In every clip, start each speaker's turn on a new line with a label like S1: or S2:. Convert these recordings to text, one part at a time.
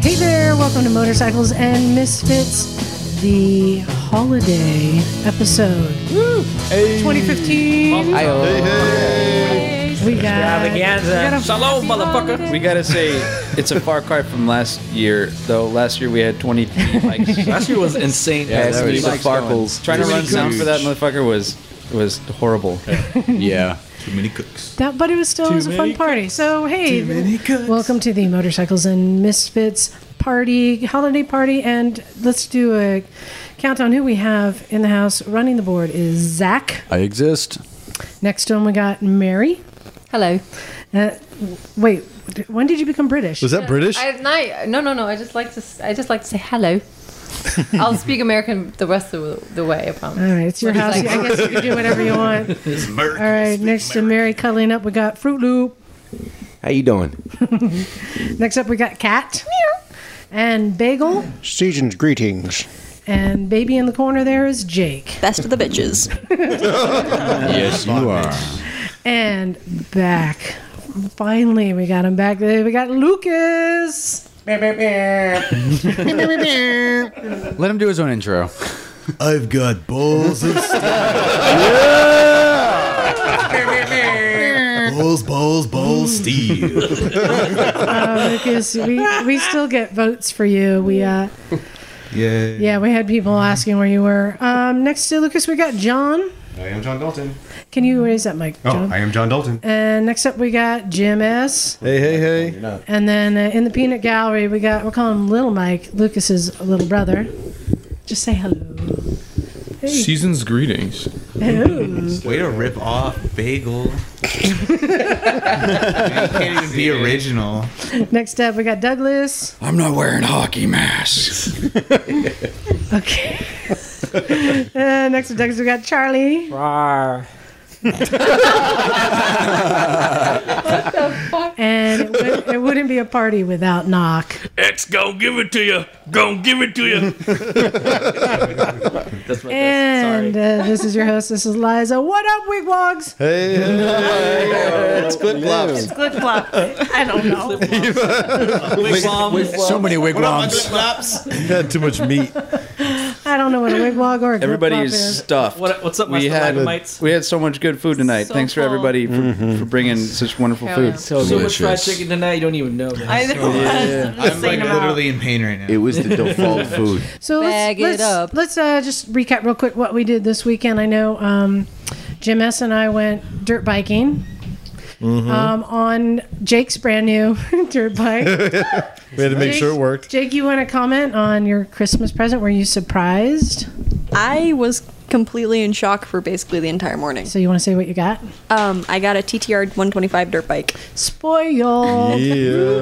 S1: Hey there, welcome to Motorcycles and Misfits, the holiday episode. Woo! 2015.
S2: Hey, hey.
S1: We got, we got a
S3: Shalom, motherfucker.
S2: We gotta say, it's a far cry from last year, though. Last year we had 23 bikes.
S3: Last year was insane.
S2: Yeah,
S3: Last
S2: that
S3: year
S2: was
S3: was
S2: debacle.
S3: going.
S2: Trying to run sound for that motherfucker was was horrible.
S4: Yeah.
S1: that, but it was still it was a fun party. So hey, welcome to the Motorcycles and Misfits party, holiday party, and let's do a countdown. Who we have in the house running the board is Zach.
S4: I exist.
S1: Next to him, we got Mary.
S5: Hello.
S1: Uh, wait, when did you become British?
S6: Was that British?
S5: I, no, no, no, no. I just like to. s- I just like to say hello. I'll speak American the rest of the- the way. I
S1: All
S5: promise.
S1: right, it's your house. I guess you can do whatever you want. All right, next to Mary cuddling up, we got Fruit Loop.
S7: How you doing?
S1: Next up, we got Cat and Bagel.
S8: Season's greetings.
S1: And baby in the corner there is Jake.
S9: Best of the bitches.
S4: Yes, you are.
S1: And back. Finally, we got him back. There, We got Lucas.
S4: Let him do his own intro.
S6: I've got balls of steel. balls, balls, balls, steel.
S1: Uh, Lucas, we, we still get votes for you. We uh,
S6: Yeah.
S1: yeah, we had people asking where you were. Um, next to Lucas, we got John.
S6: I am John Dalton.
S1: Can you raise that mic,
S6: Oh,
S1: John?
S6: I am John Dalton.
S1: And next up, we got Jim S.
S6: Hey, hey, hey.
S1: And then uh, in the peanut gallery, we got we're calling him Little Mike, Lucas's little brother. Just say hello.
S10: Season's greetings.
S3: Way to rip off bagel. can't even be original.
S1: Next up, we got Douglas.
S4: I'm not wearing hockey masks.
S1: Okay. uh, next to Douglas, we got Charlie. And it, would, it wouldn't be a party without Knock.
S10: It's gonna give it to you. Gonna give it to you.
S3: That's what
S1: And
S3: Sorry.
S1: uh, this is your host. This is Liza. What up, wigwogs?
S6: Hey,
S2: it's flip flops.
S9: Flip flop. I don't know.
S4: So many wigwams.
S6: had too much meat.
S1: I don't know what a wigwog or a
S2: Everybody
S1: flip-flop
S2: is stuffed.
S3: What- what's up,
S2: we
S3: Master
S2: had
S3: Dynamites?
S2: we had so much good food tonight.
S5: So
S2: Thanks for
S5: full.
S2: everybody for,
S6: Mm-hmm.
S2: for bringing such wonderful
S5: Hell
S2: food.
S5: yeah.
S2: So
S3: So much fried
S4: Delicious.
S3: chicken tonight, you don't even know. man.
S9: I know.
S3: I'm like literally in pain right
S7: It
S3: now.
S7: was the default food.
S1: So
S5: Bag it
S1: let's, let's,
S5: up.
S1: let's uh, just recap real quick what we did this weekend. I know um, Jim S. and I went dirt biking
S3: Mm-hmm.
S2: Mm-hmm.
S1: um, on Jake's brand new dirt bike.
S6: We had to make
S1: Jake-
S6: sure it worked.
S1: Jake, you want to comment on your Christmas present? Were you surprised?
S9: I was completely in shock for basically the entire morning.
S1: So you want to say what you got?
S9: Um, I got a TTR 125 dirt bike.
S1: Spoiled.
S6: Yeah.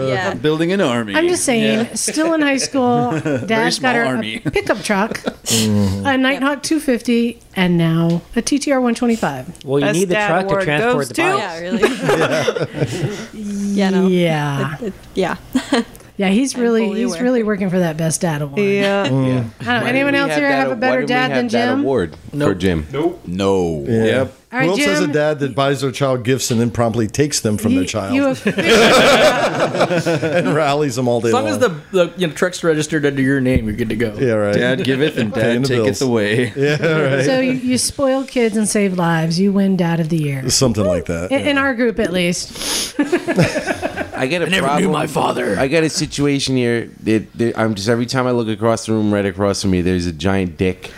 S9: yeah.
S2: building an army.
S1: I'm just saying, still in high school, Dad's
S2: small
S1: got her
S2: army.
S1: a pickup truck,
S6: Mm-hmm.
S1: a Nighthawk 250, and now a TTR 125.
S3: Well, you
S9: Best
S3: need the
S9: dad
S3: truck to
S9: award
S3: transport
S9: goes
S3: the
S9: to-
S3: bike.
S9: Yeah, really. yeah. no.
S1: Yeah,
S9: It- yeah.
S1: yeah, he's really
S9: fully
S1: he's
S9: aware.
S1: really working for that best dad award.
S9: Yeah.
S1: I don't know, anyone else here have a better dad than Jim? All
S7: award for Jim.
S4: No.
S2: Yep.
S1: right,
S6: Who else has a
S1: Jim.
S6: dad that buys their child gifts and then promptly takes them from
S1: you-
S6: their child
S1: You officially,
S6: and rallies them all day
S3: As long
S6: long?
S3: as the, the you know, truck's registered under your name, you're good to go.
S6: yeah, right.
S2: Dad giveth and dad
S6: Paying the
S2: taketh
S6: bills.
S2: away.
S1: so you, you spoil kids and save lives. You win dad of the year.
S6: Something like that.
S1: In, in our group, at least.
S7: I got a problem.
S4: father.
S7: I got a situation here. That, that I'm just every time I look across the room, right across from me, there's a giant dick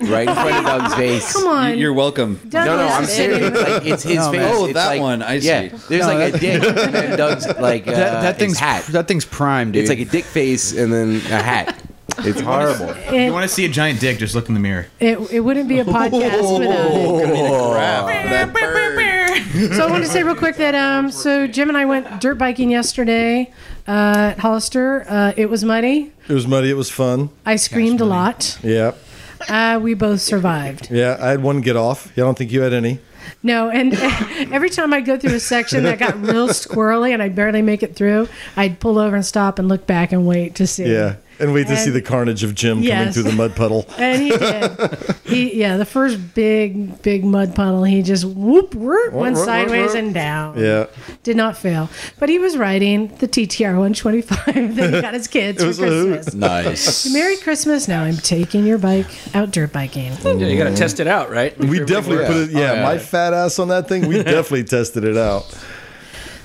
S7: right in front of Doug's face.
S1: Come on.
S2: You're welcome.
S7: No, no,
S1: Douglas
S7: I'm
S1: is
S7: serious. Like it's his face.
S2: Oh,
S7: It's
S2: that
S7: like-
S2: one. I see.
S7: Yeah, there's like a dick and then Doug's like uh,
S4: That, that
S7: his
S4: thing's
S7: hat.
S4: that thing's prime, dude.
S7: It's like a dick face and then a hat. It's horrible.
S1: It,
S3: to see a giant dick, just look in the mirror.
S1: it, it wouldn't be a podcast
S7: Oh.
S1: without it. So I want to say real quick that um, so Jim and I went dirt biking yesterday uh, at Hollister. Uh, it was muddy.
S6: It was muddy. It was fun.
S1: I screamed a lot.
S6: Yeah.
S1: Uh, we both survived.
S6: Yeah. I had one get off. I don't think you had any.
S1: No, and every time I'd go through a section that got real squirrely and I'd barely make it through, I'd pull over and stop and look back and wait to see.
S6: Yeah. And wait to see
S1: And-
S6: the carnage of Jim coming
S1: Yes.
S6: through the mud puddle.
S1: And he did. he, yeah, the first big, big mud puddle, he just whoop, whoop, went
S6: whoop,
S1: sideways
S6: whoop.
S1: and down.
S6: Yeah.
S1: Did not fail. But he was riding the TTR 125 that he got his kids
S6: It
S1: for
S6: was a hoot.
S1: Christmas. Merry Christmas. Now I'm taking your bike out dirt biking.
S3: Yeah, you gotta test it out, right? Oh,
S6: We definitely put it. Yeah, my fat ass on that thing. We definitely tested it out.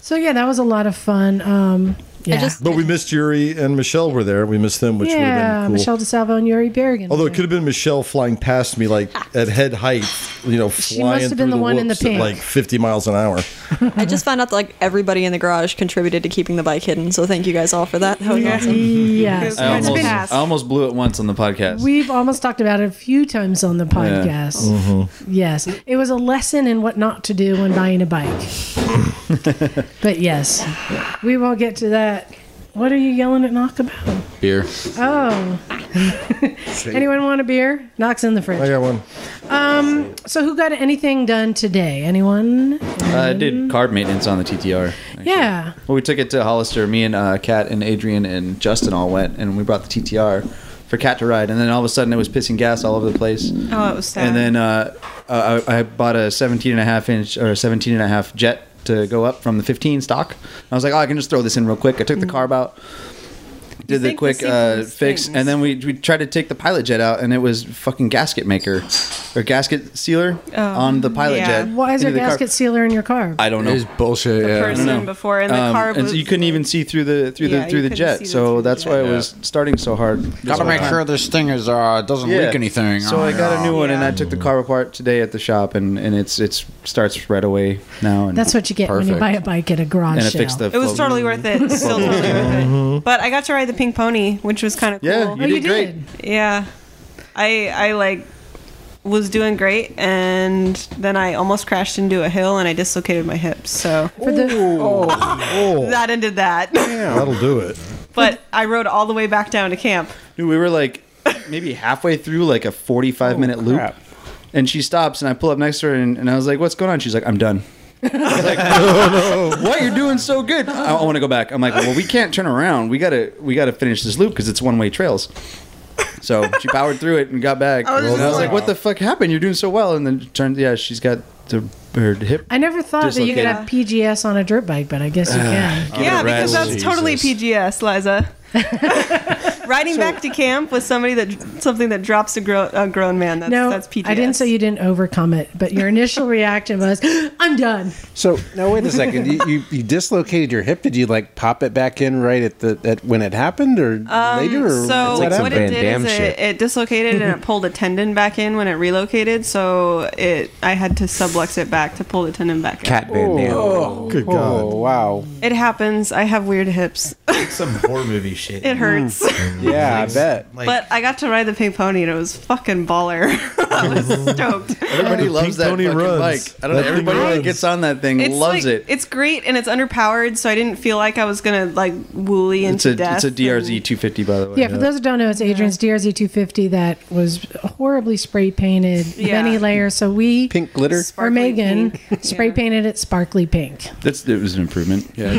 S1: So, yeah, that was a lot of fun. Um, yeah.
S6: but we missed Yuri and Michelle were there. We missed them, which would have
S1: yeah,
S6: been cool.
S1: Michelle DeSalvo and Yuri Berrigan.
S6: Although it could have been Michelle flying past me like at head height, you know,
S1: She
S6: flying
S1: must have been
S6: through
S1: the one in the
S6: whoops at,
S1: pink.
S6: like 50 miles an hour.
S9: I just found out that like everybody in the garage contributed to keeping the bike hidden. So thank you guys all for that. That was awesome.
S1: Yes.
S2: I
S1: It's
S2: almost,
S1: been-
S2: I almost blew it once on the podcast.
S1: We've almost talked about it a few times on the
S2: Yeah. Mm-hmm.
S1: podcast. Yes. It was a lesson in what not to do when buying a bike.
S6: Mm-hmm.
S1: but yes, we will get to that. What are you yelling at Knock about?
S4: Beer.
S1: Oh. Anyone want a beer? Knock's in the
S6: I
S2: Oh,
S1: fridge.
S6: got one.
S1: Um, so who got anything done today? Anyone?
S2: I did carb maintenance on the TTR.
S1: Yeah.
S2: Well, we took it to Hollister. Me and uh, Kat and Adrian and Justin all went, and we brought the TTR for Kat to ride. And then all of a sudden, it was pissing gas all over the place.
S8: Oh, it was sad.
S2: And then uh, uh, I, I bought a 17 and a half inch or a 17 and a half jet to go up from the 15 stock. I was like, oh, I can just throw this in real quick. I took the
S1: Mm.
S2: carb out, did the
S8: think
S2: quick
S8: the
S2: uh,
S8: simplest
S2: fix, and then we, we tried to take the pilot jet out, and it was fucking gasket maker or gasket sealer
S1: Oh,
S2: on the pilot jet.
S1: Why is there
S2: into
S1: a
S2: the carb.
S1: gasket sealer in your car?
S2: I don't know. It's bullshit.
S1: yeah. person before, and the carb
S2: Um, and so
S1: was-
S2: you couldn't even see through the through
S1: Yeah,
S2: the
S1: you
S2: through the
S1: couldn't see
S2: jet.
S1: the-
S2: So that's why it was starting so hard. this
S4: Gotta
S2: whole
S4: make
S2: time.
S4: sure the stingers uh, doesn't
S2: Yeah.
S4: leak anything.
S2: So I got a new one, and I took the car apart today at the shop, and and it's it's starts right away now. And
S1: That's what you get when you buy a bike at a garage
S2: And it
S1: sale.
S2: fixed the
S8: It was totally worth it. Still totally worth it. But I got to ride the pink pony, which was kind of
S2: Yeah,
S8: cool.
S2: you Oh, did you great.
S8: Yeah, I I like was doing great, and then I almost crashed into a hill and I dislocated my hip. So
S1: For the- Oh.
S8: that ended that.
S6: That'll do it.
S8: But I rode all the way back down to camp.
S2: Dude, we were like maybe halfway through like a 45 minute loop. And she stops, and I pull up next to her, and, and I was like, "What's going on?" She's like, "I'm done." I was like, What you're doing so good? I, want to go back. I'm like, "Well, we can't turn around. We gotta we gotta finish this loop because it's one way trails." So she powered through it and got back.
S1: I was
S2: and
S1: just
S2: I was like,
S1: like-
S2: "What the fuck happened? You're doing so well." And then it turned, yeah, she's got the, her hip.
S1: I never thought that you could
S2: Dislocated.
S1: have PGS on a dirt bike, but I guess you can.
S2: Give it
S8: yeah,
S2: a
S8: because
S2: rest.
S8: that's totally
S2: Jesus.
S8: PGS, Liza. Riding back to camp with somebody that something that drops a, grow, a grown man. That's,
S1: no,
S8: that's PGS.
S1: I didn't say you didn't overcome it, but your initial reaction was, "I'm done."
S11: So now wait a second. you, you you dislocated your hip. Did you like pop it back in right at the at when it happened or
S8: Um,
S11: later? Or
S8: so
S11: what
S8: what it
S11: happened?
S8: did is it, it dislocated and it pulled a tendon back in when it relocated. So it, I had to sublux it back to pull the tendon back.
S11: Cat
S8: in.
S11: Van Dam. Oh,
S6: good
S11: God! wow!
S8: It happens. I have weird hips.
S3: Some horror movie shit.
S8: It hurts.
S2: Mm.
S7: Mm.
S11: Yeah, I bet.
S8: but I got to ride the pink pony and it was fucking baller. I was stoked.
S2: Everybody loves that fucking bike. I don't know. Everybody that gets on that thing
S8: It's
S2: loves
S8: like-
S2: it.
S8: It's great and it's underpowered, so I didn't feel like I was gonna like woolly
S2: It's
S8: into
S2: a
S8: death.
S2: it's a DRZ 250 by the way.
S1: Yeah, for those who don't know, it's Adrian's DRZ 250 that was horribly spray painted,
S2: Yeah.
S1: many layers. So we pink
S2: glitter?
S1: or Megan spray painted it sparkly pink.
S2: That's it was an improvement. Yeah.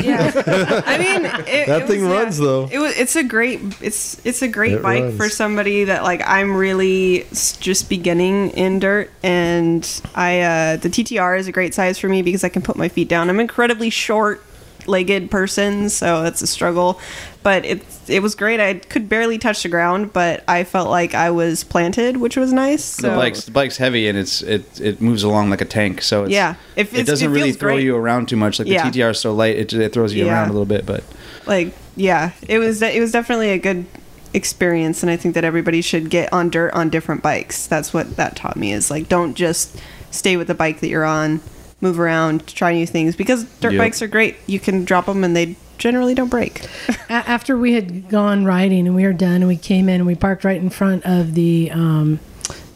S8: I mean, it,
S2: That
S8: it
S2: thing
S8: was, yeah.
S2: runs, though.
S8: It was. It's a great. It's it's a great
S2: It
S8: bike
S2: runs.
S8: for somebody that like I'm really s- just beginning in dirt, and I uh, the TTR is a great size for me because I can put my feet down. I'm an incredibly short legged person, so that's a struggle. But it it was great. I could barely touch the ground, but I felt like I was planted, which was nice. So
S2: the bike's the bike's heavy and it's it it moves along like a tank. So it's,
S8: Yeah. If
S2: it
S8: it's-
S2: doesn't
S8: it
S2: really
S8: feels
S2: throw
S8: great.
S2: you around too much. Like
S8: Yeah.
S2: the TTR is so light, it, it throws you
S8: Yeah.
S2: around a little bit. But
S8: like yeah it was de- it was definitely a good experience and i think that everybody should get on dirt on different bikes that's what that taught me is like don't just stay with the bike that you're on move around try new things because dirt
S1: Yep.
S8: bikes are great you can drop them and they generally don't break
S1: A- after we had gone riding and we were done, and we came in and we parked right in front of the um,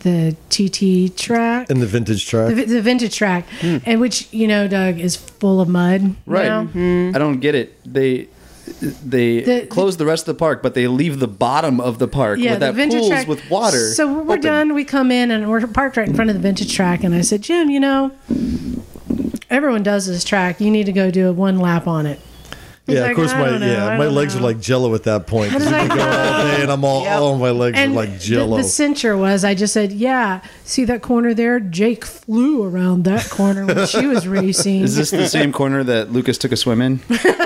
S1: the TT track.
S6: And the vintage track.
S1: The, vi- the vintage track,
S2: Hmm.
S1: and which you know, Doug is full of mud.
S2: right,
S6: Hmm.
S1: now.
S2: I don't get it. They they
S1: The-
S2: close the rest of the park, but they leave the bottom of the park
S1: yeah,
S2: with
S1: the
S2: that
S1: vintage
S2: pools
S1: track.
S2: with water.
S1: So we're done. We come in and we're parked right in front of the vintage track. And I said, Jim, you know, everyone does this track. You need to go do a one lap on it. He's
S6: yeah,
S1: like,
S6: of course
S1: "I
S6: my
S1: don't know, I
S6: yeah my
S1: don't
S6: legs are like jello at that point. 'cause
S1: How did
S6: we've been going all day and I'm all oh my legs
S1: And
S6: are like
S1: the-
S6: jello.
S1: The, censure was, I just said, yeah, see that corner there? Jake flew around that corner when she was racing.
S2: Is this the same corner that Lucas took a swim in?
S1: so,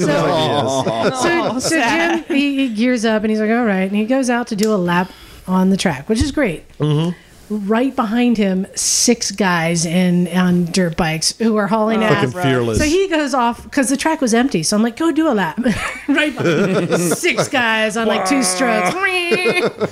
S1: so, so Jim, he, he gears up and he's like, all right. And he goes out to do a lap on the track, which is great.
S6: mm-hmm.
S1: Right behind him, six guys in on dirt bikes who are hauling
S6: Oh,
S1: ass.
S6: Fucking fearless.
S1: So he goes off because the track was empty. So I'm like, go do a lap. right behind him. six guys on like two strokes.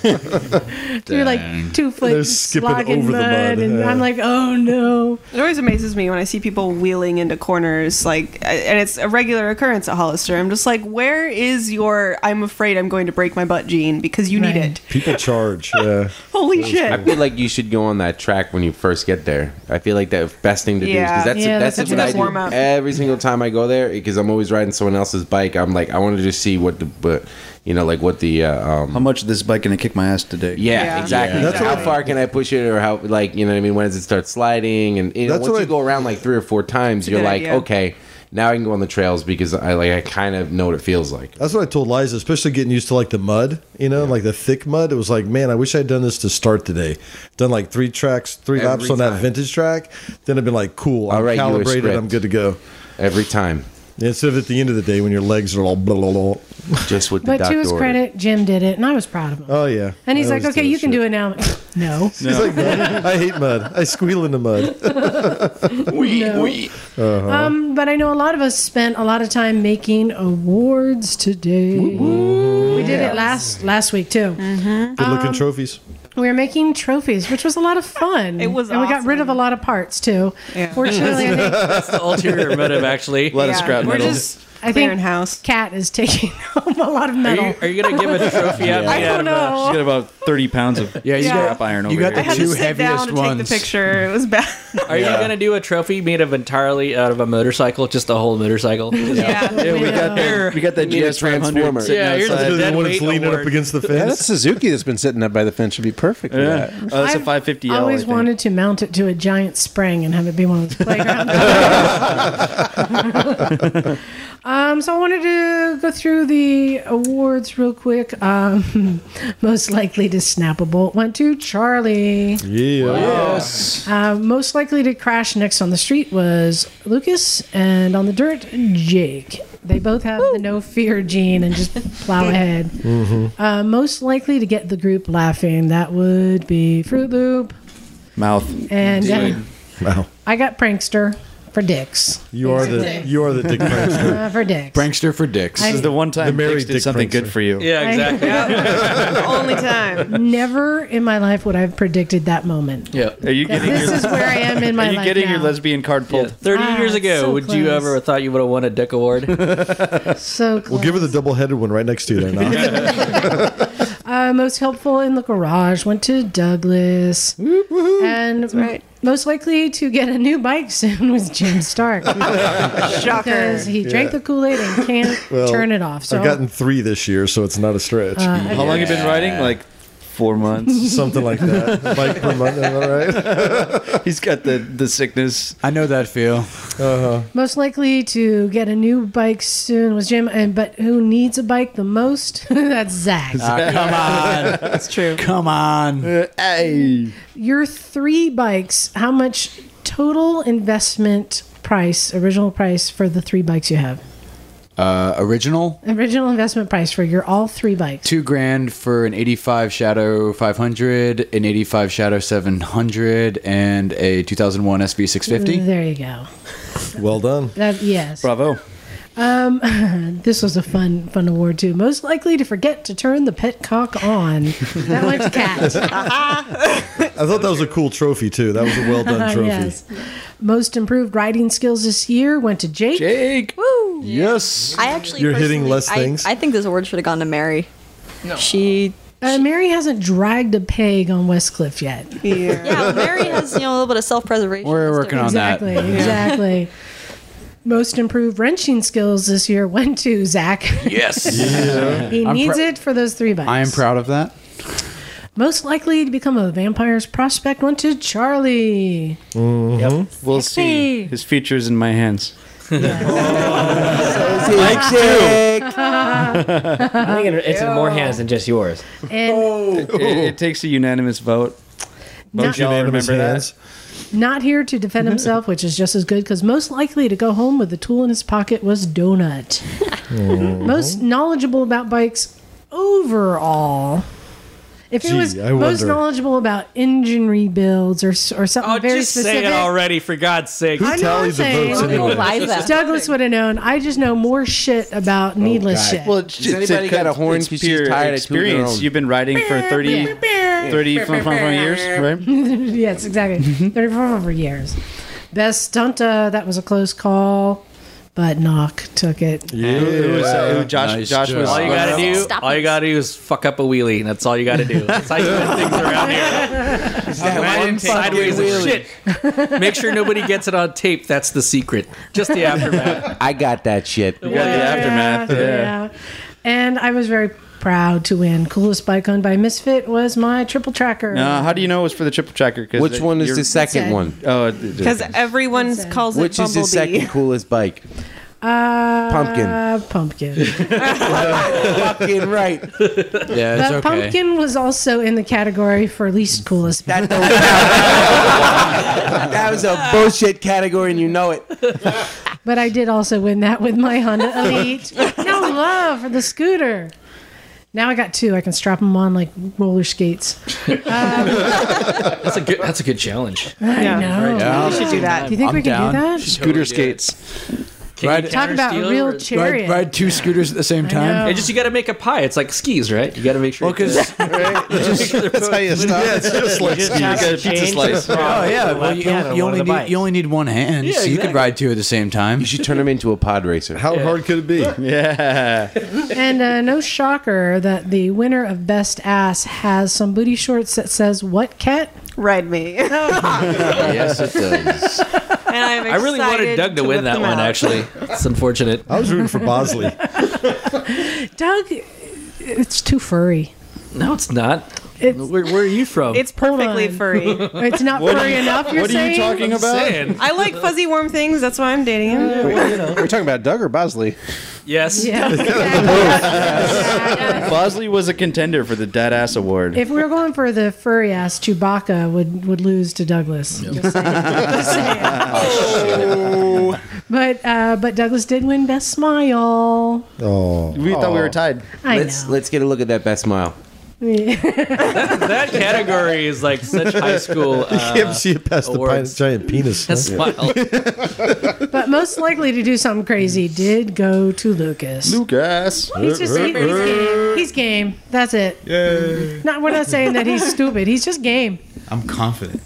S1: You're like two foot
S8: They're skipping
S1: slogging
S8: over the mud,
S1: and
S8: yeah.
S1: I'm like, oh no.
S8: It always amazes me when I see people wheeling into corners, like, and it's a regular occurrence at Hollister. I'm just like, where is your I'm afraid I'm going to break my butt gene because you need it?
S6: People charge. Yeah.
S8: Holy shit.
S7: I feel like you should go on that track when you first get there. I feel like the best thing to do
S8: Yeah.
S7: because that's
S8: Yeah,
S7: that's,
S8: that's a
S7: what
S8: good
S7: I do
S8: warm-up.
S7: every single time I go there because I'm always riding someone else's bike. I'm like I want to just see what the but you know like what the uh, um, how
S2: much this bike gonna kick my ass today.
S7: Yeah,
S2: Yeah.
S7: exactly.
S2: Yeah. That's
S7: how
S2: what I-
S7: far can I push it or how like you know what I mean? When does it start sliding? And you know,
S6: That's
S7: once
S6: what
S7: you
S6: I-
S7: go around like three or four times,
S6: a
S7: you're
S6: good
S7: like
S6: idea.
S7: okay. Now I can go on the trails because I like I kind of know what it feels like.
S6: That's what I told Liza, especially getting used to like the mud, you know, like the thick mud. It was like, man, I wish I'd done this to start today. Done like three tracks, three
S7: Every
S6: laps on that
S7: time.
S6: vintage track. Then I've been like, cool,
S7: I'll
S6: I'm
S7: write you a
S6: calibrated,
S7: script.
S6: I'm good to go.
S7: Every time.
S6: Instead of at the end of the day when your legs are all blah, blah, blah.
S7: Just with
S1: But to his credit, Jim did it, and I was proud of him.
S6: Oh, yeah.
S1: And he's
S6: I
S1: like,
S6: always
S1: okay,
S6: do
S1: you
S6: that
S1: can do it now. I'm like, no.
S6: shit. He's like, "Mud. I hate mud. I squeal in the mud.
S1: No.
S6: Uh-huh.
S1: Um, but I know a lot of us spent a lot of time making awards today. We did it last last week too.
S6: Good looking
S1: Um,
S6: trophies.
S1: We were making trophies, which was a lot of fun. It was, and we got rid of a lot of parts too. Fortunately, I think
S3: That's the ulterior motive, actually. Let us grab
S1: we're
S3: metal.
S1: just I think house. Cat is taking home a lot of
S3: Are
S1: metal.
S3: you, are you gonna give it a trophy out?
S1: I don't know.
S2: She's got about thirty pounds of yeah,
S3: you
S2: scrap
S3: got-
S2: iron over
S3: you got
S2: here.
S3: the I had to two sit
S8: Sit down to take the picture. It was bad.
S3: Are you gonna do a trophy made of entirely out of a motorcycle, just a whole motorcycle?
S8: Yeah.
S2: Yeah, we got that. We got that
S3: We need a
S2: GS transformer.
S3: Yeah, here's the dead
S11: one
S3: weight
S11: that's leaning
S3: award.
S11: up against the fence. that Suzuki that's been sitting up by the fence would be perfect. For
S2: Yeah.
S3: Uh,
S11: that.
S2: Oh, that's a
S1: I've
S2: 550L.
S1: I always
S2: I think.
S1: wanted to mount it to a giant spring and have it be one of those playground um, so I wanted to go through the awards real quick. Um, most likely to snap a bolt went to Charlie.
S6: Yeah.
S1: Uh, most likely to crash next on the street was Lucas, and on the dirt, Jake. They both have the no fear gene and just plow ahead.
S2: Mhm.
S1: Uh, most likely to get the group laughing, that would be Fruit Loop.
S2: Mouth.
S1: And, uh,
S2: Dude.
S6: Wow.
S1: I got Prankster for dicks.
S6: You are the you are the dick prankster.
S1: Uh, for dicks.
S2: Prankster for dicks. This is the one time Dicks did something good for you.
S3: Yeah, exactly.
S8: Only time.
S1: Never in my life would I have predicted that moment.
S2: Yeah. Are you
S1: That
S2: getting
S1: this
S2: your,
S1: is where I am in my
S2: Are you
S1: life
S2: getting your
S1: now.
S2: lesbian card pulled?
S3: Thirty years ago,
S1: so
S3: would you
S1: close.
S3: ever have thought you would have won a dick award?
S1: So
S6: We'll give her the double headed one right next to you there now.
S1: Uh, most helpful in the garage went to Douglas. And m- most likely to get a new bike soon was Jim Stark.
S8: Shocker.
S1: Because he drank
S6: Yeah.
S1: the Kool Aid and can't
S6: Well,
S1: turn it off. So
S6: I've gotten three this year, so it's not a stretch.
S1: Uh, How
S2: How long you been riding? Like four months,
S6: something like that. Bike per month, am I right?
S2: He's got the the sickness.
S12: I know that feel.
S6: Uh huh.
S1: most likely to get a new bike soon was Jim. And but who needs a bike the most? That's Zach.
S12: come on, that's
S8: true.
S12: Come on,
S2: Uh, hey.
S1: Your three bikes. How much total investment price? Original price for the three bikes you have.
S12: Uh, original
S1: Original investment price for your all three bikes.
S12: two grand for an 85 Shadow 500, an 85 Shadow 700, and a 2001 SV 650.
S1: There you go.
S6: Well done.
S1: That yes.
S2: Bravo.
S1: Um, this was a fun, fun award too. Most likely to forget to turn the pet cock on. That went to cat.
S6: I thought that was a cool trophy too. That was a well done trophy.
S1: yes. Most improved riding skills this year went to Jake.
S2: Jake.
S1: Woo.
S6: Yes.
S9: I actually
S6: You're hitting
S9: personally-
S6: less
S9: I-
S6: things?
S9: I think this award should have gone to Mary. No. She
S1: Uh, Mary hasn't dragged a peg on Westcliff yet.
S9: Yeah, Mary has you know a little bit of self preservation.
S12: We're working on that.
S1: Exactly. Exactly. Most improved wrenching skills this year went to Zach.
S12: Yes. Yeah.
S1: he
S12: I'm
S1: needs
S12: prou-
S1: it for those three bucks.
S12: I am proud of that.
S1: Most likely to become a vampire's prospect went to Charlie.
S2: Yep. We'll see. His features in my hands.
S1: Mike's
S2: I think it- it's in more hands than just yours.
S3: Oh.
S1: And
S2: It, it takes a unanimous vote.
S1: Not-
S2: Both y'all
S1: Unanimous
S2: remember
S1: hands.
S2: that?
S1: not here to defend himself, which is just as good because most likely to go home with the tool in his pocket was Donut.
S3: Mm-hmm.
S1: Most knowledgeable about bikes overall. If it
S3: Gee,
S1: was
S3: I
S1: most
S3: wonder.
S1: knowledgeable about engine rebuilds or s- or
S2: Oh,
S1: something very
S3: Just
S1: specific,
S3: say it already, for God's sake.
S1: I know I'm saying- Douglas would have known. I just know more shit
S3: Oh,
S1: about needless shit.
S2: Well, it's, it's, it comes- it's pure experience. You've been riding for 30, 30 from- from- from years, right?
S1: yes, exactly. 34 over years. Best stunt, uh, that was a close call, but Knock took it.
S2: It was, uh, Josh,
S3: Nice
S2: Josh
S3: job.
S2: was.
S3: all you gotta do, all you gotta do is fuck up a wheelie, and that's all you gotta do. That's how you win things around here. Imagine sideways and shit. Make sure nobody gets it on tape. That's the secret. Just the aftermath.
S7: I got that shit.
S3: You got the aftermath.
S1: Yeah. And I was very proud to win. Coolest bike owned by Misfit was my triple tracker.
S2: No, how do you know it was for the triple tracker? 'Cause
S7: Which
S2: it-
S7: one is
S2: you're-
S7: the second one?
S2: Oh,
S8: Because everyone calls
S7: Which
S8: it
S7: is
S8: Bumblebee.
S7: the second coolest bike?
S1: Uh,
S7: Pumpkin.
S1: Pumpkin.
S7: Fucking right. Yeah,
S1: but Pumpkin was also in the category for least coolest. bike.
S7: That was a bullshit category, and you know it.
S1: But I did also win that with my Honda Elite. no love for the scooter. Now I got two. I can strap them on like roller skates.
S3: That's a good. That's a good challenge.
S1: I Yeah. know.
S3: Yeah.
S1: We should do that. Do you think we can do that?
S12: Scooter skates. Ride,
S1: Talk about a real chariot.
S12: Ride, ride two scooters at the same time.
S3: It just you got to make a pie. It's like skis, right? You got to make sure.
S12: Because
S3: that's how you
S12: stop.
S3: Yeah, it's just like You just skis. have to change the
S12: Oh
S3: product
S12: yeah,
S3: to the
S12: well,
S3: left
S12: you,
S3: hand of
S12: you
S3: one
S12: only
S3: of the
S12: need,
S3: bikes.
S12: you only need one hand,
S3: Yeah,
S12: so you could
S3: exactly.
S12: ride two at the same time. You
S7: should turn them into a pod racer.
S6: How hard could it be?
S2: Yeah.
S1: and uh, no shocker that the winner of Best Ass has some booty shorts that says "What Cat."
S8: Ride me.
S3: Yes, it does.
S8: And I'm
S3: I really wanted
S8: excited
S3: Doug to win
S8: whip
S3: that
S8: them
S3: one.
S8: out.
S3: Actually, it's unfortunate.
S6: I was rooting for Bosley.
S1: Doug, it's too furry.
S3: No, it's not. where, where are you from?
S8: It's perfectly furry.
S1: It's not
S3: What
S1: furry
S3: do you-
S1: enough. You're
S3: what are you
S1: saying?
S3: talking I'm about? saying.
S8: I like fuzzy warm things. That's why I'm dating him.
S11: We're talking about Doug or Bosley?
S3: Yes.
S2: Bosley was a contender for the Dead Ass Award.
S1: If we were going for the furry ass, Chewbacca would, would lose to Douglas. Just saying. Just saying. But uh, but Douglas did win Best Smile.
S6: Oh,
S2: we thought we were tied.
S1: I
S7: let's let's get a look at that best smile.
S3: that category is like such high school.
S6: you
S3: Uh,
S6: can't see it past the pi- giant penis.
S3: That's
S6: huh?
S3: wild.
S1: But most likely to do something crazy did go to Lucas.
S2: Lucas.
S1: He's just he- he's game. He's game. That's it.
S12: Yay.
S1: Not we're not saying that he's stupid. He's just game.
S12: I'm confident.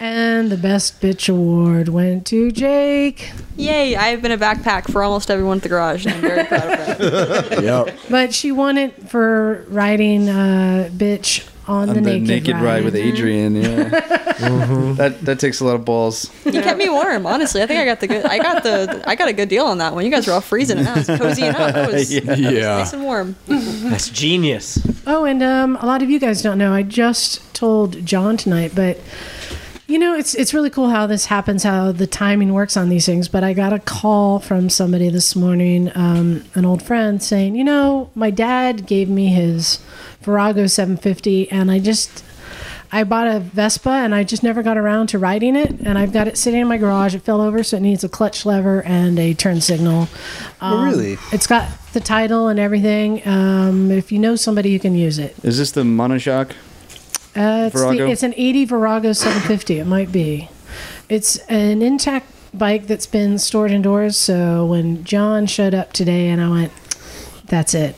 S1: And the best bitch award went to Jake.
S9: Yay, I have been a backpack for almost everyone at the garage. And I'm very proud of that.
S12: yep.
S1: But she won it for riding uh, bitch on, the, naked,
S2: ride. with Adrian. Yeah, that that takes a lot of balls.
S9: You kept me warm, honestly. I think I got the good I got the I got a good deal on that one. You guys were all freezing and out. It's cozy enough. That was
S2: Yeah.
S9: nice and warm.
S3: That's genius.
S1: Oh, and um, a lot of you guys don't know. I just told John tonight, but you know, it's it's really cool how this happens, how the timing works on these things. But I got a call from somebody this morning, um, an old friend, saying, you know, my dad gave me his Virago 750, and I just I bought a Vespa and I just never got around to riding it. And I've got it sitting in my garage. It fell over, so it needs a clutch lever and a turn signal.
S11: Oh, really?
S1: It's got the title and everything. Um, if you know somebody, you can use it.
S2: Is this the monoshock?
S1: Uh, it's, the,
S2: Virago?
S1: it's an 80 Virago 750. It might be. It's an intact bike that's been stored indoors. So when John showed up today and I went, that's it.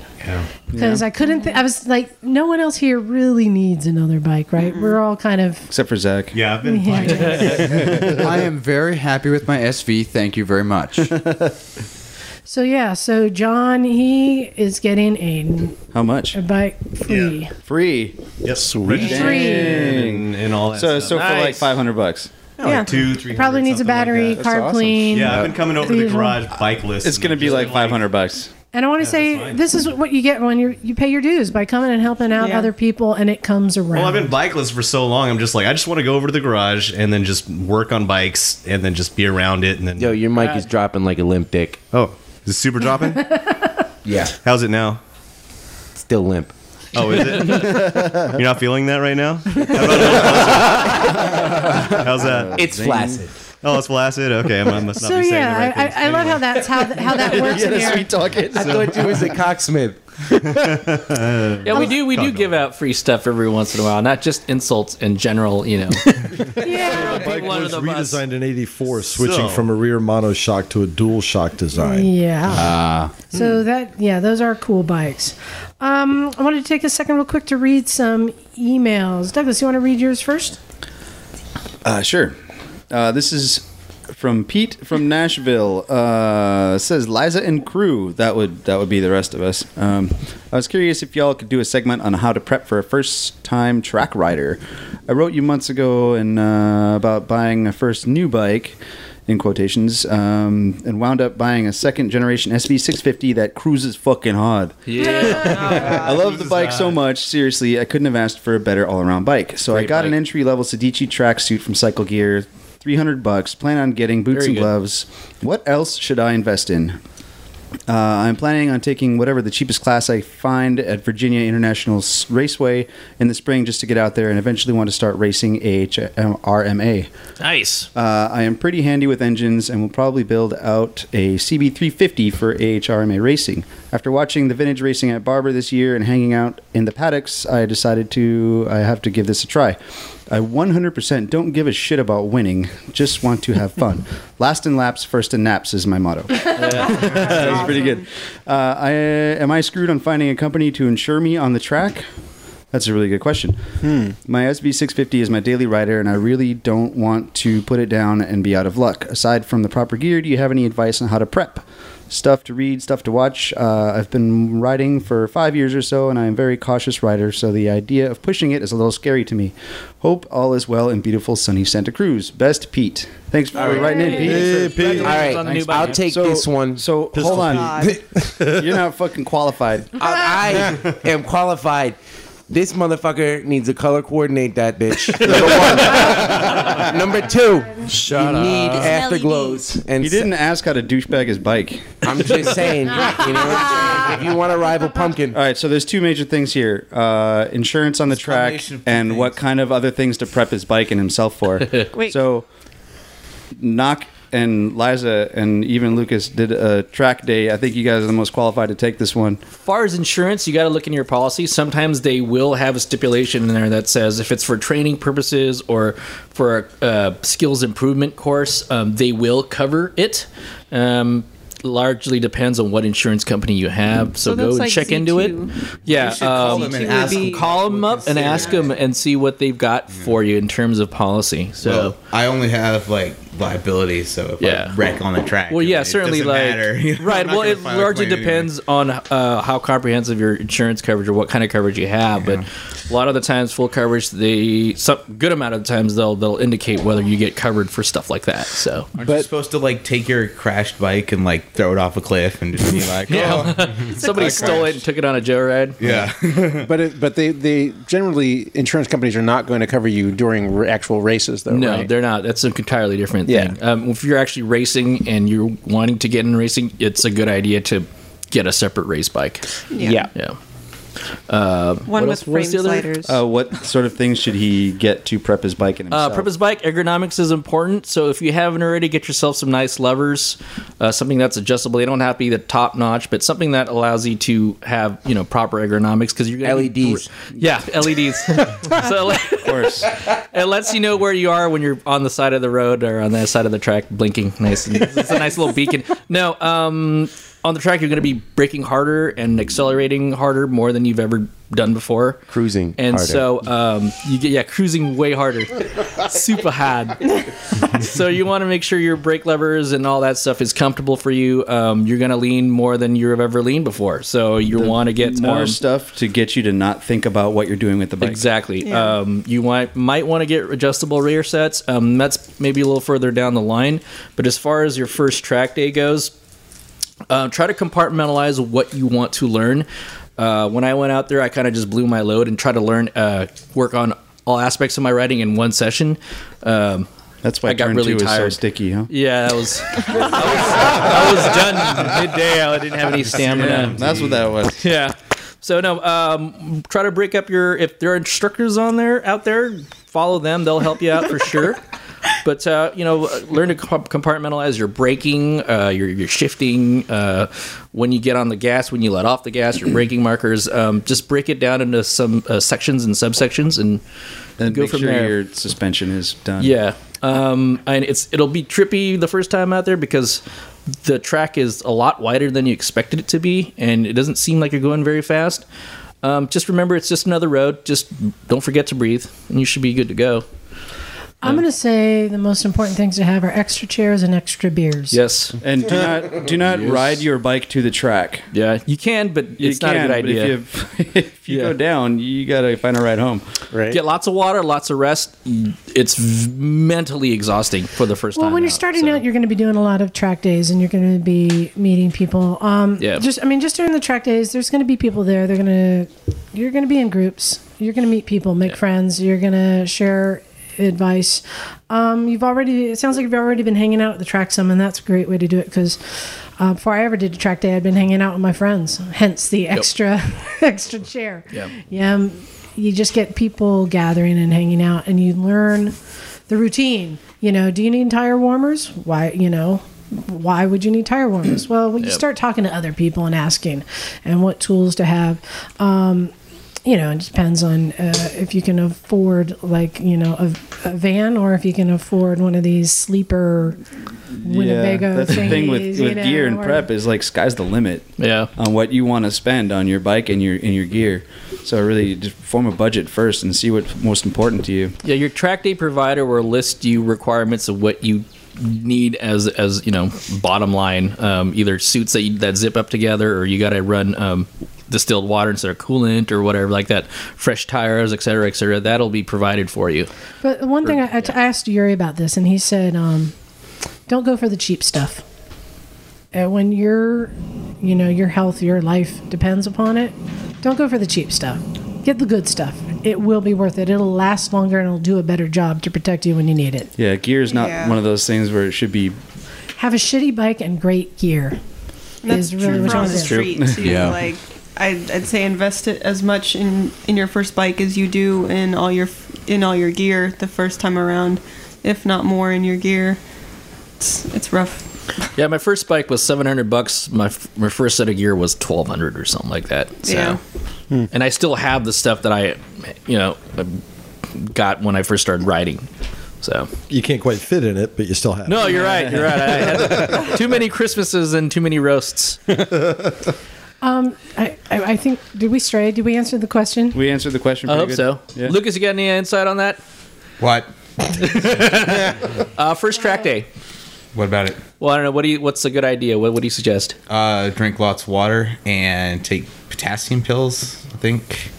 S1: Because I couldn't, th- I was like, no one else here really needs another bike, right? We're all kind of
S2: Except for Zach.
S12: Yeah, I've
S1: been Yeah.
S12: I am very happy with my SV. Thank you very much.
S1: So yeah, so John he is getting a
S2: How much?
S1: a bike free.
S2: Free. Yes,
S1: Free.
S2: And,
S13: all that
S2: So
S13: stuff.
S2: so for like
S13: Nice.
S2: five hundred bucks.
S13: Yeah, like two, three
S1: It probably needs a battery,
S13: That's
S1: carb
S13: awesome.
S1: clean.
S13: Yeah, I've been coming over
S1: the
S13: the
S1: usual.
S13: garage bikeless.
S2: It's gonna be like five hundred bucks.
S1: And I want to say this is what you get when you you pay your dues by coming and helping out
S8: Yeah.
S1: other people, and it comes around.
S13: Well, I've been bikeless for so long. I'm just like, I just want to go over to the garage and then just work on bikes and then just be around it. And then yo,
S7: your mic is dropping like a limp dick.
S13: Oh, is it super dropping?
S7: yeah.
S13: How's it now?
S7: Still limp.
S13: Oh, is it? You're not feeling that right now. How's that?
S7: It's flaccid.
S13: Oh, it's flaccid. Okay, I must not
S1: so
S13: be saying the
S1: yeah,
S13: right
S1: Uh, I, I, I love how that's how th- how that works in here.
S3: I thought you was a
S7: cocksmith.
S3: Yeah, we do. We do give out free stuff every once in a while, not just insults in general. You know,
S6: The bike was redesigned in '84, switching from a rear monoshock to a dual shock design.
S1: Yeah.
S6: Ah.
S13: Hmm.
S1: So that yeah, those are cool bikes. Um, I wanted to take a second real quick to read some emails. Douglas, you want to read yours first?
S2: Uh, sure. Uh, this is from Pete from Nashville. Uh, says Liza and crew. That would that would be the rest of us. Um, I was curious if y'all could do a segment on how to prep for a first time track rider. I wrote you months ago and uh, about buying a first new bike. In quotations, um, and wound up buying a second generation SV650 that cruises fucking hard.
S3: Yeah.
S2: I love the bike
S13: uh,
S2: so much. Seriously, I couldn't have asked for a better all-around bike. So I got an entry-level Sedici tracksuit from Cycle Gear, 300 bucks. Plan on getting
S3: Very
S2: boots and
S3: good.
S2: gloves. What else should I invest in? Uh, I'm planning on taking whatever the cheapest class I find at Virginia International S- Raceway in the spring just to get out there and eventually want to start racing AHRMA.
S3: nice.
S2: Uh, I am pretty handy with engines and will probably build out a CB350 for AHRMA racing. After watching the vintage racing at Barber this year and hanging out in the paddocks, I decided to I have to give this a try. I 100% don't give a shit about winning, just want to have fun. Last in laps, first in naps is my motto. that was pretty good. Uh, I, am I screwed on finding a company to insure me on the track? That's a really good question. My SV650 is my daily rider, and I really don't want to put it down and be out of luck. Aside from the proper gear, do you have any advice on how to prep? Stuff to read, stuff to watch. Uh, I've been riding for five years or so, and I am a very cautious rider, so the idea of pushing it is a little scary to me. Hope all is well in beautiful sunny Santa Cruz. Best Pete. Thanks for writing in, Pete.
S7: All right, I'll take
S2: So-
S7: this one.
S2: So Hold on. You're not fucking qualified.
S7: I, I am qualified. This motherfucker needs to color coordinate that bitch. Number one. Number two. Shut you need afterglows. And
S2: he didn't ask how to douchebag his bike.
S7: I'm just saying, you know, if you want to rival pumpkin.
S2: All right, so there's two major things here: uh, insurance on the track,
S7: combination of two
S2: and what kind of other things to prep his bike and himself for.
S7: Wait.
S2: So, knock and Liza and even Lucas did a track day. I think you guys are the most qualified to take this one.
S3: far as insurance, you got to look in your policy. Sometimes they will have a stipulation in there that says if it's for training purposes or for a uh, skills improvement course, um, they will cover it. Um, largely depends on what insurance company you have. So,
S12: So
S3: go
S12: that's
S3: and
S12: like
S3: check into
S12: C2.
S3: it. Yeah,
S12: should call
S3: um,
S12: them and C2 would ask be- them.
S3: Call them up and
S12: consider
S3: ask them and see what they've got for you in terms of policy. So.
S14: Well, I only have like liability, so if
S3: Yeah.
S14: I wreck on the track,
S3: Well,
S14: I mean,
S3: yeah,
S14: it
S3: certainly.
S14: doesn't
S3: Like,
S14: matter. You know, I'm
S3: right.
S14: not
S3: Well,
S14: gonna
S3: it
S14: file a
S3: largely
S14: claim anyway.
S3: depends on uh, how comprehensive your insurance coverage or what kind of coverage you have. But a lot of the times, full coverage, they some good amount of the times they'll they'll indicate whether you get covered for stuff like that. So
S14: Aren't you supposed to like take your crashed bike and like throw it off a cliff and just be like,
S3: Yeah.
S14: oh,
S3: somebody
S14: I
S3: stole it and took it on a joyride.
S14: Yeah.
S11: but it, but they, they generally insurance companies are not going to cover you during r- actual races though.
S3: no,
S11: right?
S3: they're not. That's an entirely different thing. Um, if you're actually racing and you're wanting to get in racing, it's a good idea to get a separate race bike.
S8: Yeah. Yeah.
S3: Yeah. Uh,
S8: One
S3: what
S8: with
S3: else- what was
S8: frame
S3: the other-
S8: sliders.
S2: Uh, what sort of things should he get to prep his bike and himself?
S3: Uh, purpose bike ergonomics is important. So if you haven't already, get yourself some nice levers, uh, something that's adjustable. They don't have to be the top notch, but something that allows you to have you know proper ergonomics because you're gonna be-
S7: LEDs.
S3: yeah, E LEDs. so of
S2: course,
S3: it lets you know where you are when you're on the side of the road or on the side of the track, blinking. Nice. It's a nice little beacon. No, um, on the track, you're going to be braking harder and accelerating harder more than you've ever done before. Cruising. And
S7: harder.
S3: so um, you get, yeah, cruising way harder. Super hard. so you want to make sure your brake levers and all that stuff is comfortable for you. Um, you're going to lean more than you've ever leaned before. So you want to get
S2: more
S3: um,
S2: stuff to get you to not think about what you're doing with the bike.
S3: Exactly.
S2: Yeah.
S3: Um, you want might want to get adjustable rear sets. Um, that's maybe a little further down the line. But as far as your first track day goes, uh, try to compartmentalize what you want to learn. Uh, when I went out there, I kind of just blew my load and tried to learn, uh, work on all aspects of my riding in one session. Um,
S2: that's why
S3: I got
S2: turn
S3: really
S2: two is so
S3: tired.
S2: sticky, huh?
S3: Yeah, that was. I was, I was done midday. I didn't have any stamina.
S2: Yeah, that's what that was.
S3: Yeah. So no, um, try to break up your. If there are instructors on there out there, follow them. They'll help you out for sure. But uh, you know, learn to comp- compartmentalize your braking, uh, your your shifting, uh, when you get on the gas, when you let off the gas, your braking markers. Um, just break it down into some uh, sections and subsections, and
S2: And
S3: go
S2: make
S3: from
S2: sure
S3: there.
S2: your suspension is done.
S3: Yeah, um, and it's it'll be trippy the first time out there because the track is a lot wider than you expected it to be, and it doesn't seem like you're going very fast. Um, just remember, it's just another road. Just don't forget to breathe, and you should be good to go.
S1: I'm going to say the most important things to have are extra chairs and extra beers.
S3: Yes,
S2: and do not do not
S1: Yes.
S2: ride your bike to the track.
S3: Yeah, you can, but it's not a good
S2: but if
S3: idea.
S2: you- If you, go down, you gotta find a ride home.
S11: Right.
S3: Get lots of water, lots of rest. It's v- mentally exhausting for the first
S1: Well,
S3: time.
S1: when you're
S3: out,
S1: starting
S3: so.
S1: out, you're going to be doing a lot of track days, and you're going to be meeting people. Um,
S3: Yeah.
S1: Just, I mean, just during the track days, there's going to be people there. They're going to, you're going to be in groups. You're going to meet people, make friends. You're going to share advice. Um, you've already. It sounds like you've already been hanging out at the track some, and that's a great way to do it because. Uh, before I ever did a track day, I'd been hanging out with my friends. Hence the
S15: Yep.
S1: extra, extra chair.
S15: Yeah.
S1: Yeah, um, you just get people gathering and hanging out, and you learn the routine. You know, do you need tire warmers? Why, you know, why would you need tire warmers? Well, when you
S15: Yep.
S1: start talking to other people and asking, and what tools to have. Um, you know, it depends on uh, if you can afford, like, you know, a, a van or if you can afford one of these sleeper Winnebago
S2: yeah, that's the thing
S1: thingies,
S2: with,
S1: you
S2: with
S1: know,
S2: gear and
S1: or-
S2: prep is like sky's the limit.
S3: Yeah,
S2: on what you want to spend on your bike and your and your gear. So really, just form a budget first and see what's most important to you.
S3: Yeah, your track day provider will list you requirements of what you need as as you know bottom line um, either suits that you, that zip up together or you got to run um, distilled water instead of coolant or whatever like that fresh tires etc cetera, etc cetera, that'll be provided for you
S1: But the one thing I, I t- I asked Yuri about this, and he said, um, "Don't go for the cheap stuff. And when your, you know, your health, your life depends upon it, don't go for the cheap stuff. Get the good stuff. It will be worth it. It'll last longer, and it'll do a better job to protect you when you need it.
S2: Yeah, gear is not
S1: Yeah.
S2: one of those things where it should be.
S1: Have a shitty bike and great gear.
S8: That's
S1: is really
S8: true
S1: what
S8: for
S1: I'm
S8: on the
S1: saying.
S8: street too.
S2: Yeah.
S8: Like I'd, I'd say invest it as much in in your first bike as you do in all your in all your gear the first time around, if not more in your gear. It's it's rough.
S3: yeah my first bike was 700 bucks my f- my first set of gear was 1200 or something like that so
S8: Yeah.
S2: Hmm.
S3: and i still have the stuff that i you know got when i first started riding so
S6: You can't quite fit in it, but you still have.
S3: No, you're right. You're right. I had too many Christmases and too many roasts.
S1: Um, I, I, I think did we stray? Did we answer the question?
S2: We answered the question.
S3: I hope
S2: pretty
S3: so.
S2: good. Yeah.
S3: Lucas, you got any insight on that?
S14: What?
S3: uh, first track day.
S14: "Oh, What about it?
S3: Well, I don't know. What do you? What's a good idea? What would you suggest?
S14: Uh, drink lots of water and take potassium pills. I think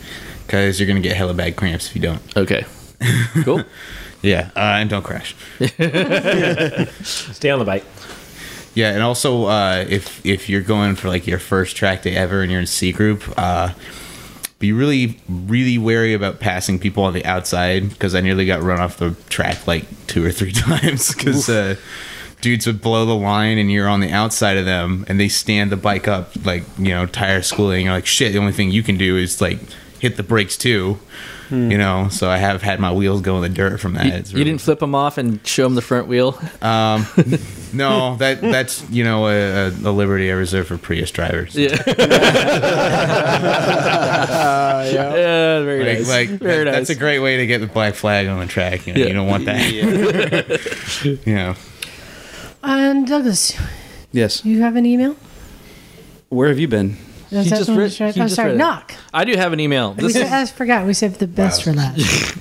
S14: because you're gonna get hella bad cramps if you don't.
S3: Okay. Cool.
S14: yeah, uh, and don't crash.
S3: Stay on the bike.
S14: Yeah, and also uh, if if you're going for like your first track day ever and you're in C group, uh, be really really wary about passing people on the outside because I nearly got run off the track like two or three times because uh, dudes would blow the line and you're on the outside of them and they stand the bike up like you know tire schooling. You're like shit. The only thing you can do is like hit the brakes too. You know, so I have had my wheels go in the dirt from that.
S3: Hmm. You,
S14: It's
S3: you didn't flip them off and show them the front wheel.
S14: Um, no, that that's you know a, a liberty I reserve for Prius drivers.
S3: Yeah. yeah. Very
S14: like,
S3: nice.
S14: like,
S3: very
S14: that-
S3: nice.
S14: that's a great way to get the black flag on the track. You, know, you don't want that. you know.
S1: And Douglas,
S2: Yes.
S1: you have an email.
S2: Where have you been?
S1: That's
S2: He
S1: that
S2: just
S1: one
S2: read-
S1: you tried-
S2: he
S1: I'm
S2: just
S1: sorry.
S2: read it.
S1: Knock.
S3: I do have an email.
S1: We
S3: This
S1: said,
S3: is,
S1: I forgot. We saved the best for last.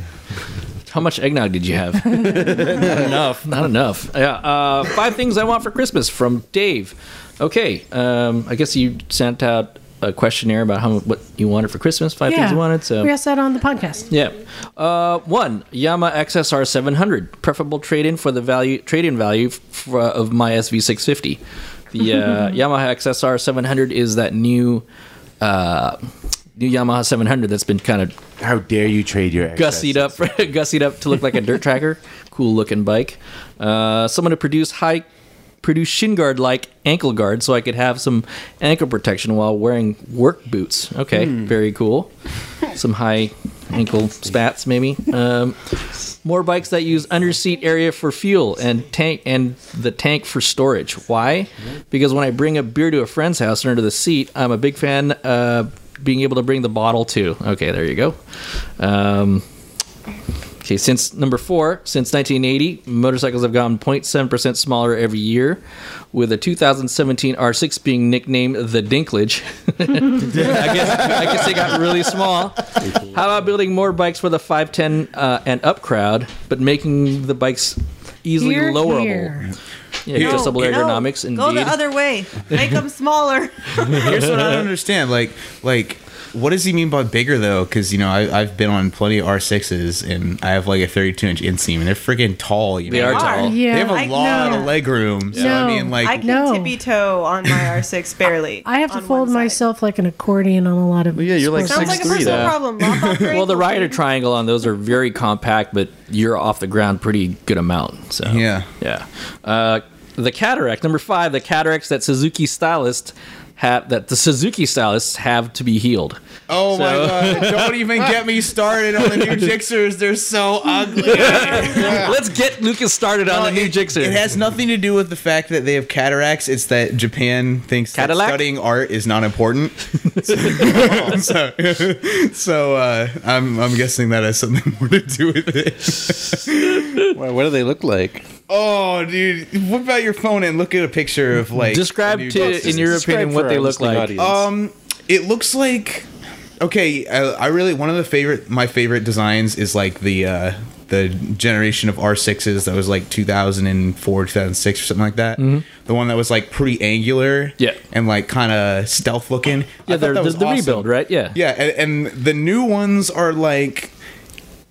S3: how much eggnog did you have? Not enough. Not enough. Yeah. Uh, five things I want for Christmas from Dave. Okay. Um, I guess you sent out a questionnaire about how what you wanted for Christmas. Five things you wanted. So
S1: we asked that on the podcast.
S3: Yeah. Uh, one Yamaha XSR 700, preferable trade-in for the value trade-in value f- uh, of my SV650. The uh, Yamaha XSR 700 is that new uh, new Yamaha 700 that's been kind of
S7: How dare you trade your
S3: gussied up, gussied up to look like a dirt tracker. Cool looking bike. Uh, someone to produce high, produce shin guard like ankle guard, so I could have some ankle protection while wearing work boots. Okay,
S12: Hmm.
S3: very cool. Some high ankle spats, maybe. Um, more bikes that use underseat area for fuel and tank and the tank for storage. Why? Because when I bring a beer to a friend's house and under the seat, I'm a big fan. Uh, being able to bring the bottle too. Okay, there you go. Um, Okay, since number four, since 1980, motorcycles have gotten 0.7% smaller every year, with a 2017 R6 being nicknamed the Dinklage. I, guess, I guess they got really small. How about building more bikes for the 510 uh, and up crowd, but making the bikes easily
S9: Here,
S3: lowerable?
S9: here.
S3: Yeah, adjustable ergonomics, indeed.
S9: Go the other way. Make them smaller.
S14: Here's what I don't understand. Like, like, what does he mean by bigger though? Because you know, I, I've been on plenty of R6s, and I have like a 32 inch inseam, and they're freaking tall. You
S3: They
S14: know?
S3: are They are. tall.
S14: They have a
S8: Yeah.
S14: lot
S8: I-
S14: of leg room. So I mean, like,
S8: I can tippy toe on my R6 barely.
S1: I have to fold myself like an accordion on a lot of.
S3: yeah, you're like
S1: sports
S3: Sounds like a 6'3" personal though. problem. well, the rider triangle on those are very compact, but you're off the ground pretty good amount. So yeah, yeah. Uh, the cataract number five, the cataracts that Suzuki stylists have that the Suzuki stylists have to be healed.
S14: oh my
S3: So-
S14: god, don't even get me started on the new Jixers. They're so ugly.
S3: Let's get Lucas started on the new Jixer.
S14: It has nothing to do with the fact that they have cataracts. It's that Japan thinks that
S3: Cadillac?
S14: studying art is not important. so, so uh, I'm I'm guessing that has something more to do with it.
S11: what do they look like?
S14: Oh, dude! What about your phone and look at a picture of like
S3: Describe
S14: the new
S3: to-
S14: Jixers.
S3: in your Describe opinion, for what our they look listening like. audience.
S14: Um, it looks like okay. I, I really one of the favorite my favorite designs is like the uh, the generation of R sixes that was like 2004, 2006 or something like that.
S3: Mhm.
S14: The one that was like pretty angular, yeah, and like kind of stealth looking.
S3: Yeah, they're-
S14: that
S3: the- the rebuild, right? Yeah,
S14: yeah, and, and the new ones are like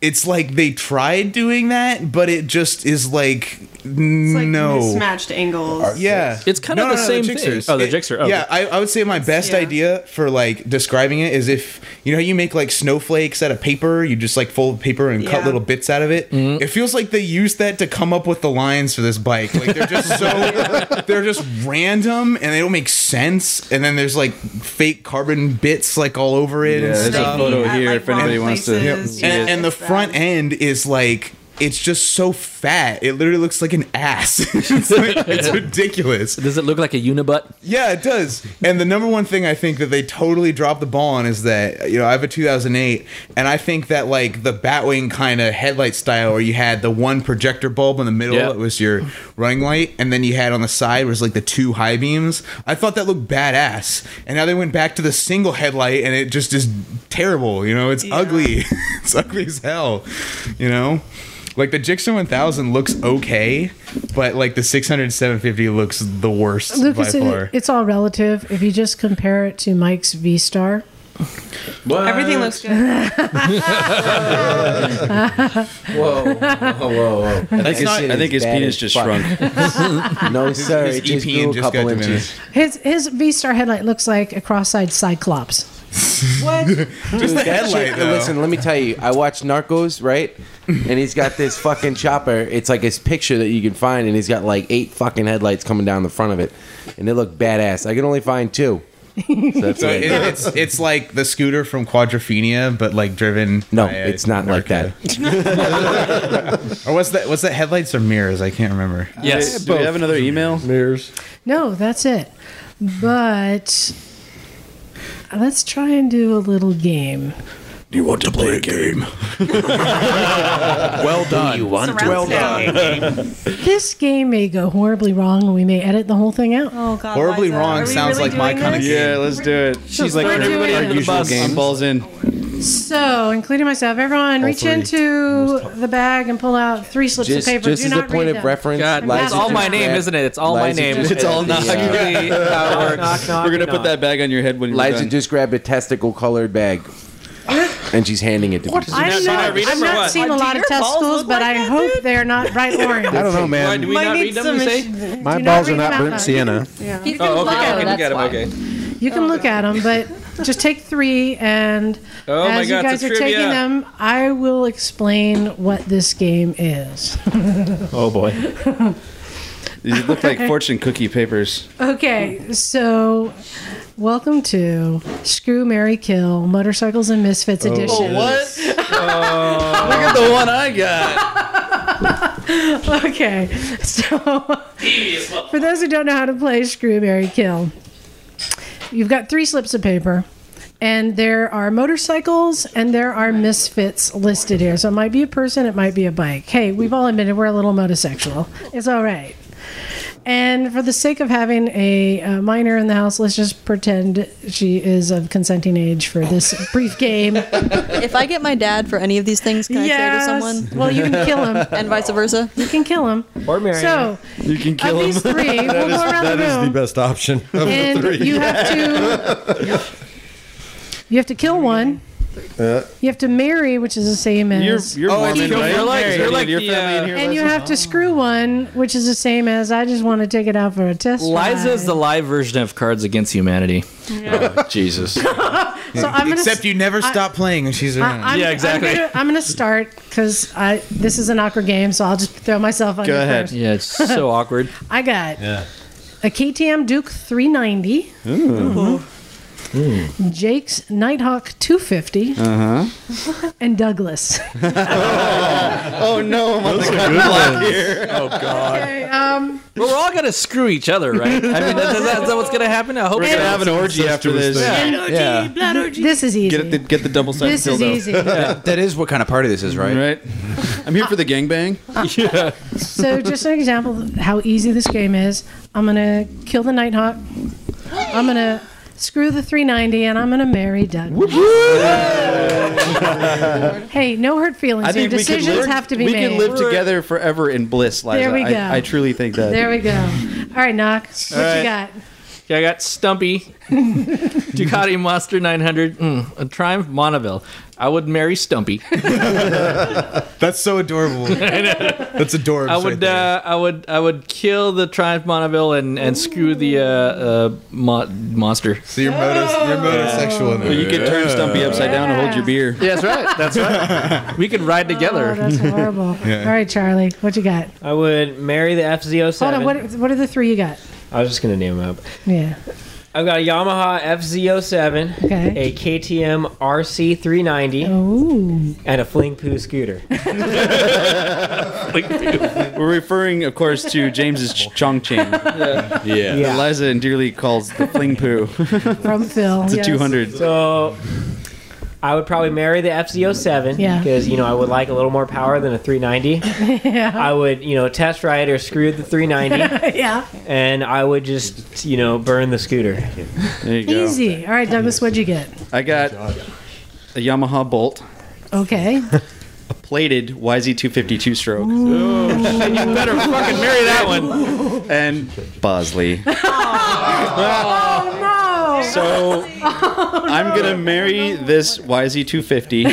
S14: it's like they tried doing that, but it just is like, no
S8: Mismatched angles.
S14: Yeah,
S3: it's kind of the same thing.
S14: Jixers.
S3: Oh, the
S14: It-
S3: Jixer. Oh,
S14: yeah, I, I would say my best
S8: Yeah.
S14: idea for like describing it is if you know how you make like snowflakes out of paper, you just like fold paper and cut
S8: Yeah.
S14: little bits out of it.
S3: Mm-hmm.
S14: It feels like they used that to come up with the lines for this bike. Like they're just so they're just random and they don't make sense. And then there's like fake carbon bits like all over it.
S2: Yeah,
S14: and
S2: there's a
S14: stuff.
S2: photo At, here like, if anybody wrong wants to places. see
S14: And,
S2: it.
S14: and the front end is like. It's just so fat. It literally looks like an ass. it's, like, it's ridiculous.
S3: Does it look like a unibutt?
S14: Yeah, it does. And the number one thing I think that they totally dropped the ball on is that you know I have a 2008, and I think that like the Batwing kind of headlight style, where you had the one projector bulb in the middle
S3: Yeah.
S14: that was your running light, and then you had on the side was like the two high beams. I thought that looked badass, and now they went back to the single headlight, and it just is terrible. You know, it's ugly. it's ugly as hell. You know. Like the Jixer 1000 looks okay, but like the 600 750 looks the worst
S1: Lucas,
S14: by
S1: it-
S14: far.
S1: it's all relative. If you just compare it to Mike's V Star,
S8: Everything looks good.
S1: uh,
S7: Whoa, Oh, whoa, whoa.
S2: I think his- I think his penis just
S7: shrunk. no, sir.
S14: His
S7: It just
S14: EP
S7: grew a
S14: just got
S7: couple inches.
S14: diminished.
S1: his his V Star headlight looks like a cross-eyed Cyclops.
S8: what?
S7: Dude, that shit- Listen, let me tell you. I watched Narcos, right? And he's got this fucking chopper. It's like his picture that you can find, and he's got like eight fucking headlights coming down the front of it, and they look badass. I can only find two. So that's
S14: so
S7: what I
S14: it,
S7: did.
S14: it's it's like the scooter from Quadrophenia, but like driven.
S7: No, it's not like that.
S14: or what's that? What's that? Headlights or mirrors? I can't remember.
S2: Yes. Do we have another email?
S14: Mirrors.
S1: No, that's it. But let's try and do a little game.
S2: You want to play a game?
S4: well done. You want
S2: to Well play a done.
S1: This game may go horribly wrong, and we may edit the whole thing out. Oh God!
S14: Horribly wrong sounds like my kind of game.
S2: Yeah, let's do it.
S14: She's like everybody
S2: Our
S14: under the
S2: usual
S14: bus.
S2: game. balls in.
S1: So, including myself, everyone,
S2: All
S1: reach
S2: three.
S1: into the bag and pull out three slips
S7: Just,
S1: of paper.
S7: just
S1: do
S7: as
S1: not
S7: a point
S1: read
S7: of
S1: them.
S7: reference,
S3: God, that's all my name, isn't it? It's all my name. It's all not really how it works. Knock, knock, We're gonna put knock. that
S7: bag on your head when
S3: you're
S7: Liza
S3: done.
S7: just grabbed a testicle-colored bag, and she's handing it to me.
S1: I'm
S3: Should I
S1: not,
S3: read
S1: I've
S3: them or
S1: not
S3: what?
S1: seen a lot of testicles, but I hope they're not bright orange.
S11: I don't know, man. Why do we
S1: Might
S11: not
S1: need
S11: read them,
S1: some
S11: you say?
S1: ins-
S11: My
S1: do
S11: balls
S1: read
S11: are
S1: them
S11: not
S1: out
S11: burnt
S1: loud.
S11: sienna.
S1: He's
S3: Oh, okay. I can
S1: look
S3: look at him. Okay.
S1: You can look at them, but just take three, and
S3: Oh my
S1: as
S3: God,
S1: you
S3: it's
S1: guys
S3: a
S1: are
S3: trivia.
S1: taking them, I will explain what this game is.
S2: Oh boy. These look like fortune cookie papers.
S1: Okay, so welcome to Screw Mary Kill Motorcycles and
S15: Oh,
S1: Misfits Edition.
S2: Oh,
S3: Oh.
S2: Look at the one I got.
S1: okay, so for those who don't know how to play Screw Mary Kill, you've got three slips of paper, and there are motorcycles and there are misfits listed here. So it might be a person, it might be a bike. Hey, we've all admitted we're a little motosexual. It's all right. And for the sake of having a uh, minor in the house, let's just pretend she is of consenting age for this brief game.
S9: if I get my dad for any of these things, can
S1: Yes.
S9: I say to someone?
S1: Well, you can kill him.
S9: and vice versa.
S1: You can kill him.
S9: Or
S1: Mary. So,
S6: You can
S1: kill Of him. these three, we'll
S6: that
S1: go
S6: is,
S1: around
S6: that
S1: the
S6: is
S1: room.
S6: the best option of
S1: And
S6: the three.
S1: you have You have to kill one.
S6: Uh,
S1: You have to marry, which is the same as
S6: Oh,
S2: You're Mormon,
S3: it's-
S2: right?
S3: you're like-
S2: Married.
S3: you're like
S2: your
S3: the,
S2: family
S3: uh,
S2: in here.
S1: and you have to screw one, which is the same as I just want to take it out for a test.
S3: Liza is the live version of Cards Against Humanity. Oh, Jesus.
S1: So I'm gonna
S14: Except
S1: s-
S14: you never
S1: I-
S14: stop playing when she's around.
S1: I, am I'm gonna, I'm gonna start because I this is an awkward game, so I'll just throw myself on.
S3: Go
S1: you
S3: ahead.
S1: first.
S3: Yeah, it's so awkward.
S1: I got
S3: Yeah.
S1: a KTM Duke
S3: Hmm.
S1: 390, Jake's Nighthawk 250,
S2: Uh huh.
S1: and Douglas.
S2: Oh no, I'm on the good block here.
S3: Oh God.
S1: Okay, um,
S3: But we're all gonna screw each other, right? I mean, that's, that's what's gonna happen. I hope
S2: We're gonna
S3: so.
S2: have an orgy after this.
S3: Yeah.
S2: Yeah.
S1: This is easy.
S2: Get it- the, get the double sided
S1: This is easy. That-
S2: that is what kind of party this is, right? Right. I'm here
S12: Ah.
S2: for the gangbang. yeah.
S1: So, just an example of how easy this game is. I'm gonna kill the Nighthawk. I'm gonna screw the 390, and I'm gonna marry Doug. hey, no hurt feelings.
S2: I
S1: Here.
S2: think we could
S1: Decisions
S2: live,
S1: have to be
S2: we
S1: made.
S2: can live together forever in bliss, Liza.
S1: There we go.
S2: I, I truly think that.
S1: There we go. All right, knock. What
S3: All right.
S1: you got?
S3: Yeah, I got Stumpy, Ducati Monster 900, mm, a Triumph Monoville. I would marry Stumpy.
S14: That's so adorable. That's adorable.
S3: I would, uh, I would, I would kill the Triumph Monoville and and screw the uh, uh, mo- monster. So
S14: your motos, your
S2: motosexual in it. You could turn Stumpy upside down and hold your beer.
S3: Yeah, that's right. That's right. we could ride together.
S1: Oh, that's horrible.
S15: Yeah.
S1: All right, Charlie, what you got?
S15: I would marry the FZ07.
S1: Hold on. What, what are the three you got?
S15: I was just gonna name them up.
S1: Yeah.
S15: I've got a Yamaha FZ07, a KTM RC390,
S1: Oh.
S15: and a Fling Poo scooter.
S2: We're referring, of course, to James's ch- chong chain. Yeah.
S15: Yeah.
S2: Eliza and dearly calls the fling poo.
S1: From Phil.
S2: It's a
S1: yes.
S2: 200.
S15: So I would probably marry the FZ07
S1: Yeah.
S15: because you know I would like a little more power than a 390.
S1: yeah.
S15: I would you know test ride or screw the 390,
S1: yeah.
S15: and I would just you know burn the scooter.
S2: There you go.
S1: Easy. All right, Douglas, what'd you get?
S2: I got a Yamaha Bolt,
S1: Okay.
S2: a plated YZ252 stroke. Oh,
S3: you better fucking marry that one.
S2: And Bosley.
S1: Oh, no.
S2: So I'm gonna marry this YZ250,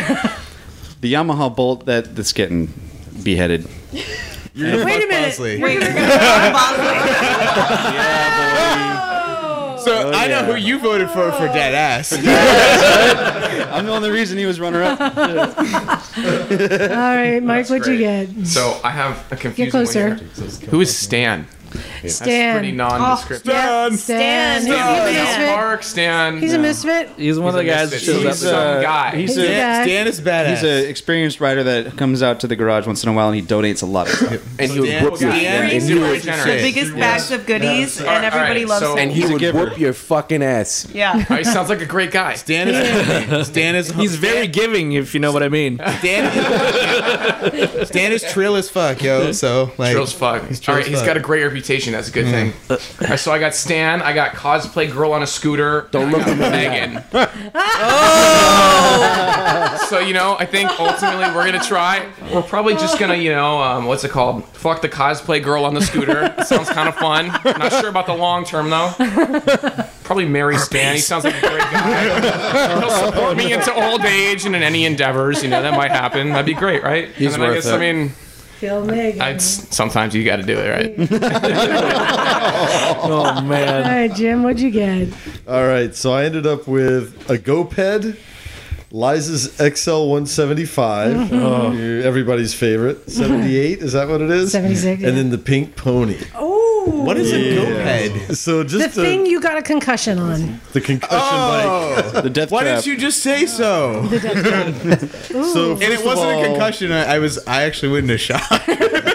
S2: the Yamaha Bolt that that's getting beheaded.
S1: Wait a minute. We're gonna go-
S14: So
S3: Oh,
S14: I know who you voted for for
S1: Oh.
S14: dead ass.
S2: I'm the only reason he was runner up.
S1: All right, Mike, what'd you get?
S16: So I have a confusing.
S1: closer.
S16: Who is Stan?
S1: Stan.
S16: pretty nondescript.
S1: Oh, yeah, Stan. He's a misfit.
S16: Park Stan.
S1: He's a misfit.
S3: He's one of the guys that
S16: misfit.
S3: shows
S16: He's
S3: up.
S16: some guy.
S2: He's
S1: He's a guy.
S2: a,
S1: Stan
S16: is badass.
S2: He's an experienced rider that comes out to the garage once in a while and he donates a lot of stuff.
S16: And he would
S2: Dan-
S16: whoop you.
S2: Dan
S16: Yeah,
S2: is
S16: he's
S2: the
S16: super
S2: biggest
S16: generous.
S8: The biggest
S16: Yes.
S8: bags of goodies,
S16: Yeah.
S8: and everybody
S16: Alright,
S8: loves
S16: so-
S8: him.
S7: and he would whoop your fucking ass.
S8: Yeah.
S16: Oh, he sounds like a great guy.
S14: Stan is Stan is
S3: He's very giving, if you know what I mean.
S14: Stan is trill as fuck, yo. So like,
S16: Trill's fuck.
S14: He's trill
S16: All right,
S14: as
S16: he's
S14: fuck.
S16: got a great reputation. That's a good
S14: Mhm.
S16: thing. All right, so I got Stan. I got cosplay girl on a scooter. Don't look at Megan. so you know, I think ultimately we're gonna try. We're probably just gonna, you know, um, what's it called? Fuck the cosplay girl on the scooter. Sounds kind of fun. Not sure about the long term though. Probably marry Stan. He sounds like a great guy. He'll support me into old age and in any endeavors. You know, that might happen. That'd be great, right? and
S1: He's
S16: then I
S1: worth
S16: guess
S1: it.
S16: I mean.
S1: Kill Megan.
S16: I'd, s- sometimes you got to do it, right?
S3: oh
S1: All
S3: man.
S1: right, Jim, what'd you get?
S6: All right, so I ended up with a GoPed, Liza's XL 175,
S1: Mhm.
S6: everybody's favorite. 78, is that what it is?
S1: 76, yeah.
S6: And then the pink pony.
S1: Oh,
S6: What
S1: is a
S6: GoPed? So
S1: the
S6: just
S1: thing
S6: the,
S1: you got a concussion on.
S6: the concussion
S14: Oh,
S6: bike. The death
S14: Why didn't you just say so?
S6: So
S14: and it
S6: first of
S14: wasn't
S6: all-
S14: a concussion. I I was I actually went into shock.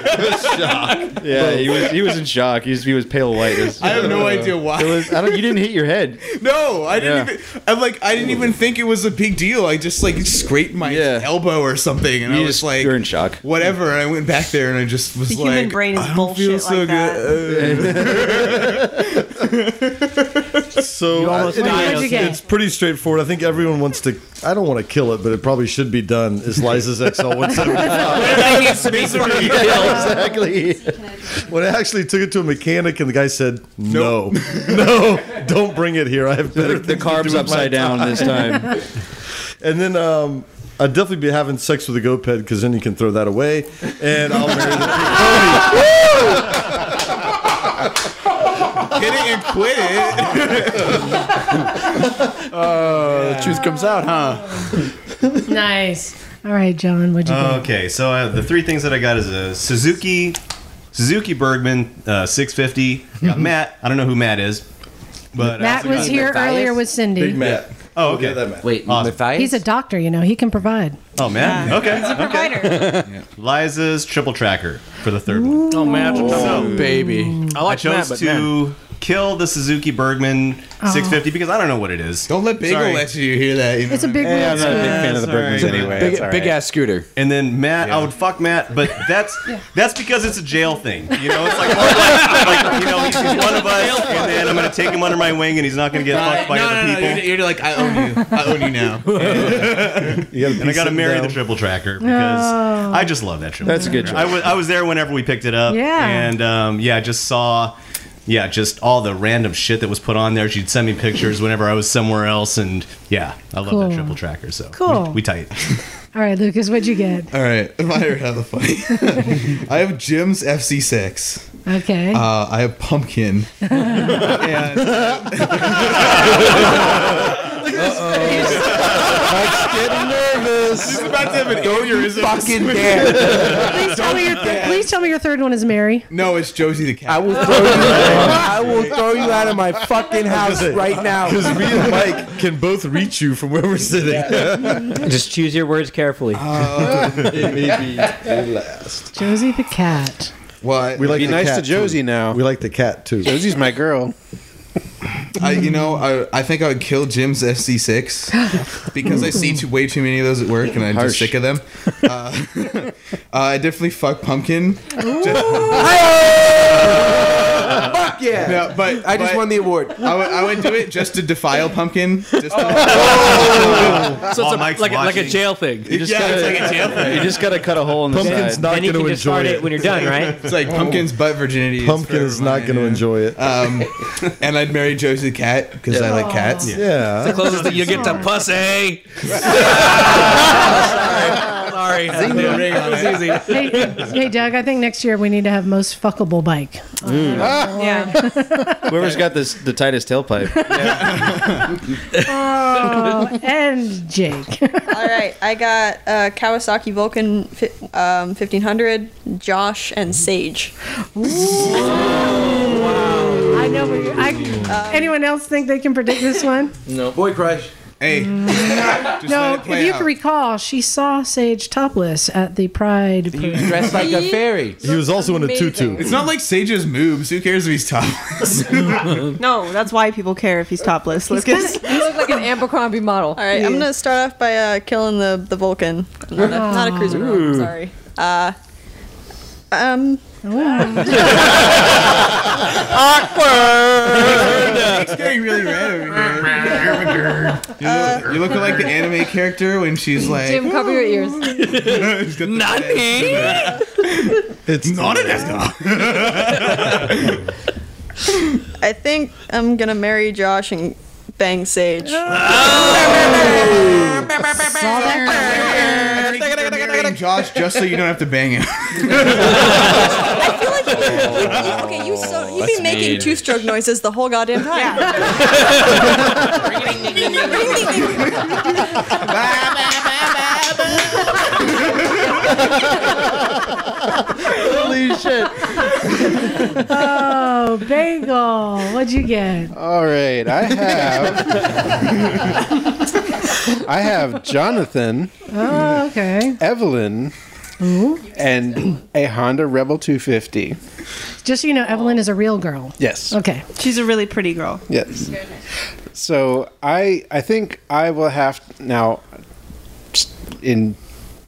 S2: Yeah, he was he was in shock. He was, he was pale white. It was- uh,
S14: I have no idea why.
S2: It was, I don't. You didn't hit your head.
S14: No, I didn't
S2: Yeah.
S14: even. I'm like, I didn't even think it was a big deal. I just like scraped my elbow or something, and I was like, "You're in
S2: shock."
S14: Whatever. And I went back there, and I just was
S8: The
S14: like,
S8: human brain is
S14: "I don't feel
S8: bullshit
S14: so
S8: like
S6: So uh,
S8: almost died.
S6: it's,
S8: What'd you get?
S6: it's pretty straightforward. I think everyone wants to. I don't want to kill it, but it probably should be done. Is Liza's XL 175? Yeah, exactly. When I actually took it to a mechanic, and the guy said, "No, no, don't bring it here. I have better
S2: The- the
S6: things
S2: carbs
S6: to do with
S2: upside
S6: my
S2: down this time.
S6: and then um, I'd definitely be having sex with a GoPed because then you can throw that away, and I'll marry the
S14: Hit it and quit it. Oh, the truth comes out, huh?
S1: nice. All right, John, what'd you get?
S13: Okay, so uh, the three things that I got is a Suzuki, Suzuki Bergman uh, 650. Got Matt. I don't know who Matt is, but I
S1: Matt
S13: also got-
S1: was here earlier with Cindy.
S13: Yeah. Oh, okay. Wait, Matthias.
S1: He's a doctor, you know. He can provide.
S13: Oh, Matt.
S1: Yeah.
S13: Okay.
S1: He's a
S13: okay. Liza's triple tracker for the third one.
S3: Oh man. baby. I
S13: I
S3: like
S13: chose
S3: Matt, but
S13: to kill the Suzuki Bergman
S1: Oh.
S13: 650 because I don't know what it is. Don't let
S14: Bagel let you hear that. You know?
S1: It's a big
S14: Hey,
S1: wheel
S14: I'm not a big
S1: scooter.
S14: fan of the Bergmans anyway, Big- it's all big right. ass
S13: scooter. And then Matt, I would fuck Matt, but that's that's because it's a jail thing. You know, it's like, all of us, like, you know, he's, he's one of us, and then I'm gonna take him under my wing, and he's not gonna get fucked by
S14: no,
S13: other
S14: no, no,
S13: people.
S14: you're- you're like, I own you. I own you now.
S13: and I gotta
S14: him
S13: marry
S14: down.
S13: the triple tracker because
S1: No.
S13: I just love that triple.
S2: That's a good
S13: tracker. I
S2: choice.
S13: was I was there whenever we picked it up.
S1: Yeah.
S13: and um, yeah, I just saw. Yeah, just all the random shit that was put on there. She'd send me pictures whenever I was somewhere else, and yeah, I love
S1: Cool.
S13: that triple tracker. So
S1: Cool.
S13: we, we tight.
S1: All right, Lucas, what'd you get?
S14: All right, if I ever have a funny, I have Jim's FC6.
S1: Okay.
S14: Uh, I have pumpkin.
S6: nervous.
S14: He's about to have an aneurysm.
S4: fucking
S1: Please tell, me your th- please tell me your third one is Mary.
S14: No, it's Josie the cat.
S4: I will throw you. I will throw you out of my fucking house right now.
S6: Because me and Mike can both reach you from where we're sitting. Oh,
S15: Just choose your words carefully.
S6: it may be the last.
S1: Josie the cat.
S14: Well,
S6: we like
S11: be
S6: the
S11: nice to
S6: cat
S11: Josie
S6: too.
S11: now.
S6: We like the cat too.
S11: Josie's my girl.
S14: I, you know, I, I think I would kill Jim's FC6 because I see too, way too many of those at work, and I'm just
S11: Harsh.
S14: sick of them. Uh, uh, I definitely fuck pumpkin.
S4: Fuck yeah.
S14: No, but
S4: I just
S14: but
S4: won the award.
S14: I would, I would do it just to defile pumpkin. Just
S3: So it's a, like, a, like a jail thing.
S14: You just Yeah, gotta- it's like a jail thing.
S2: You just gotta cut a hole in the
S14: Pumpkin's
S2: side.
S14: not Then you gonna can just enjoy start it it. when you're done, right? It's like pumpkin's butt virginity.
S6: Pumpkin is not going to enjoy it.
S14: Um, and I'd marry Josie the cat because I like cats.
S3: uh,
S6: Yeah.
S3: The closest that you get to pussy.
S14: Sorry.
S3: Sorry.
S16: Zing.
S3: No ring on it.
S16: It was
S1: hey, hey, Doug, I think next year we need to have most fuckable bike.
S8: Yeah.
S2: Mm. Whoever's got this the tightest tailpipe.
S9: Oh,
S1: and Jake.
S9: All right, I got uh, Kawasaki Vulcan fi- um, 1500, Josh, and Sage.
S1: I know where you're. I, anyone else think they can predict this one?
S7: No. Boy crush. Hey.
S1: no, if you can recall, she saw Sage topless at the Pride.
S7: He was dressed like a fairy.
S6: He was also in a tutu.
S14: It's not like Sage's moves. Who cares if he's topless?
S8: no, that's why people care if he's topless. Let's get.
S9: He's kinda- he looks like an Abercrombie model. All right, I'm
S8: Yeah.
S9: gonna start off by uh, killing the the Vulcan. Not a, not a cruiser.
S8: Ooh.
S9: model, Sorry. Uh, um. Ah.
S14: it's getting really red over here. Uh, You look, you're looking like the anime character when she's like,
S5: Jim, cover your ears.
S14: not me. It's not an
S9: I think I'm gonna marry Josh and bang Sage.
S14: Josh, just so you don't have to bang him.
S9: okay, you so you
S14: That's
S9: be making
S14: mean.
S9: two stroke noises the whole goddamn time.
S2: Holy shit.
S1: oh, bagel. What'd you get?
S11: All right, I have. I have Jonathan,
S1: Oh, okay.
S11: Evelyn,
S1: Ooh.
S11: and a Honda Rebel 250.
S1: Just so you know, Evelyn is a real girl.
S11: Yes.
S1: Okay.
S8: She's a really pretty girl.
S11: Yes. So I I think I will have now. In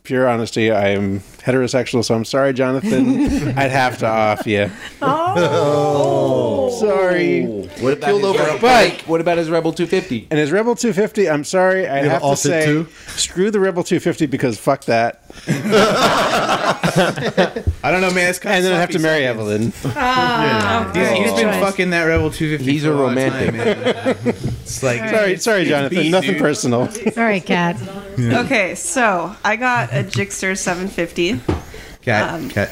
S11: pure honesty, I am heterosexual, so I'm sorry, Jonathan. I'd have to off you. Oh, sorry.
S7: What about his Rebel,
S11: But-
S7: What about his Rebel 250?
S11: And his Rebel 250, I'm sorry, I
S7: You have an
S11: have to
S7: offset
S11: say,
S7: too?
S11: screw the Rebel 250 because fuck that.
S14: I don't know, man. It's kind
S11: and
S14: of
S11: then I have to
S14: sloppy
S11: marry Evelyn.
S1: Oh, Ah,
S14: Yeah. He's- he's been fucking that Rebel 250. He's a romantic. it's like
S11: sorry, sorry,
S14: It's
S11: Jonathan.
S14: beat,
S11: Nothing
S14: dude.
S11: personal.
S1: All right, Kat.
S8: Okay, so I got a Jixter 750.
S14: Cat,
S8: Um,
S14: cat.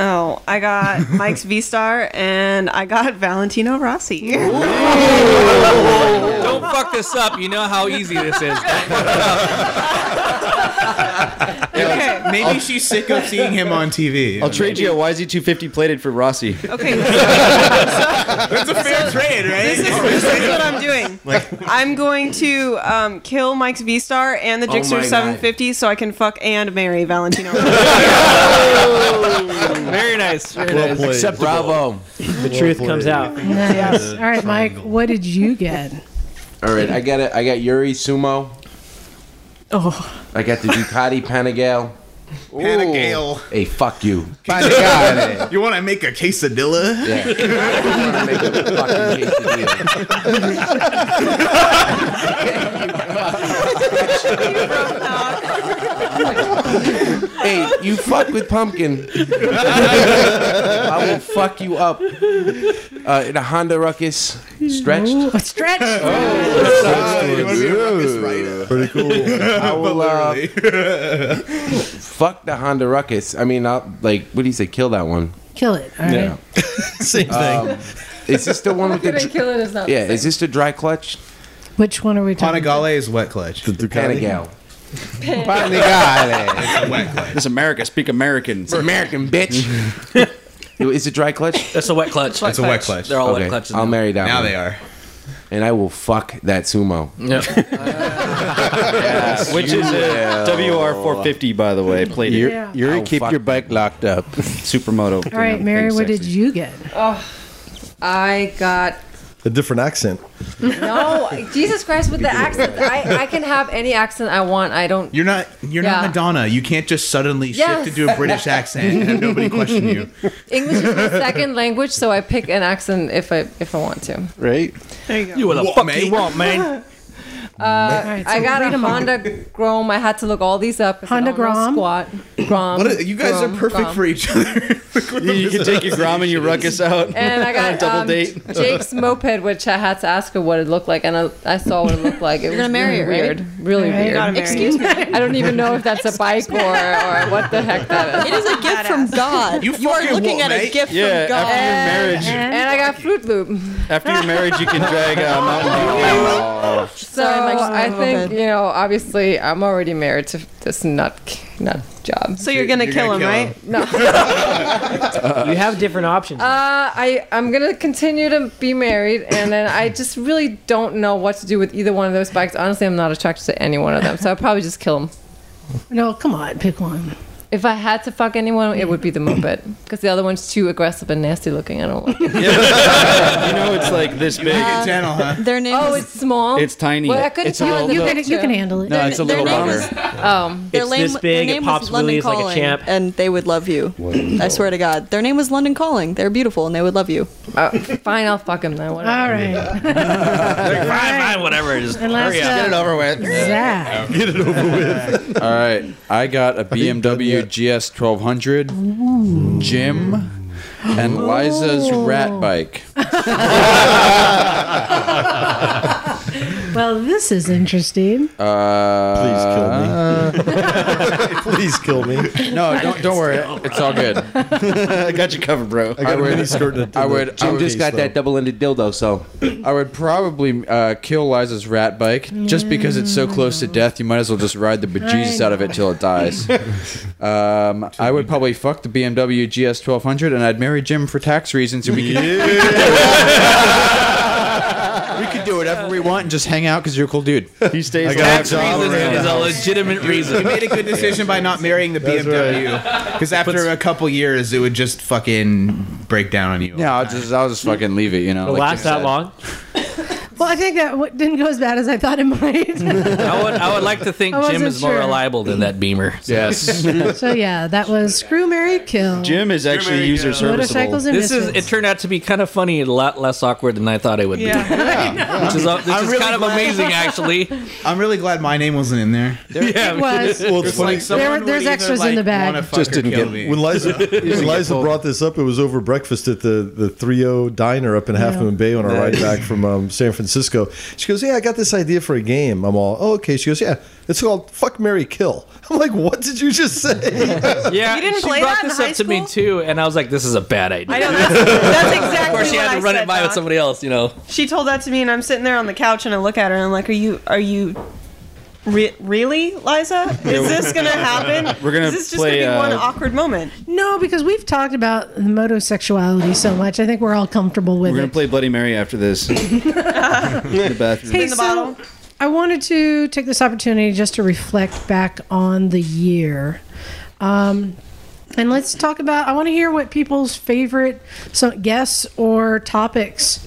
S8: Oh, I got Mike's V Star and I got Valentino Rossi.
S3: Don't fuck this up. You know how easy this is.
S14: Maybe she's sick of seeing him on TV.
S2: I'll trade you a YZ250 plated for Rossi.
S8: Okay.
S14: That's a fair trade, right?
S8: This is, this is what I'm doing.
S2: Like-
S8: I'm going to um, kill Mike's V Star and the
S2: Oh
S8: Jixter
S2: my
S8: 750 so I can fuck and marry Valentino.
S3: Very nice. Very
S7: Well
S3: nice.
S7: played. Acceptable. Bravo.
S15: The truth comes out.
S1: Nice. All right, Mike. What did you get?
S7: All right, I got it. I got Yuri Sumo.
S1: Oh,
S7: I got the Ducati Panigale.
S14: Panigale.
S7: Hey, fuck you.
S14: You want to make a quesadilla?
S7: hey, you fuck with pumpkin. I will fuck you up. Uh, in a Honda Ruckus stretched.
S1: stretch.
S3: Oh,
S7: Pretty cool. I will, uh, fuck the Honda Ruckus. I mean, I'll like. What do you say? Kill that one.
S1: Kill it. All right.
S7: Same thing. is this the one with the?
S5: Fucking kill it is not the
S7: yeah.
S5: same.
S7: Is this the dry clutch?
S1: Which one are we talking about?
S14: Panigale is wet clutch. The
S7: Panigale.
S2: Panigale. This America, speak American. It's
S7: American, bitch. is it dry clutch?
S3: That's a wet clutch.
S7: That's
S3: They're all
S7: Okay,
S3: wet clutches.
S7: I'll
S3: now.
S7: marry that.
S3: Now
S7: one.
S3: they are.
S7: And I will fuck that sumo.
S3: No.
S2: Which is a WR450, by the way, plated.
S11: Yuri- Yeah. Yuri, keep your
S2: bike locked up. Supermoto.
S1: All right, Mary. What did you get?
S5: Oh, I got
S6: A different accent.
S5: no. Jesus Christ, with the accent, I, I can have any accent I want. I don't.
S14: You're not. You're not
S5: Yeah.
S14: Madonna. You can't just suddenly
S5: Yes.
S14: shift into a British accent and have nobody question you.
S5: English is my second language, so I pick an accent if I if I want to.
S11: Right?
S8: There you go.
S3: You what the
S14: What,
S3: fuck
S14: mate?
S3: you want, man?
S5: Uh,
S1: right,
S5: I
S1: so
S5: got
S1: read
S5: a
S1: 'em out.
S5: Honda Grom. I had to look all these up. Honda Grom squat. Grom.
S2: What are- you guys are perfect for
S14: each other.
S2: you, you can take your Grom and your Ruckus out.
S5: And I
S2: on
S5: got
S2: a double
S5: um,
S2: date.
S5: Jake's moped, which I had to ask her what it looked like, and I, I saw what it looked like. It
S9: You're
S5: was
S9: gonna marry
S5: really
S9: her,
S5: weird,
S9: right?
S5: really
S9: Right. Gotta
S5: weird.
S9: marry Excuse her. me.
S5: I don't even know if that's a bike or, or what the heck that is.
S9: It is a gift from God. You, are
S5: fucking
S9: looking
S5: will,
S9: at a
S5: mate.
S9: gift
S2: Yeah,
S9: from God.
S2: after your marriage,
S5: And I got Fruit Loop.
S2: after your marriage, you can drag uh, Mountain Dew.
S5: So
S9: Sorry, Mike's not
S5: I
S9: on
S5: think
S9: bed.
S5: you know. Obviously, I'm already married to this nut nut job.
S9: So you're gonna You're kill gonna him, kill right?
S5: No.
S15: you have different options.
S5: Uh, I I'm gonna continue to be married, and then I just really don't know what to do with either one of those bikes. Honestly, I'm not attracted to any one of them, so I'd probably just kill them.
S1: No, come on, pick one.
S5: If I had to fuck anyone, it would be the moped because the other one's too aggressive and nasty looking. I don't like. It.
S2: You know, it's like this big.
S5: Their name. Oh, it's small.
S2: It's tiny.
S5: Well, I couldn't
S2: It's a
S5: tell in
S2: little-
S5: the
S2: You can-
S5: picture.
S1: you can handle it.
S2: No, it's a
S9: Their
S2: little
S9: name
S2: bomber.
S9: is-
S5: Um,
S9: Their name-
S15: this big,
S9: Their
S15: it
S9: name
S15: pops
S9: was London
S15: wheelies like a
S9: Calling,
S15: champ.
S9: and they would love you. I swear to God, their name was London Calling. They're beautiful, and they would love you.
S5: fine, I'll fuck him then. All
S1: right.
S3: Fine, fine, whatever. Just
S1: And last,
S3: hurry up.
S1: uh, Get it over with. Zach.
S3: Get it over with.
S12: All right, I got a BMW GS 1200, Jim, and Liza's rat bike.
S1: Well, this is interesting.
S14: Uh-huh.
S12: Uh, Please kill me.
S6: Please kill me.
S12: No, don't, don't worry. It's all good.
S2: I got you covered, bro.
S12: I would- I would. I
S7: Jim
S12: would
S7: just got that double-ended dildo, so
S12: I would probably uh, kill Liza's rat bike just because it's so close to death. You might as well just ride the bejesus out of it till it dies. Um, I would probably fuck the BMW GS 1200 and I'd marry Jim for tax reasons, and we could, we could do whatever we want and just hang out because you're a cool dude.
S2: He stays.
S14: Tax reason is a
S3: legitimate
S14: You made a good decision by not marrying the
S12: That's
S14: BMW
S12: right.
S14: because after a couple years, it would just fucking break down on you.
S12: Yeah, I'll just I'll just fucking leave it. You know,
S14: It'll
S12: like
S14: last
S12: Jim
S14: that
S12: said.
S14: long?
S1: Well, I think that w- didn't go as bad as I thought it might.
S3: I would, I would like to think
S1: I wasn't
S3: Jim is more
S1: sure.
S3: reliable than that Beamer.
S12: Yes.
S1: so yeah, that was screw, Mary kill.
S2: Jim is actually user serviceable.
S1: Motorcycles and
S3: This is.
S1: misfits.
S3: It turned out to be kind of funny and a lot less awkward than I thought it would be. Which is, uh, this
S14: I'm
S3: is
S14: really
S3: kind of
S14: glad-
S3: amazing, actually.
S14: I'm really glad my name wasn't in there.
S3: Yeah,
S1: It was.
S14: Well, it's
S1: There were-
S14: funny. someone would
S1: there's
S14: either,
S1: extras in the
S14: like,
S1: bag.
S14: wanna fuck or kill me.
S6: When Liza, when Liza brought this up, it was over breakfast at the the Three O Diner up in Half
S1: Yeah.
S6: Moon Bay on our ride
S1: Nice.
S6: back from um, San Francisco. She goes, "Yeah, I got this idea for a game." I'm all, "Oh, okay." She goes, "Yeah, it's called Fuck Mary Kill." I'm like, "What did you just say?"
S3: Yeah,
S6: You didn't
S3: she
S6: play
S3: brought
S6: that in
S3: this
S6: high
S3: up to me too, and I was like, "This is a bad idea."
S8: I know that's, that's exactly.
S3: Of course, she
S8: what
S3: had
S8: I
S3: to run
S8: said,
S3: it by
S8: Doc.
S3: with somebody else, you know.
S8: She told that to me, and I'm sitting there on the couch, and I look at her, and I'm like, "Are you? Are you?" Re- really, Liza? Is this gonna happen?
S2: We're gonna
S8: Is this just
S2: play,
S8: gonna be one
S2: uh,
S8: awkward moment?
S1: No, because we've talked about the motosexuality so much. I think we're all comfortable
S2: We're
S1: with
S2: gonna
S1: it.
S2: play Bloody Mary after this. in the bathroom.
S1: Hey, so I wanted to take this opportunity just to reflect back on the year. Um, and let's talk about, I want to hear what people's favorite so, guests or topics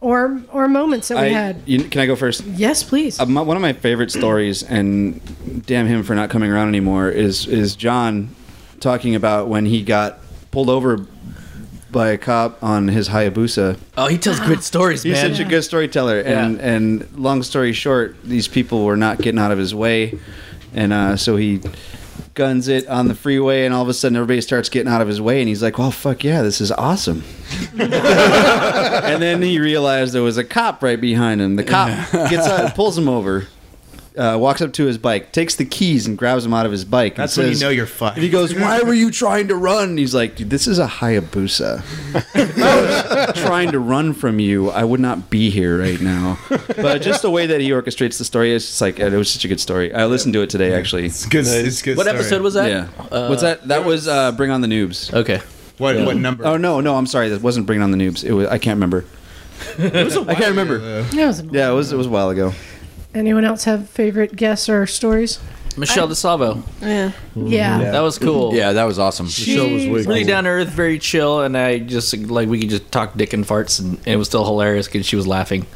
S1: or, or moments that we
S2: I-
S1: had.
S2: you- can I go first?
S1: Yes, please.
S2: Uh, my, one of my favorite stories, and damn him for not coming around anymore, is is John talking about when he got pulled over by a cop on his Hayabusa.
S3: Oh, he tells great stories,
S2: He's
S3: man.
S2: such a good storyteller, and and long story short, these people were not getting out of his way, and uh, so he guns it on the freeway, and all of a sudden everybody starts getting out of his way, and he's like, "Well, fuck yeah, this is awesome." and then he realized there was a cop right behind him. The cop gets out, pulls him over. Uh, walks up to his bike, takes the keys and grabs him out of his bike. and
S14: That's when you
S2: says-
S14: know you're fucked.
S2: And he goes, "Why were you trying to run?" And he's like, "Dude, this is a Hayabusa." trying to run from you, I would not be here right now. But just the way that he orchestrates the story is just like it was such a good story. I listened to it today actually. It's
S14: good. It's
S3: good What story. episode was that?
S2: Yeah.
S3: Uh,
S2: What's that? That was uh, Bring on the Noobs.
S3: Okay.
S14: What what number?
S2: Oh no, no, I'm sorry. That wasn't Bring on the Noobs. It was I can't remember. I can't remember.
S1: That was-
S2: Yeah, it was it was a while ago.
S1: Anyone else have favorite guests or stories?
S3: Michelle DeSalvo.
S1: Yeah. Yeah.
S3: That was cool.
S12: Yeah, that was awesome.
S3: She really down to earth, very chill, and I just like we could just talk dick and farts, and, and it was still hilarious because she was laughing.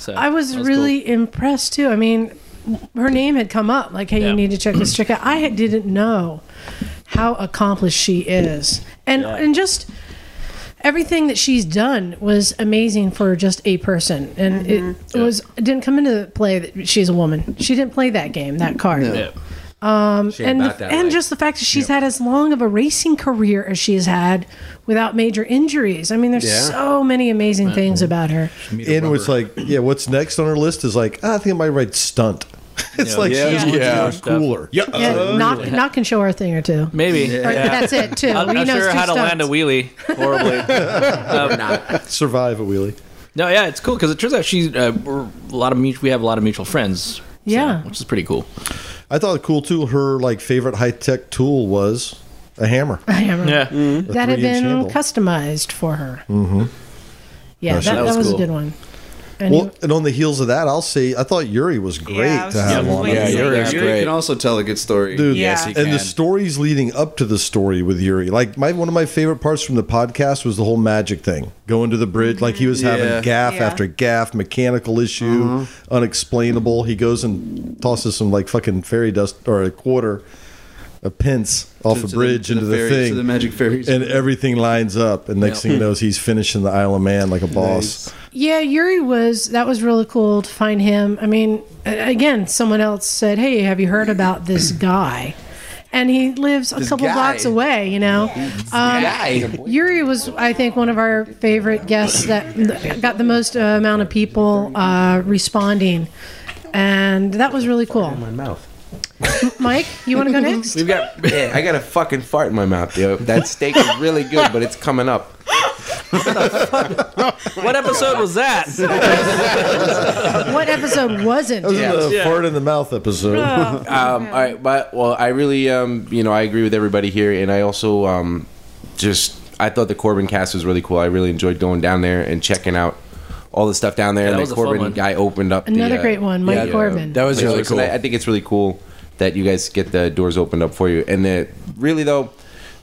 S3: So
S1: I was,
S3: that cool.
S1: really impressed too. I mean, her name had come up like, "Hey, you need to check this chick out." I had- didn't know how accomplished she is, and and just everything that she's done was amazing for just a person, and it was it didn't come into play that she's a woman. She didn't play that game, that card. Um,
S17: She ain't
S1: and the,
S17: about that
S1: and
S17: life.
S1: just the fact that she's had as long of a racing career as she has had without major injuries. I mean, there's
S6: Yeah.
S1: so many amazing things about her.
S6: And was like, yeah, what's next on her list is like, ah, I think I might write stunt. It's
S1: Yeah.
S6: like
S1: Yeah.
S6: she's much
S1: Yeah.
S6: more cooler. Yeah,
S1: Yeah, knock, knock can show her a thing or two.
S3: Maybe.
S1: Or That's it too.
S3: I'm
S1: He
S3: not
S1: knows
S3: sure
S1: two
S3: how to
S1: stunts.
S3: land a wheelie horribly. Um,
S6: survive a wheelie.
S3: No, yeah, it's cool because it turns out she's uh, we're a lot of mutual, we have a lot of mutual friends.
S1: Yeah.
S3: which is pretty cool.
S6: I thought it cool too. Her like favorite high tech tool was a hammer.
S1: A hammer.
S3: Yeah.
S6: Mhm. A
S1: That had
S6: three-inch
S1: been
S6: handle.
S1: customized for her.
S6: Mm-hmm.
S1: Yeah,
S6: No,
S1: that,
S6: she-
S1: that was, a good one. And
S6: well, and on the heels of that, I'll say I thought Yuri was great
S1: Yeah, I was
S6: to
S1: just
S6: have on.
S2: waiting Yeah, for Yuri that. is Yuri can
S6: also tell a good story, dude.
S2: Yes, he
S6: and the
S2: can.
S6: stories leading up to the story with Yuri, like my one of my favorite parts from the podcast was the whole magic thing, going to the bridge. Like he was
S2: Yeah. Mm-hmm.
S6: having gaff
S2: Yeah.
S6: after gaff, mechanical issue, unexplainable. He goes and tosses some like fucking fairy dust or a quarter. A pence off
S2: To-
S6: a
S2: to the-
S6: bridge
S2: to the
S6: into the,
S2: fairy-
S6: thing,
S2: to the magic fairies.
S6: and everything lines up. And next
S2: Yeah.
S6: thing you know, is he's finishing the Isle of Man like a boss.
S1: yeah, Yuri was that was really cool to find him. I mean, a- again, someone else said, "Hey, have you heard about this guy?" And he lives a
S17: This
S1: couple
S17: guy.
S1: blocks away. You know,
S17: guy.
S1: um, Yuri was, I think, one of our favorite guests that got the most uh, amount of people uh, responding, and that was really cool.
S7: my mouth.
S1: Mike, you want to go next?
S7: We've got. Yeah, I got a fucking fart in my mouth, yo. That steak is really good, but it's coming up.
S3: What episode was that?
S1: what episode wasn't?
S6: That was the fart in the mouth episode.
S7: um, all right, but well, I really, um, you know, I agree with everybody here, and I also um, just I thought the Corbin cast was really cool. I really enjoyed going down there and checking out all the stuff down there.
S1: Yeah,
S7: and
S1: that was
S7: the
S1: a fun
S7: Corbin
S1: one.
S7: guy opened up
S1: Another
S7: the, uh,
S1: great one, Mike Corbin.
S7: That was
S12: That
S7: really
S12: was
S7: cool.
S12: cool.
S7: I, I think it's really cool that you guys get the doors opened up for you. And the really though,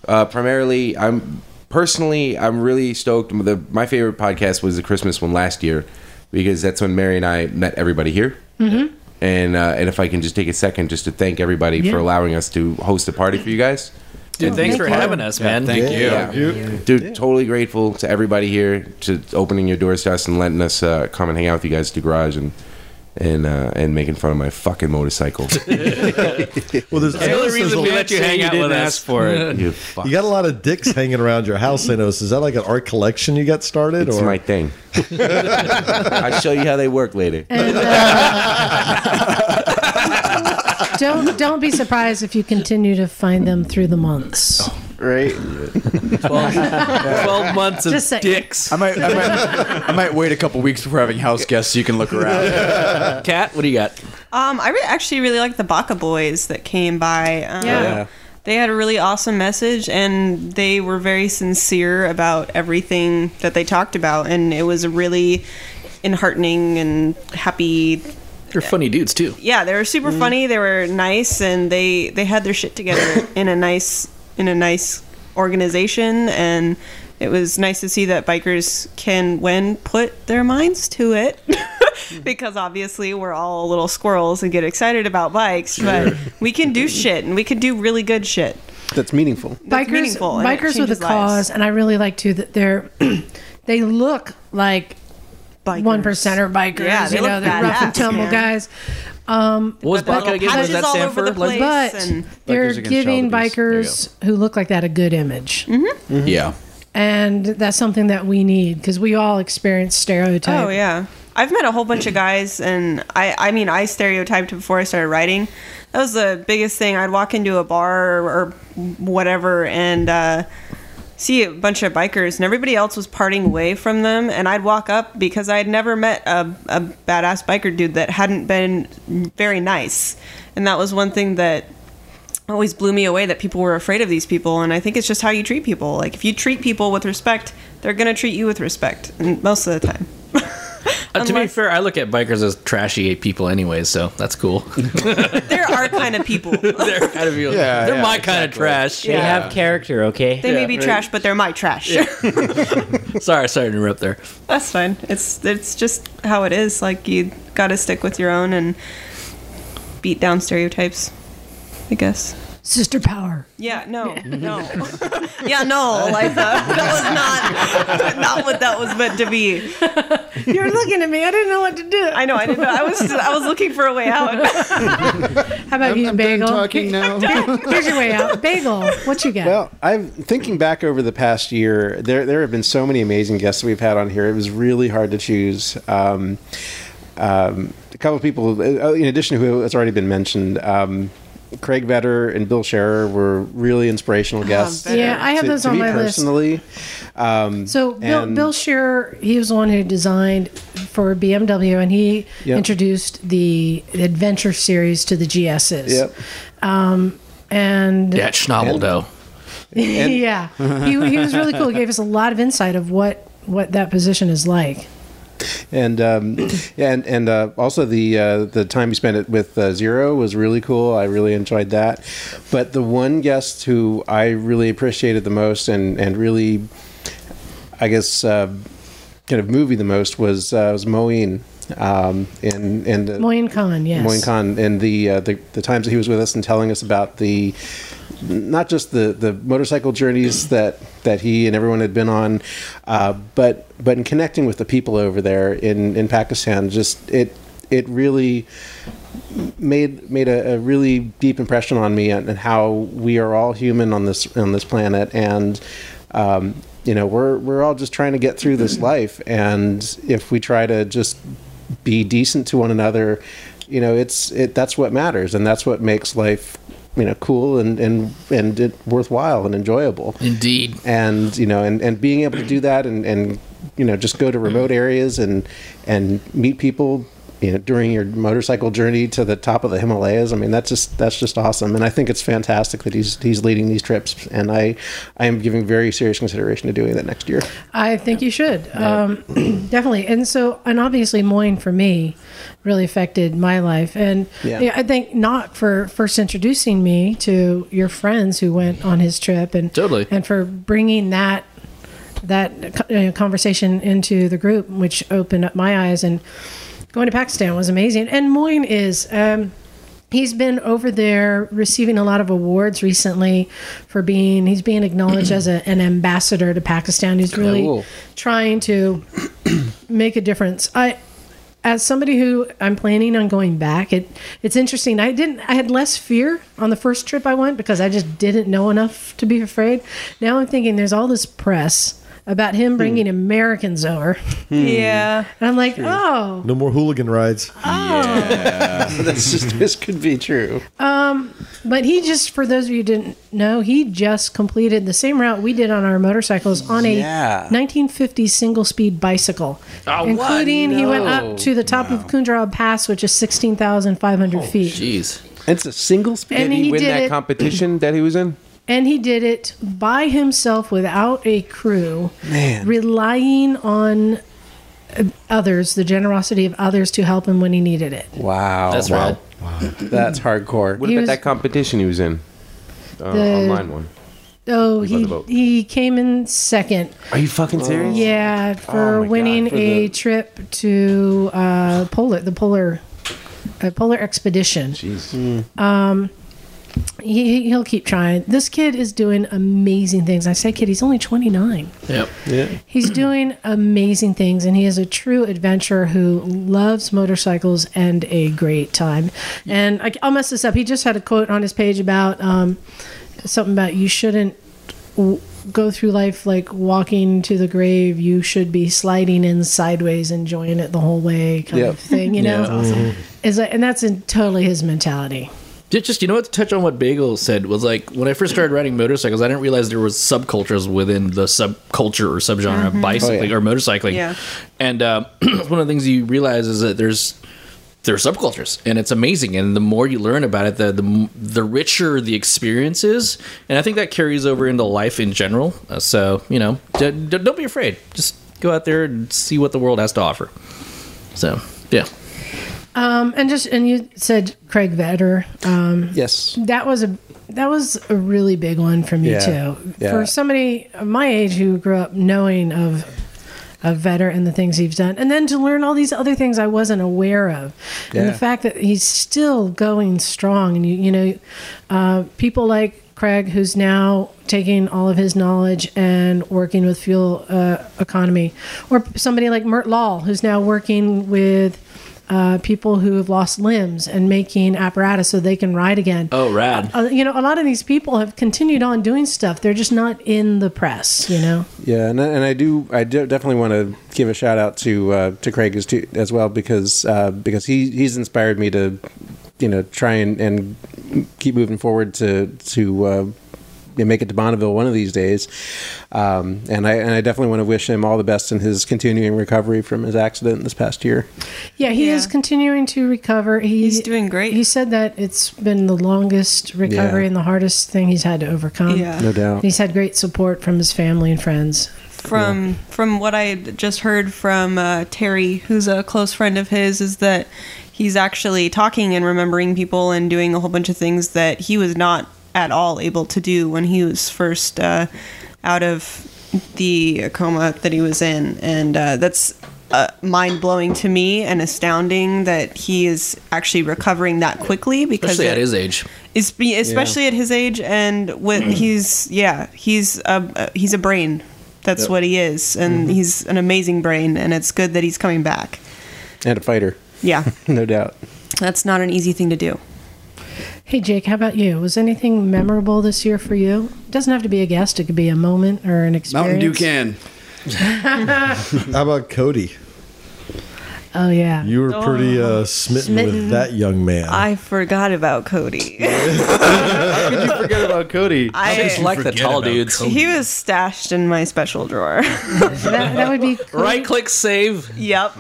S7: uh, primarily, I'm personally, I'm really stoked. The, my favorite podcast was the Christmas one last year because that's when Mary and I met everybody here.
S17: Mm-hmm.
S7: And uh, and if I can just take a second just to thank everybody
S17: Yeah.
S7: for allowing us to host a party for you guys.
S3: Dude, thanks for having us, man.
S7: Dude, totally grateful to everybody here to opening your doors to us and letting us uh, come and hang out with you guys at the garage and and uh, and making fun of my fucking motorcycle.
S6: well, there's
S3: That's the only reason we let you hang out with us.
S7: You
S6: You,
S7: fuck.
S6: got a lot of dicks hanging around your house, Thanos. Is that like an art collection you got started?
S7: It's
S6: or?
S7: my thing. I'll show you how they work later.
S1: don't don't be surprised if you continue to find them through the months.
S12: Right.
S3: 12 months of
S1: Just saying.
S3: dicks.
S12: I might, I might, I might wait a couple weeks before having house guests so you can look around.
S3: Cat, what do you got?
S8: Um, I re- actually really like the Baka Boys that came by. Um,
S12: Yeah. Yeah.
S8: They had a really awesome message and they were very sincere about everything that they talked about. And it was a really enheartening and happy. uh,
S3: They're funny dudes, too.
S8: Yeah, they were super
S3: Mm.
S8: funny. They were nice and they, they had their shit together in a nice in a nice organization. And it was nice to see that bikers can, when put their minds to it, because obviously we're all little squirrels and get excited about bikes, but
S17: Sure.
S8: we can do shit and we can do really good shit.
S11: That's meaningful.
S8: That's
S1: bikers,
S8: meaningful and it
S1: bikers with a
S8: changes
S1: cause, and I really like too that they're they look like one percenter bikers.
S8: Yeah, they
S1: you
S8: look
S1: know, they're rough and
S8: badass,
S1: tumble
S8: man.
S1: guys. Um,
S3: What was
S1: but-
S3: Baka again? What does that Patches all stand over for? the Like- place
S1: But
S3: and- Bikers
S1: they're
S3: Against
S1: giving
S3: Child Abuse. There you
S1: bikers who look like that a good image.
S12: Mm-hmm. Yeah.
S1: And that's something that we need because we all experience stereotype.
S8: Oh yeah, I've met a whole bunch of guys, and I I mean I stereotyped before I started writing. That was the biggest thing. I'd walk into a bar or, or whatever and uh, see a bunch of bikers, and everybody else was parting away from them, and I'd walk up because I'd never met a, a badass biker dude that hadn't been very nice, and that was one thing that always blew me away that people were afraid of these people and i think it's just how you treat people like if you treat people with respect they're going to treat you with respect and most of the time
S3: Uh, to be
S8: Unless-
S3: fair, I look at bikers as trashy people anyway, so that's cool.
S8: there are kind of people.
S3: they're kind of people.
S8: Yeah,
S3: they're
S8: yeah,
S3: my kind of trash.
S8: They Yeah. have
S3: character, okay?
S8: They may be trash, but they're my trash.
S3: sorry, sorry to interrupt there.
S8: That's fine. It's it's just how it is. Like you got to stick with your own and beat down stereotypes. I guess.
S1: sister power.
S9: Yeah, no, no. yeah, no, Eliza.
S8: uh,
S9: That was not not what that was meant to be.
S1: You're looking at me. I didn't know what to do.
S9: I know. I didn't know. I was I was looking for a way out.
S1: How about you, Bagel? talking now. Here's your way out. Bagel, what you got?
S11: Well, I'm thinking back over the past year. There, there have been so many amazing guests that we've had on here. It was really hard to choose. Um, um, a couple of people, uh, in addition to who has already been mentioned, um, Craig Vetter and Bill Scherer were really
S8: Oh,
S11: inspirational guests.
S1: Vetter. Yeah, I have
S11: to-
S1: those
S11: to
S1: on
S11: me
S1: my list.
S11: personally. Um,
S1: So Bill,
S11: and-
S1: Bill Shearer, he was the one who designed for BMW, and he
S11: Yep.
S1: introduced the adventure series to the GSs.
S3: Yep.
S1: Um, and
S3: Yeah, Schnabeldo. And-
S1: yeah, he, he was really cool. He gave us a lot of insight of what what that position is like.
S11: and um, yeah, and and uh, also the uh, the time you spent it with uh, Zero was really cool. I really enjoyed that. But the one guest who I really appreciated the most and and really, I guess, uh, kind of movie the most was uh, was Moeen. Um, and and uh,
S1: Moin Khan, yes.
S11: Moin Khan and the, uh, the the times that he was with us and telling us about the not just the the motorcycle journeys that that he and everyone had been on, uh, but but in connecting with the people over there in in Pakistan, just it it really made made a, a really deep impression on me and, and how we are all human on this on this planet and um, you know we're we're all just trying to get through this life and if we try to just be decent to one another you know it's it that's what matters and that's what makes life you know cool and and and it worthwhile and enjoyable
S3: indeed
S11: and you know and and being able to do that and and you know just go to remote areas and and meet people you know during your motorcycle journey to the top of the Himalayas I mean that's just that's just awesome and I think it's fantastic that he's he's leading these trips and I I am giving very serious consideration to doing that next year
S1: I think you should um, definitely, and so and obviously Moyne for me really affected my life, and
S17: Yeah.
S1: yeah, I think not for first introducing me to your friends who went on his trip, and
S3: Totally.
S1: and for bringing that that co- you know, conversation into the group, which opened up my eyes, and going to Pakistan was amazing, and Moyne is. Um, He's been over there receiving a lot of awards recently for being, he's being acknowledged as a, an ambassador to Pakistan. He's really
S17: Cool.
S1: trying to make a difference. I, as somebody who I'm planning on going back, it it's interesting. I didn't. I had less fear on the first trip I went because I just didn't know enough to be afraid. Now I'm thinking there's all this press about him bringing Americans over.
S6: Yeah.
S1: and I'm like, oh,
S6: No more hooligan rides. Yeah.
S11: That's just this could be true.
S1: Um, but he just, for those of you who didn't know, he just completed the same route we did on our motorcycles on a
S17: Yeah.
S1: 1950 single speed bicycle.
S17: Oh, what?
S1: including he went
S17: No.
S1: up to the top of Kundrab Pass, which is 16,500
S17: Oh,
S1: feet.
S3: Jeez.
S11: It's a single speed.
S1: And
S7: did he,
S1: he
S7: win
S1: did
S7: that
S1: it-
S7: competition that he was in?
S1: And he did it by himself without a crew,
S7: Man.
S1: relying on uh, others, the generosity of others to help him when he needed it.
S7: Wow.
S1: That's wild.
S11: That's hardcore.
S7: What
S1: He
S7: about
S1: was-
S7: that competition he was in? Uh,
S1: The-
S7: online one.
S1: Oh,
S7: He led
S1: he,
S7: the boat.
S1: he came in second.
S7: Are you fucking serious?
S1: Yeah, for winning
S7: Oh for
S1: a
S7: the-
S1: trip to uh, polar, the polar, uh, polar expedition.
S7: Jeez.
S1: Um, he, he'll keep trying. This kid is doing amazing things. I say, kid, he's only 29.
S3: Yep.
S11: Yeah.
S1: He's doing amazing things, and he is a true adventurer who loves motorcycles and a great time. And I, I'll mess this up. He just had a quote on his page about um, something about you shouldn't w- go through life like walking to the grave. You should be sliding in sideways, enjoying it the whole way, kind
S3: Yep.
S1: of thing. You
S3: Yeah. Mm-hmm.
S1: know,
S3: That's awesome.
S1: Is that- and that's in, totally his mentality.
S3: Yeah, just you know what to touch on what Bagel said was like when I first started riding motorcycles, I didn't realize there was subcultures within the subculture or subgenre
S17: Mhm.
S3: of bicycling
S17: Oh, yeah.
S3: or motorcycling.
S17: Yeah.
S3: And uh, one of the things you realize is that there's there's subcultures, and it's amazing. And the more you learn about it, the the m- the richer the experience is. And I think that carries over into life in general. Uh, so you know, d- d- don't be afraid. Just go out there and see what the world has to offer. So yeah.
S1: Um, and just and you said Craig Vetter. Um,
S11: yes,
S1: that was a that was a really big one for me
S17: Yeah.
S1: too.
S17: Yeah.
S1: For somebody my age who grew up knowing of a veteran and the things he's done, and then to learn all these other things I wasn't aware of, and
S9: Yeah.
S1: the fact that he's still going strong, and you you know, uh, people like. Craig, who's now taking all of his knowledge and working with fuel uh, economy, or somebody like Mert Lal, who's now working with uh, people who have lost limbs and making apparatus so they can ride again.
S3: Oh, rad.
S1: Uh, you know, a lot of these people have continued on doing stuff. They're just not in the press, you know?
S11: Yeah, and, and I do I do definitely want to give a shout out to uh, to Craig as, to, as well because uh, because he he's inspired me to you know try and, and keep moving forward to to uh, you know, make it to Bonneville one of these days, um, and I and I definitely want to wish him all the best in his continuing recovery from his accident this past year.
S1: Yeah, he is continuing to recover. he's doing great. He said that it's been the longest recovery
S11: Yeah.
S1: and the hardest thing he's had to overcome.
S8: Yeah.
S11: No doubt.
S1: He's had great support from his family and friends.
S8: from from what I had just heard from uh, Terry, who's a close friend of his, is that he's actually talking and remembering people and doing a whole bunch of things that he was not at all able to do when he was first uh, out of the coma that he was in, and uh, that's. Uh, mind blowing to me and astounding that he is actually recovering that quickly because
S3: Especially at
S8: it-
S3: his age.
S8: it's be, especially at his age and what he's yeah he's a uh, he's a brain that's
S11: Yep.
S8: what he is and
S2: Mm-hmm.
S11: Mhm.
S8: he's an amazing brain and it's good that he's coming back
S11: and a fighter.
S8: Yeah.
S11: no doubt.
S8: that's not an easy thing to do
S1: Hey, Jake, how about you? Was anything memorable this year for you? It doesn't have to be a guest, it could be a moment or an
S2: Mountain
S1: experience.
S2: Dew can.
S6: How about Cody?
S1: Oh, yeah.
S6: You were pretty uh, smitten,
S8: Smitten.
S6: with that young man.
S8: i forgot about cody
S2: How could you forget about Cody?
S8: I-
S2: How could
S8: Just
S2: you
S8: like the
S2: forget
S3: tall
S2: about
S3: dudes.
S2: Cody?
S8: he was stashed in my special drawer
S1: that, that would be
S3: Right click save.
S8: Yep.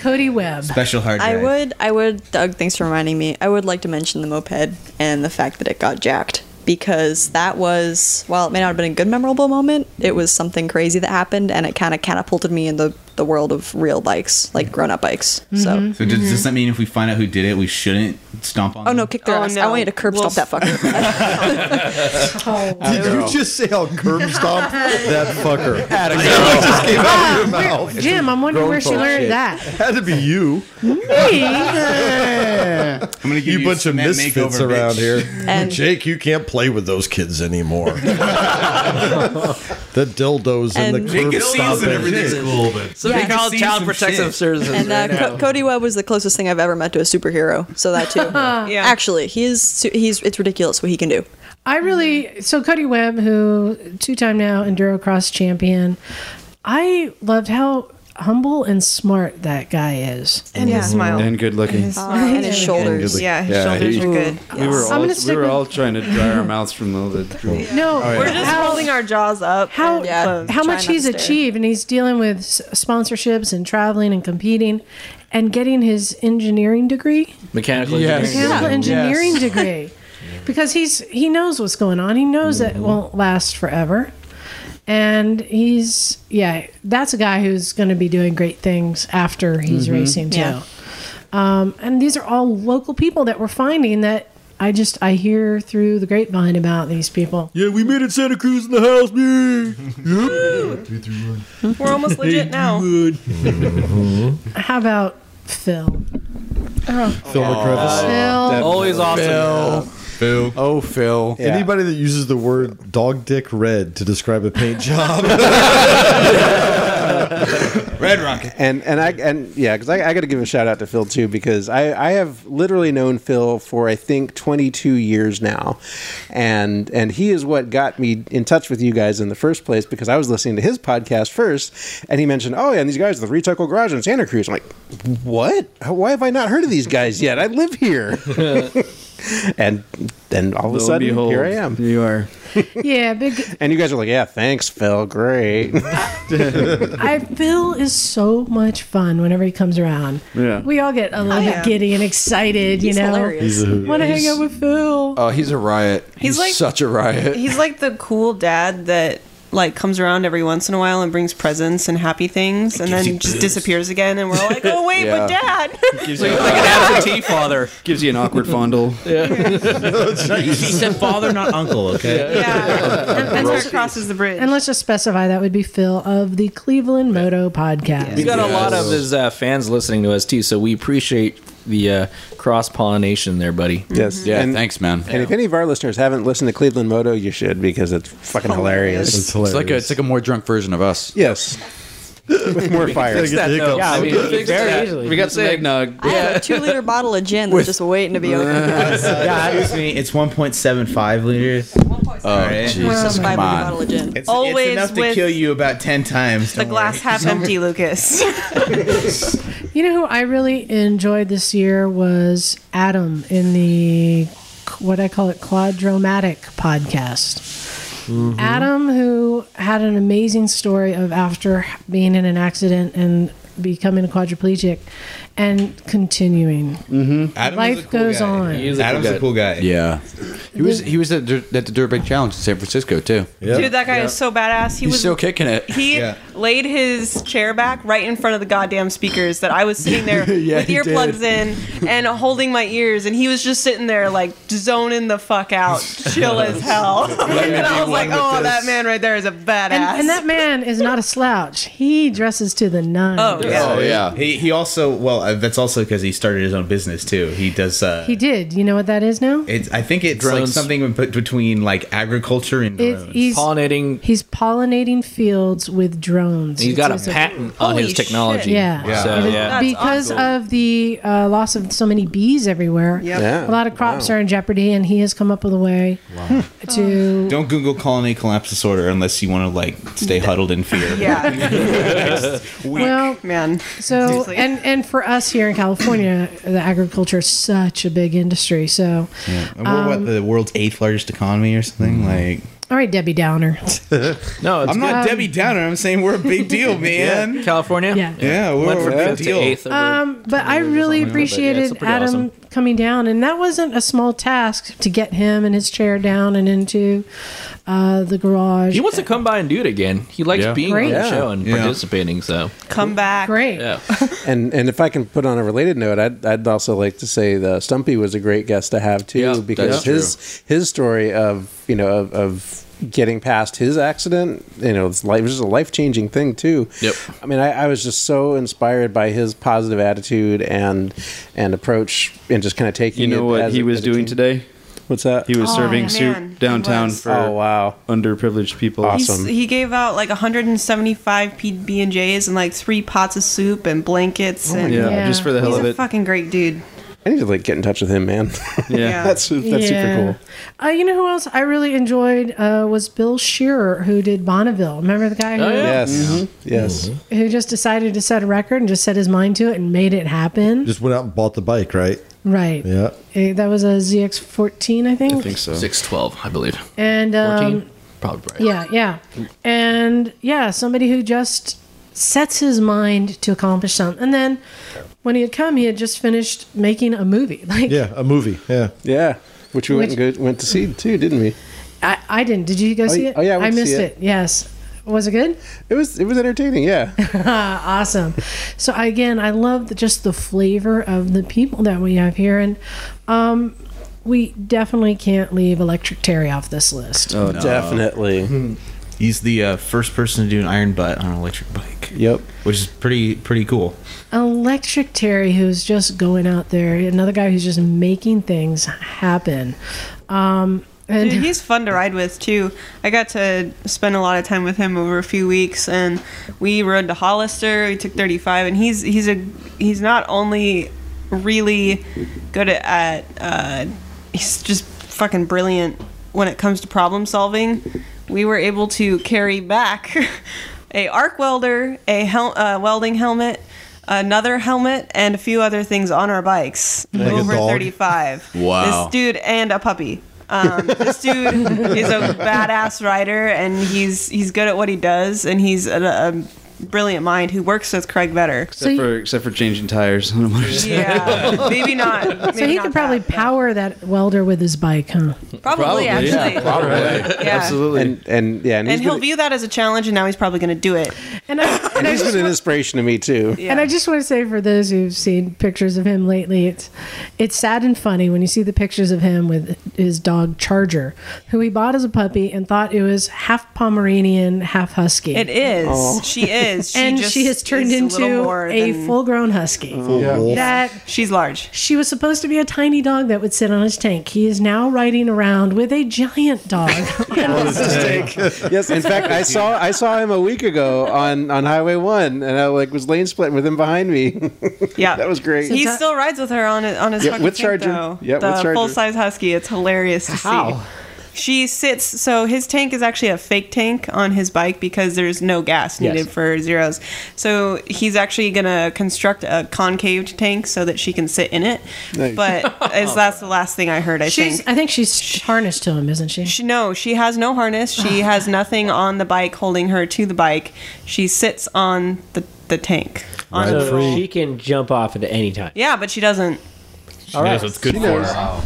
S1: Cody Webb.
S14: Special hard
S8: I
S14: drive.
S8: Right. Right. would-
S9: I would, Doug, thanks for reminding me. I would like to mention the moped and the fact that it got jacked because that was, while it may not have been a good memorable moment, it was something crazy that happened and it kind of catapulted me in the, the world of real bikes, like grown up bikes.
S1: Hmm.
S9: So.
S14: So does, does that mean if we find out who did it, we shouldn't stomp on?
S9: Oh no! Kick their
S8: Oh,
S9: ass! I
S8: no.
S9: want you to curb
S8: We'll
S9: stomp that fucker.
S6: Did you just say I'll curb stomp that fucker? That just came out of your mouth.
S1: Jim, I'm wondering
S6: Oh, Grown
S1: where she
S6: folk
S1: learned
S6: shit.
S1: that.
S6: Had to be you.
S1: Me?
S6: I'm gonna give you bunch of
S14: cement
S6: misfits
S14: makeover,
S6: around
S14: bitch.
S6: here.
S9: And-
S6: Jake, you can't play with those kids anymore. the dildos and,
S9: And-
S6: the
S9: Jake
S6: curb
S9: is
S6: stomp
S9: season
S6: everything.
S9: everything. Cool, but-
S3: So
S9: Yeah.
S3: they call
S9: Seen
S3: child
S9: some
S3: protective
S9: shit.
S3: services.
S9: And uh,
S3: right now.
S9: Co- Cody Webb was the closest thing I've ever met to a superhero. So that too. yeah. Actually, he is. su- He's. It's ridiculous what he can do.
S1: I
S8: Mm-hmm.
S1: really so Cody Webb, who two-time now endurocross champion. I loved how humble and smart that guy is,
S8: And his Yeah. smile.
S2: And good looking.
S8: Uh, and his shoulders. Yeah, his shoulders are good.
S2: We were
S8: Yes.
S2: all,
S8: I'm gonna
S2: we
S8: stick
S2: were
S8: with-
S2: all trying to dry our mouths from all the drool.
S1: No,
S2: Oh, yeah.
S8: we're just holding our jaws up
S1: How
S8: and closed.
S1: how
S8: Try
S1: much
S8: not
S1: he's
S8: to stare.
S1: achieved, and he's dealing with s- sponsorships and traveling and competing, and getting his engineering degree,
S3: Mechanical
S1: His mechanical
S3: engineering.
S1: engineering degree, because he's he knows what's going on. He knows that it won't last forever, and he's yeah, that's a guy who's going to be doing great things after he's
S9: Mhm.
S1: racing too.
S9: Yeah.
S1: Um, and these are all local people that we're finding that I just I hear through the grapevine about these people.
S6: Yeah, we made it Santa Cruz in the house, man.
S8: We're almost legit now.
S1: How about Phil? Oh,
S6: Phil McCrevis.
S1: Phil.
S3: Always awesome.
S6: Phil. Uh, Oh, Phil. Anybody that uses the word dog dick red to describe a paint job.
S11: Red Rocket. And and I and yeah, because I, I got to give a shout out to Phil too because I I have literally known Phil for I think 22 years now, and and he is what got me in touch with you guys in the first place because I was listening to his podcast first, and he mentioned oh yeah, and these guys at the Recycle Garage in Santa Cruz. I'm like, what? How- Why have I not heard of these guys yet? I live here. and then all of a
S2: Lo and
S11: sudden,
S2: behold,
S11: here I am.
S2: You are.
S1: Yeah, big
S11: And you guys are like, yeah, thanks, Phil. Great.
S1: I Phil is so much fun whenever he comes around.
S11: Yeah.
S1: We all get a little bit giddy and excited,
S8: He's
S1: you know.
S8: hilarious. He's a hoot.
S1: Want to hang
S8: He's-
S1: out with Phil?
S12: Oh, Uh, he's a riot.
S8: He's like
S12: such a riot.
S8: He's like the cool dad that like comes around every once in a while and brings presents and happy things, and then just disappears again, and we're all like, "Oh wait,
S2: Yeah.
S8: but Dad."
S2: Gives
S8: So
S2: you
S8: you're
S2: like
S8: like
S2: an
S8: an
S2: absentee father. Gives you an awkward fondle.
S14: she said father, not uncle. Okay.
S8: and that's where it crosses the bridge.
S1: And let's just specify that would be Phil of the Cleveland Moto Podcast.
S3: We got a lot of his uh, fans listening to us too, so we appreciate the uh, cross pollination there, buddy.
S11: Yes.
S12: Yeah,
S11: And-
S12: thanks, man.
S11: And if any of our listeners haven't listened to Cleveland Moto, you should because it's fucking
S12: It's,
S11: hilarious.
S12: like a, it's like a more drunk version of us.
S11: Yes. With more fire.
S12: Fix that, though. Yeah, I mean,
S2: Very
S12: fix that.
S2: easily. We got some eggnog.
S9: I have a two liter bottle of gin that's just waiting to be opened.
S14: yeah, Oh, excuse me. It's 1.75 liters. All right.
S9: Jesus, come on.
S14: It's,
S8: Always
S14: it's enough to
S8: with
S14: kill you about 10 times.
S8: the glass half empty, Lucas.
S1: You know who I really enjoyed this year was Adam in the what I call it quadromatic podcast.
S15: Mm-hmm.
S1: Mm-hmm. Adam, who had an amazing story of after being in an accident and becoming a quadriplegic and continuing.
S12: Mm-hmm.
S1: Life goes on.
S14: Adam's a cool guy.
S12: Yeah, he was. He was at, Dur- at the Durbank Challenge in San Francisco too.
S8: Dude, that guy is so badass. He
S12: He's
S8: was
S12: still kicking it.
S8: He laid his chair back right in front of the goddamn speakers that I was sitting there
S12: Yeah,
S8: with
S12: he did.
S8: earplugs in and holding my ears, and he was just sitting there like zoning the fuck out, chill as hell.
S1: me
S8: and
S1: be
S8: I was like,
S1: one with
S8: oh, that
S1: this."
S8: man right there is a badass.
S1: And, and that man is not a slouch. He dresses to the nines.
S14: Oh yeah. He, he also well uh, that's also because he started his own business too. He does. Uh,
S1: He did. You know what that is now?
S14: it's I think it's like
S1: Drones.
S14: something bet- between like agriculture and
S1: It-
S14: drones.
S1: he's- He's pollinating fields with drones.
S14: He's got a
S1: It's
S14: patent on Holy his technology. shit.
S1: Yeah.
S14: Yeah.
S1: It is-
S14: That's
S1: Because
S14: awesome.
S1: of the uh, loss of so many bees everywhere,
S14: Yep. Yeah.
S1: a lot of crops
S14: Wow.
S1: are in jeopardy, and he has come up with a way to.
S14: Don't Google colony collapse disorder unless you want to like stay huddled in fear.
S8: Yeah.
S1: Well,
S8: man.
S1: So
S8: Seriously.
S1: and and for us here in California, the agriculture is such a big industry. So,
S14: Yeah. And we're what
S1: Um,
S14: the world's eighth largest economy or something like.
S1: all right, Debbie Downer.
S14: no, I'm not
S1: Um,
S14: Debbie Downer. I'm saying we're a big deal, man.
S3: California.
S1: Yeah.
S14: Yeah, we're
S3: Went from
S14: a big
S3: fifth to
S14: deal.
S3: eighth over-
S1: Um, but I really
S3: something like that, but yeah, it's
S1: appreciated
S3: pretty
S1: Adam
S3: awesome.
S1: coming down, and that wasn't a small task to get him and his chair down and into uh, the garage.
S3: He wants to come by and do it again. He likes
S1: Yeah.
S3: being
S1: Great.
S3: on the
S1: Yeah.
S3: show and
S11: Yeah.
S3: participating. So
S8: Come back.
S1: Great.
S3: yeah.
S11: And and if I can put on a related note, I'd, I'd also like to say the Stumpy was a great guest to have too because
S12: that's true.
S11: his his story of you know of, of getting past his accident, you know, it's life it was a life changing thing too.
S12: Yep.
S11: I mean, I, I was just so inspired by his positive attitude and and approach and just kind of taking.
S2: You know
S11: it
S2: what
S11: as
S2: he
S11: a-
S2: was
S11: as a
S2: doing
S11: team.
S2: today?
S11: What's that?
S2: He was
S8: Oh,
S2: serving
S8: man, he
S2: soup downtown
S8: was.
S2: for
S11: Oh, wow.
S2: underprivileged people.
S8: He's- He gave out like 175 PB and J's and like three pots of soup and blankets.
S11: Oh my
S8: and
S11: God. Yeah, just for the hell
S8: He's
S11: of
S8: a
S11: it.
S8: Fucking great dude.
S11: I need to like get in touch with him, man.
S8: Yeah.
S11: that's that's super cool.
S1: Uh, you know who else I really enjoyed uh, was Bill Shearer, who did Bonneville. Remember the guy
S3: Oh,
S1: who,
S11: Yes.
S3: Mm-hmm.
S11: Yes.
S6: Mm-hmm.
S1: who just decided to set a record and just set his mind to it and made it happen?
S6: Just went out and bought the bike, right?
S1: Right.
S6: Yeah.
S1: Eh, That was a ZX14, I think.
S3: Six twelve, I believe.
S1: And um,
S3: Probably. Right.
S1: Yeah, yeah. And yeah, somebody who just sets his mind to accomplish something. And then when he had come, he had just finished making a movie. Like
S6: Yeah, a movie. Yeah.
S11: Yeah. Which we went
S1: Which-
S11: and go, went to see too, didn't we?
S1: I, I didn't. Did you go
S11: Oh,
S1: see
S11: y-
S1: it?
S11: oh, yeah, I
S1: I
S11: went to see
S1: missed it.
S11: it.
S1: Yes. Was it good?
S11: It was it was entertaining, yeah.
S1: awesome. So again, I love the, just the flavor of the people that we have here, and um, we definitely can't leave Electric Terry off this list.
S14: Oh.
S2: Oh,
S14: Definitely. He's the uh, first person to do an iron butt on an electric bike.
S11: Yep.
S14: Which is pretty pretty cool.
S1: Electric Terry, who's just going out there, another guy who's just making things happen. Um, and
S8: Dude, he's fun to ride with too. I got to spend a lot of time with him over a few weeks, and we rode to Hollister. We took 35, and he's he's a he's not only really good at, at uh, he's just fucking brilliant when it comes to problem solving. We were able to carry back a arc welder, a hel- uh, welding helmet. Another helmet and a few other things on our bikes
S14: Like a
S8: over
S14: dog?
S8: 35.
S14: Wow.
S8: This dude and a puppy. Um, this dude is a badass writer, and he's he's good at what he does, and he's a, a brilliant mind who works with Craig Better.
S2: Except for except for changing tires on a motorcycle.
S8: yeah, maybe not.
S1: so he could probably power that welder with his bike, huh?
S8: Probably, actually.
S11: Probably.
S8: Yeah.
S11: Absolutely. And, and yeah,
S8: And
S11: and, he's
S8: he'll
S11: been,
S8: view that as a challenge, and now he's probably going to do it.
S1: And, I,
S11: and he's been an inspiration to me too.
S1: And I just want to say for those who've seen pictures of him lately, it's it's sad and funny when you see the pictures of him with his dog Charger, who he bought as a puppy and thought it was half Pomeranian, half husky.
S8: It is. Aw. She is. She
S1: and
S8: just
S1: she has turned
S8: is a little
S1: into
S8: more
S1: a
S8: than-
S1: full-grown husky.
S8: Full Yeah. wolf.
S1: That
S8: she's large.
S1: She was supposed to be a tiny dog that would sit on his tank. He is now riding around with a giant dog.
S11: yes, in fact, I saw I saw him a week ago on, on Highway One, and I like was lane splitting with him behind me.
S8: Yeah,
S11: that was great.
S8: He still rides with her on his on his
S11: Yeah,
S8: fucking
S11: with
S8: tank,
S11: Charger.
S8: Though.
S11: Yeah, with
S8: the
S11: Charger.
S8: full size husky. It's hilarious to
S11: How?
S8: see. She sits. So his tank is actually a fake tank on his bike because there's no gas
S15: Yes.
S8: needed for zeros. So he's actually gonna construct a concave tank so that she can sit in it.
S1: Nice.
S8: But as that's the last thing I heard. I
S1: she's,
S8: think.
S1: I think she's harnessed to him, isn't she?
S8: She, no, she has no harness. She has nothing on the bike holding her to the bike. She sits on the, the tank. On
S15: So
S8: the little-
S15: she can jump off at any time.
S8: Yeah, but she doesn't.
S15: She All knows right. what's good She for knows. her. Wow.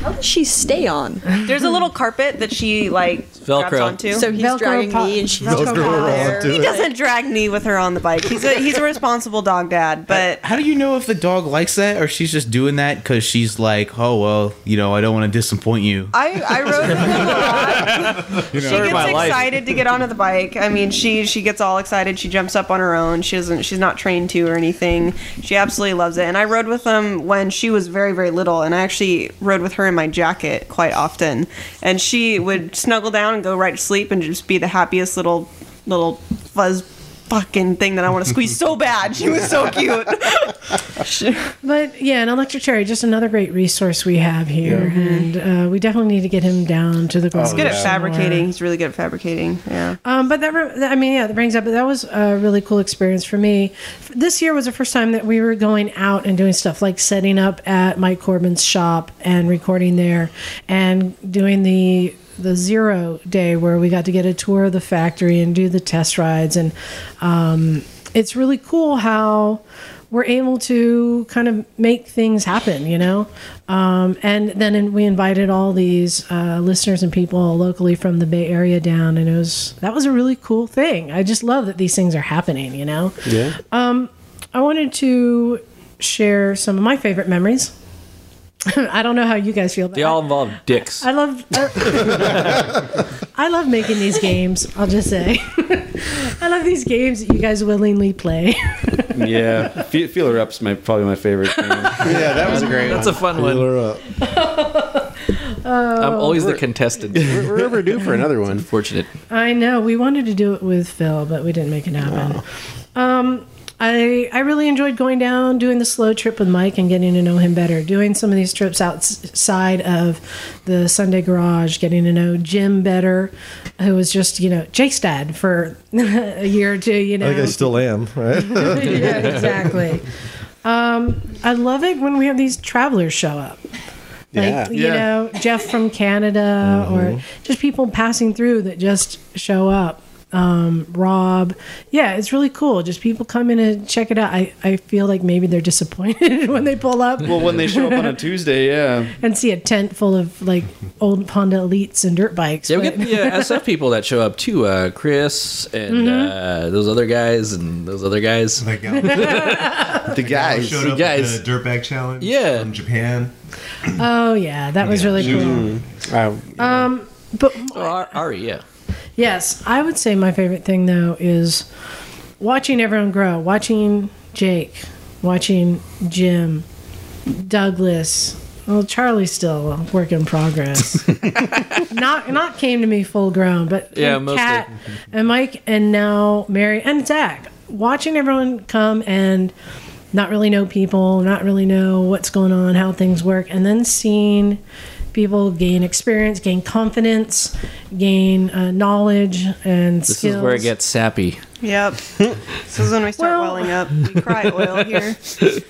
S8: How does she stay on? There's a little carpet that she like grabs
S15: Velcro.
S8: onto.
S9: So he's Velcro dragging po- me and she's Velcro
S14: Velcro her there. onto
S8: He
S14: it.
S8: doesn't drag me with her on the bike. He's a he's a responsible dog dad, but
S14: How do you know if the dog likes that or she's just doing that because she's like, oh, well, you know, I don't want to disappoint you?
S8: I, I rode with him a lot.
S14: You know.
S8: she
S14: Saved my
S8: gets
S14: life.
S8: excited to get onto the bike. I mean, she she gets all excited. She jumps up on her own. She doesn't. She's not trained to or anything. She absolutely loves it. And I rode with them when she was very very little. And I actually rode with her in my jacket quite often. And she would snuggle down and go right to sleep and just be the happiest little little fuzz fucking thing that I want to squeeze so bad. She was so cute.
S1: But yeah, an electric cherry, just another great resource we have here,
S8: Yeah.
S1: and uh, we definitely need to get him down to the ground.
S8: He's good at
S1: Oh, somewhere.
S8: fabricating. He's really good at fabricating. Yeah.
S1: Um, but that, re- I mean, yeah, that brings up. That was a really cool experience for me. F- This year was the first time that we were going out and doing stuff like setting up at Mike Corbin's shop and recording there, and doing the the zero day where we got to get a tour of the factory and do the test rides, and um, it's really cool how we're able to kind of make things happen, you know. Um, and then in, we invited all these uh, listeners and people locally from the Bay Area down, and it was that was a really cool thing. I just love that these things are happening, you know.
S11: Yeah.
S1: Um, I wanted to share some of my favorite memories. I don't know how you guys feel. About
S3: They all involve dicks.
S1: I love I love making these games. I'll just say, I love these games that you guys willingly play.
S2: yeah, Fe- feel her up's my probably my favorite. Thing. yeah,
S11: that was a great
S3: That's a fun one. I'm always
S1: Oh.
S3: the contestant.
S11: Oh, We're, we're overdue for another one.
S3: Fortunate.
S1: I know we wanted to do it with Phil, but we didn't make it happen. Um, I I really enjoyed going down, doing the slow trip with Mike, and getting to know him better. Doing some of these trips outside of the Sunday Garage, getting to know Jim better, who was just you know Jake's dad for a year or two. You know,
S6: I think I still am, right?
S1: yeah, exactly. Um, I love it when we have these travelers show up. Like,
S6: Yeah. Mm-hmm.
S1: you
S6: Yeah.
S1: know, Jeff from Canada or just people passing through that just show up. Um, Rob. Yeah, it's really cool. Just people come in and check it out. I, I feel like maybe they're disappointed when they pull up.
S2: Well, when they show up on a Tuesday, yeah.
S1: and see a tent full of like old Honda Elites and dirt bikes.
S3: Yeah, we
S1: but-
S3: get the uh, SF people that show up too. Uh, Chris and
S1: Mm-hmm.
S3: uh, those other guys and those other guys. the
S1: guys.
S13: showed
S3: The
S13: up
S3: guys.
S13: at the dirtbag challenge.
S3: Yeah.
S13: from Japan.
S1: oh yeah, that was really cool.
S3: Mm. uh,
S6: Mm.
S1: Um, but
S3: Oh, Ar- Ari, yeah.
S1: Yes, I would say my favorite thing though is watching everyone grow, watching Jake, watching Jim, Douglas. Well, Charlie's still a work in progress. not not came to me full grown, but
S3: Yeah,
S1: and
S3: mostly.
S1: Kat and Mike and now Mary and Zach. Watching everyone come and not really know people, not really know what's going on, how things work, and then seeing people gain experience, gain confidence, gain uh, knowledge and
S3: This
S1: skills.
S3: is where it gets sappy.
S8: Yep. this is when we start welling up. We cry oil here.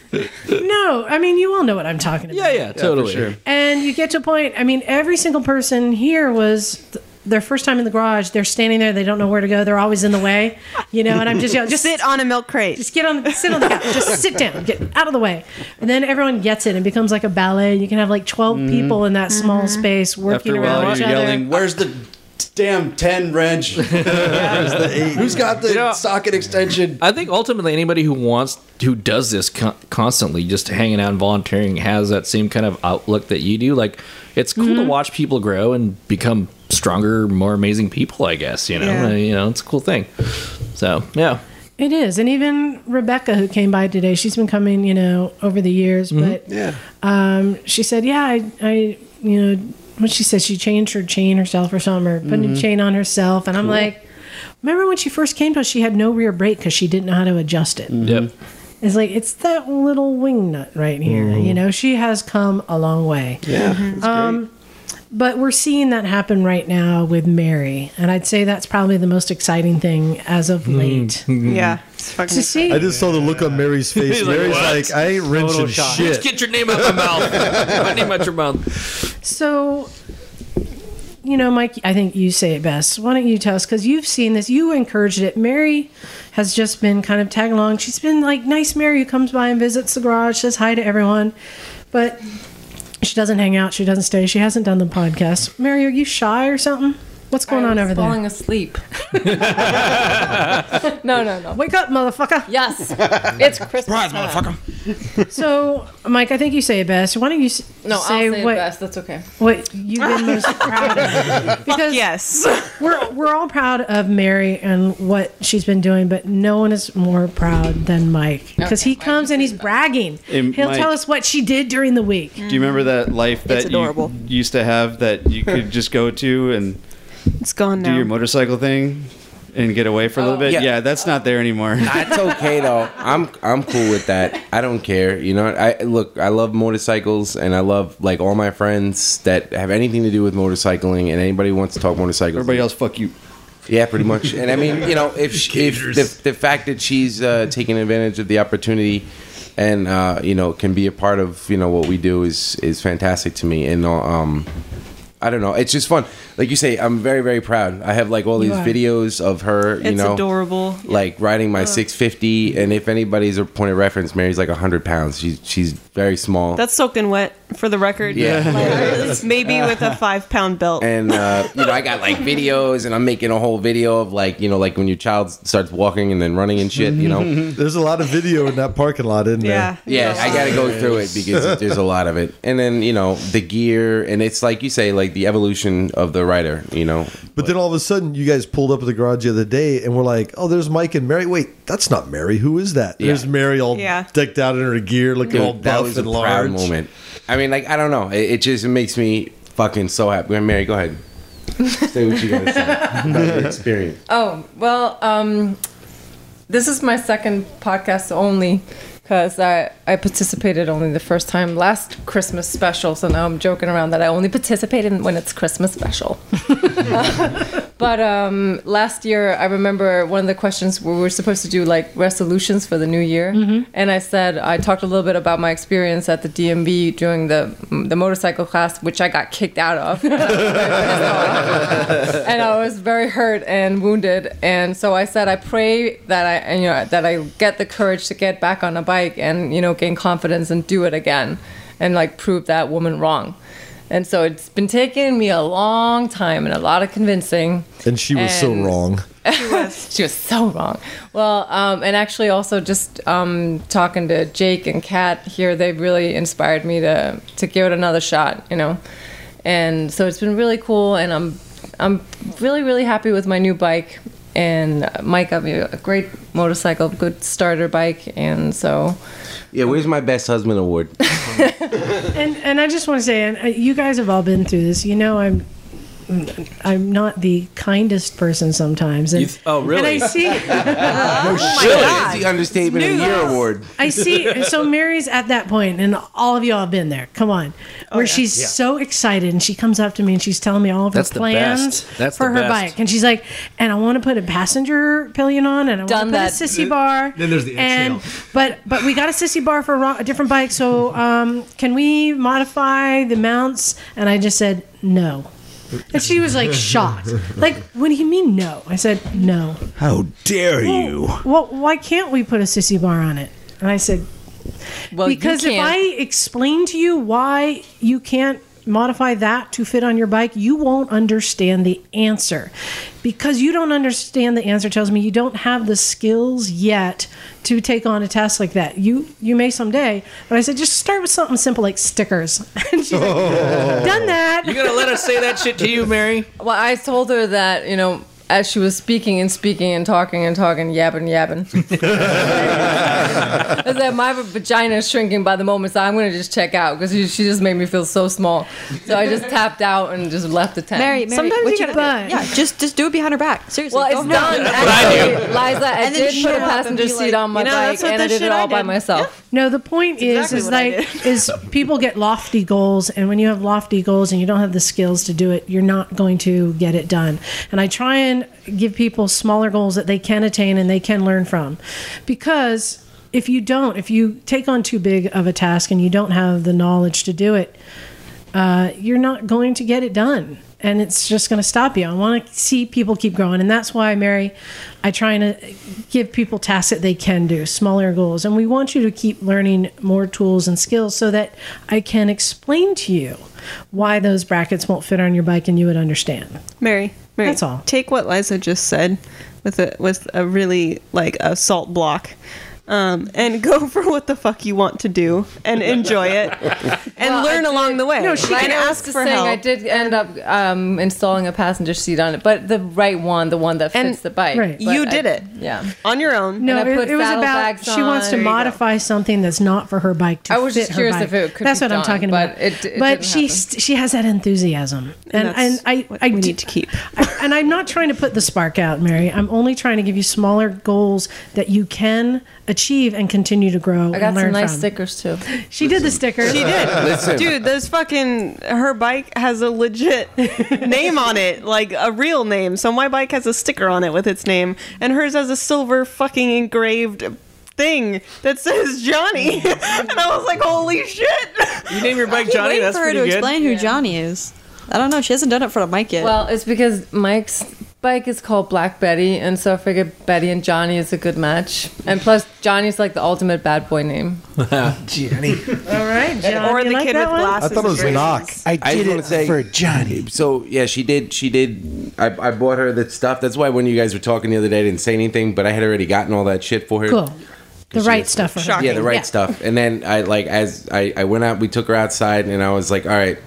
S1: no, I mean you all know what I'm talking about.
S3: Yeah, yeah, totally.
S2: sure.
S1: And you get to a point. I mean, every single person here was th- their first time in the garage. They're standing there. They don't know where to go. They're always in the way, you know. And I'm just yelling, just
S8: sit on a milk crate.
S1: Just get on, sit on the couch. just sit down. Get out of the way. And then everyone gets it and becomes like a ballet. You can have like 12 people in that small
S8: Mm-hmm.
S1: space working
S2: Mm-hmm. After a
S1: around
S2: while,
S1: each
S2: you're
S1: other.
S2: yelling, "Where's the damn ten wrench? Where's the eight? Who's got the socket extension?"
S3: I think ultimately anybody who wants who does this con- constantly, just hanging out and volunteering, has that same kind of outlook that you do. Like it's cool to watch people grow and become stronger, more amazing people. I guess you know,
S1: Yeah.
S3: Uh, you know, it's a cool thing. So yeah,
S1: It is, and even Rebecca, who came by today, she's been coming, you know, over the years.
S18: Mm-hmm.
S3: Mhm.
S1: But um, she said, "Yeah, I, I, you know, when she said she changed her chain herself or something, or put a new
S18: Mhm.
S1: chain on herself," and I'm
S18: Cool.
S1: like, "Remember when she first came to us? She had no rear brake because she didn't know how to adjust it.
S18: Mm-hmm.
S3: Yep.
S1: It's like it's that little wing nut right here.
S18: Mhm.
S1: You know, she has come a long way.
S18: Yeah, Mhm. that's
S1: Um, but we're seeing that happen right now with Mary, and I'd say that's probably the most exciting thing as of
S6: Mm-hmm.
S18: Mm-hmm.
S1: late.
S5: Mm-hmm.
S8: Yeah.
S1: To see.
S6: I just saw the look on Mary's face.
S3: He's like,
S6: Mary's
S3: "What?"
S6: like, I ain't wrenching
S3: Photoshop.
S6: shit.
S3: Just get your name out of my mouth. my name out your mouth.
S1: So, you know, Mike, I think you say it best. Why don't you tell us? Because you've seen this, you encouraged it. Mary has just been kind of tagging along. She's been like nice Mary who comes by and visits the garage, says hi to everyone, but she doesn't hang out. She doesn't stay. She hasn't done the podcast. Mary, are you shy or something? What's going on over
S5: falling
S1: there?
S5: asleep. no, no, no.
S1: Wake up, motherfucker.
S5: Yes. It's Christmas.
S1: Surprise,
S5: time.
S1: motherfucker. so, Mike, I think you say it best. Why don't you s-
S5: No,
S1: say,
S5: I'll say
S1: what
S5: it best. That's okay.
S1: what you've been most proud of? Because yes, we're we're all proud of Mary and what she's been doing, but no one is more proud than Mike because he comes and he's bragging.
S2: And
S1: He'll
S2: Mike-
S1: tell us what she did during the week.
S2: Do you remember that life that
S1: adorable.
S2: you used to have that you could just go to and
S8: it's gone
S2: do your motorcycle thing and get away for a
S8: Oh,
S2: little bit?
S7: Oh, yeah.
S2: Yeah, that's not there anymore.
S7: That's okay though. I'm I'm cool with that. I don't care. You know, I look. I love motorcycles, and I love like all my friends that have anything to do with motorcycling, and anybody who wants to talk motorcycles. Everybody
S2: else, fuck you.
S7: Yeah, pretty much. And I mean, you know, if she, if the, the fact that she's uh, taking advantage of the opportunity, and uh, you know, can be a part of you know what we do is is fantastic to me, and uh, um. I don't know. It's just fun. Like you say, I'm very, very proud. I have like all
S8: You
S7: these
S8: are.
S7: videos of her, you
S8: It's
S7: know
S8: adorable. Uh.
S7: like riding my
S8: Ugh.
S7: 650 and if anybody's a point of reference mary's like 100 pounds she's she's very small
S8: That's soaked and wet for the record.
S7: Yeah.
S8: Like, maybe with a five pound belt.
S7: and uh, you know i got like videos and i'm making a whole video of like you know like when your child starts walking and then running and shit you
S8: Mm-hmm.
S7: know
S6: There's a lot of video in that parking lot, isn't there?
S7: yeah i gotta go through it because there's a lot of it and then you know the gear and it's like you say like the evolution of the rider you know
S6: But then all of a sudden, you guys pulled up at the garage the other day, and we're like, "Oh, there's Mike and Mary." Wait, that's not Mary. Who is that?
S7: Yeah.
S6: There's Mary all
S7: Yeah.
S6: decked out in her gear, looking all
S7: Dude,
S6: buff
S7: that was a
S6: and large.
S7: proud moment i mean like i don't know it, it just makes me fucking so happy mary go ahead say what you gotta say about your experience
S5: Oh, well, um, this is my second podcast only because I, I participated only the first time last Christmas special. So now I'm joking around that I only participate in when it's Christmas special. but um, last year, I remember one of the questions where we were supposed to do like resolutions for the new year, and I said I talked a little bit about my experience at the DMV during the the motorcycle class, which I got kicked out of, and I was very hurt and wounded, and so I said I pray that I and, you know that I get the courage to get back on a bike and you know gain confidence and do it again, and like prove that woman wrong. And so it's been taking me a long time and a lot of convincing.
S6: And she was so
S5: And-
S6: wrong.
S5: She was. she was so wrong. Well, um, and actually, also just um, talking to Jake and Kat here, they really inspired me to to give it another shot. You know, and so it's been really cool, and I'm I'm really really happy with my new bike. And Mike got me a great motorcycle, good starter bike, and so
S7: Yeah, where's my best husband award?
S1: and and I just want to say, and uh, you guys have all been through this. You know, I'm I'm not the kindest person sometimes, and
S7: You th- oh,
S1: And
S7: really?
S1: I see.
S7: no shit. It's the understatement of the year award.
S1: I see. So Mary's at that point, and all of y'all have been there. Come on, where she's
S3: Oh, Yeah.
S1: so excited, and she comes up to me and she's telling me all of
S3: That's
S1: her
S3: the
S1: plans
S3: best. That's
S1: for
S3: the
S1: her
S3: best.
S1: bike, and she's like, "And I want to put a passenger pillion on, and I want to
S5: Done
S1: put
S5: that.
S1: a sissy bar."
S5: Then there's the
S1: and but but we got a sissy bar for a, ro- a different bike, so um, can we modify the mounts? And I just said no. And she was like shocked. Like, what do you mean no? I said, no.
S7: How dare
S1: Well, Well, why can't we put a sissy bar on it? And I said,
S5: Well, you
S1: because if
S5: can't.
S1: I explain to you why you can't modify that to fit on your bike, you won't understand the answer. Because you don't understand the answer tells me you don't have the skills yet to take on a task like that. You you may someday, but I said just start with something simple like stickers. and she's like, done that.
S3: Oh. You gonna let us say that shit to you, Mary?
S5: Well, I told her that, you know, as she was speaking and speaking and talking and talking, yapping, yapping. I said, my vagina is shrinking by the moment, so I'm going to just check out because she, she just made me feel so small. So I just tapped out and just left the tent.
S17: Mary, Mary, Sometimes what you you gotta do-
S5: Yeah,
S17: just just do it behind her back. Seriously.
S5: Well,
S17: go
S5: it's
S17: for
S5: done.
S17: it.
S5: Actually, Liza, I
S17: And then
S5: did
S17: show
S5: put a
S17: up and
S5: passenger
S17: be
S5: seat
S17: like,
S5: on my
S17: you know,
S5: bike,
S17: that's what
S5: and I
S17: that
S5: did it
S17: shit I
S5: all by
S17: did.
S5: myself.
S1: No, the point
S5: exactly
S1: is, is
S5: what I
S1: like, is people get lofty goals, and when you have lofty goals and you don't have the skills to do it, you're not going to get it done. And I try and give people smaller goals that they can attain and they can learn from, because if you don't, if you take on too big of a task and you don't have the knowledge to do it, uh, you're not going to get it done. And it's just going to stop you. I want to see people keep growing. And that's why, Mary, I try and uh, give people tasks that they can do, smaller goals. And we want you to keep learning more tools and skills so that I can explain to you why those brackets won't fit on your bike and you would understand.
S9: Mary, Mary,
S1: That's all.
S9: Take what Liza just said with a with a really like a salt block, um, and go for what the fuck you want to do and enjoy it and
S5: Well,
S9: learn
S5: I
S9: along the way.
S5: Like
S9: and
S5: I was
S9: ask
S5: just
S9: for
S5: saying,
S9: help.
S5: I did end up um, installing a passenger seat on it, but the right one, the one that fits
S9: And-
S5: the bike.
S1: right.
S5: But
S9: You did
S5: I-
S9: it.
S5: yeah,
S9: on your own.
S1: No,
S5: And I
S1: it,
S5: put
S1: it was about
S5: saddlebags
S1: she wants
S5: on.
S1: to
S5: There you go.
S1: modify something that's not for her bike to
S5: I was
S1: fit
S5: just
S1: her
S5: curious
S1: bike.
S5: if it could
S1: That's
S5: be
S1: what I'm
S5: done,
S1: talking
S5: but
S1: about.
S5: it- it
S1: but
S5: didn't
S1: she st- she has that enthusiasm, and and,
S9: that's
S1: I I need to
S9: keep.
S1: I, and I'm not trying to put the spark out, Mary. I'm only trying to give you smaller goals that you can achieve and continue to grow.
S5: I got
S1: and learn
S5: some nice
S1: from.
S5: stickers too.
S1: She did the sticker.
S9: She did.
S1: Listen.
S9: Dude, those fucking her bike has a legit name on it, like a real name. So my bike has a sticker on it with its name, and hers has a silver fucking engraved thing that says Johnny. and I was like, holy shit.
S3: You name your bike
S17: Can't
S3: Johnny.
S17: wait
S3: That's
S17: for her
S3: pretty
S17: to
S3: good.
S17: explain who Johnny is. I don't know. She hasn't done it for a mic yet.
S5: Well, it's because Mike's bike is called Black Betty, and so I figured Betty and Johnny is a good match. And plus, Johnny's like the ultimate bad boy name.
S7: Johnny.
S1: All right, John.
S9: Or the
S1: you like
S9: kid
S1: that
S9: with
S1: one?
S9: glasses.
S7: I did it for Johnny. So yeah, she did. She did. I, I bought her that stuff. That's why when you guys were talking the other day, I didn't say anything, but I had already gotten all that shit for her.
S1: Cool. The right stuff for her.
S7: Yeah, the right stuff. And then I like as I, I went out, we took her outside, and I was like, all right.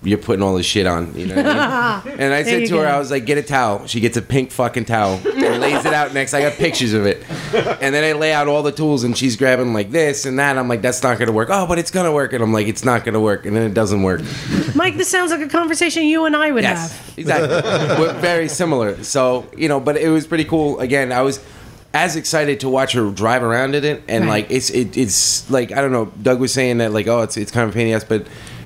S7: You're putting all this shit on, you know. What I mean? And I said to her, I was like, get a towel. She gets a pink fucking towel. and lays it out next. I got pictures of it. And then I lay out all the tools and she's grabbing like this and that. I'm like, that's not going to work. Oh, but it's going to work. And I'm like, it's not going to work. And then it doesn't work.
S1: Mike, this sounds like a conversation you and I would
S7: Yes.
S1: have.
S7: Exactly. We're very similar. So, you know, but it was pretty cool. Again, I was as excited to watch her drive around in it. And
S1: Right.
S7: like, it's, it, it's like, I don't know, Doug was saying that like, oh, it's, it's kind of a pain in the ass, but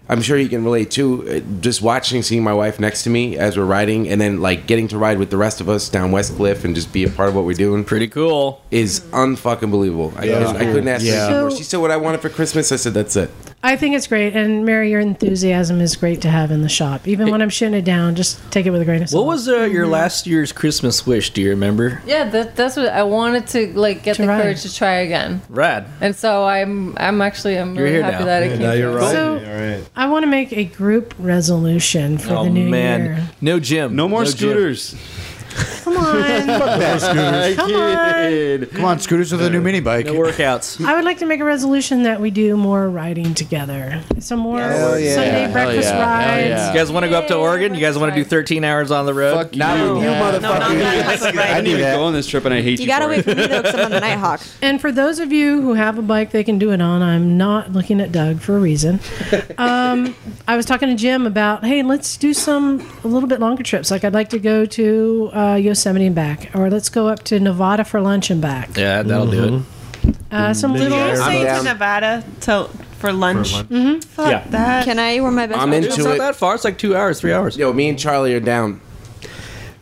S7: I'm sure you can relate too. Uh, Just watching, seeing my wife next to me as we're riding and then like getting to ride with the rest of us down West Cliff and just be a part of what we're doing.
S3: Pretty cool.
S7: Is unfucking believable. I,
S3: Yeah.
S7: couldn't- I couldn't ask
S1: Yeah.
S7: yeah. anymore.
S1: So-
S7: She said what I wanted for Christmas. I said, that's it.
S1: I think it's great, and Mary, your enthusiasm is great to have in the shop. Even when I'm shitting it down, just take it with a grain of salt.
S3: What was uh, your last year's Christmas wish? Do you remember?
S5: Yeah, that, that's what I wanted to like get the
S1: ride.
S5: courage to try again.
S3: Rad.
S5: And so I'm I'm actually I'm
S3: You're
S5: really
S3: here
S5: happy
S3: now.
S5: that it
S3: Yeah,
S5: came.
S3: now you're
S5: through.
S3: right.
S1: So- I want to make a group resolution for
S3: oh
S1: the new
S3: man,
S1: year.
S3: no gym, no
S2: more
S3: gym.
S2: scooters.
S1: Come on. Come on.
S2: Come on,
S12: scooters with a new mini bike.
S3: No workouts.
S1: I would like to make a resolution that we do more riding together. Some more Sunday breakfast rides.
S3: You guys want to go up to Oregon? You guys want to do 13 hours on the road? Fuck
S7: not
S1: you.
S2: I didn't even go on this trip and I hate you. for it.
S1: on the Nighthawk. And for those of you who have a bike they can do it on, I'm not looking at Doug for a reason. Um, I was talking to Jim about, hey, let's do some a little bit longer trips. Like I'd like to go to uh, Yosemite and back, or let's go up to Nevada for lunch and back.
S3: Yeah, that'll do it.
S1: Uh, some
S3: Maybe
S1: little
S3: I
S1: I'm
S9: Say to
S1: down.
S9: Nevada to, for lunch.
S1: Mhm.
S9: Fuck
S7: Yeah.
S9: that.
S17: Can I wear my
S7: I'm into
S3: It's not
S7: it.
S3: that far. It's like two hours, three hours.
S7: Yo, me and Charlie are down.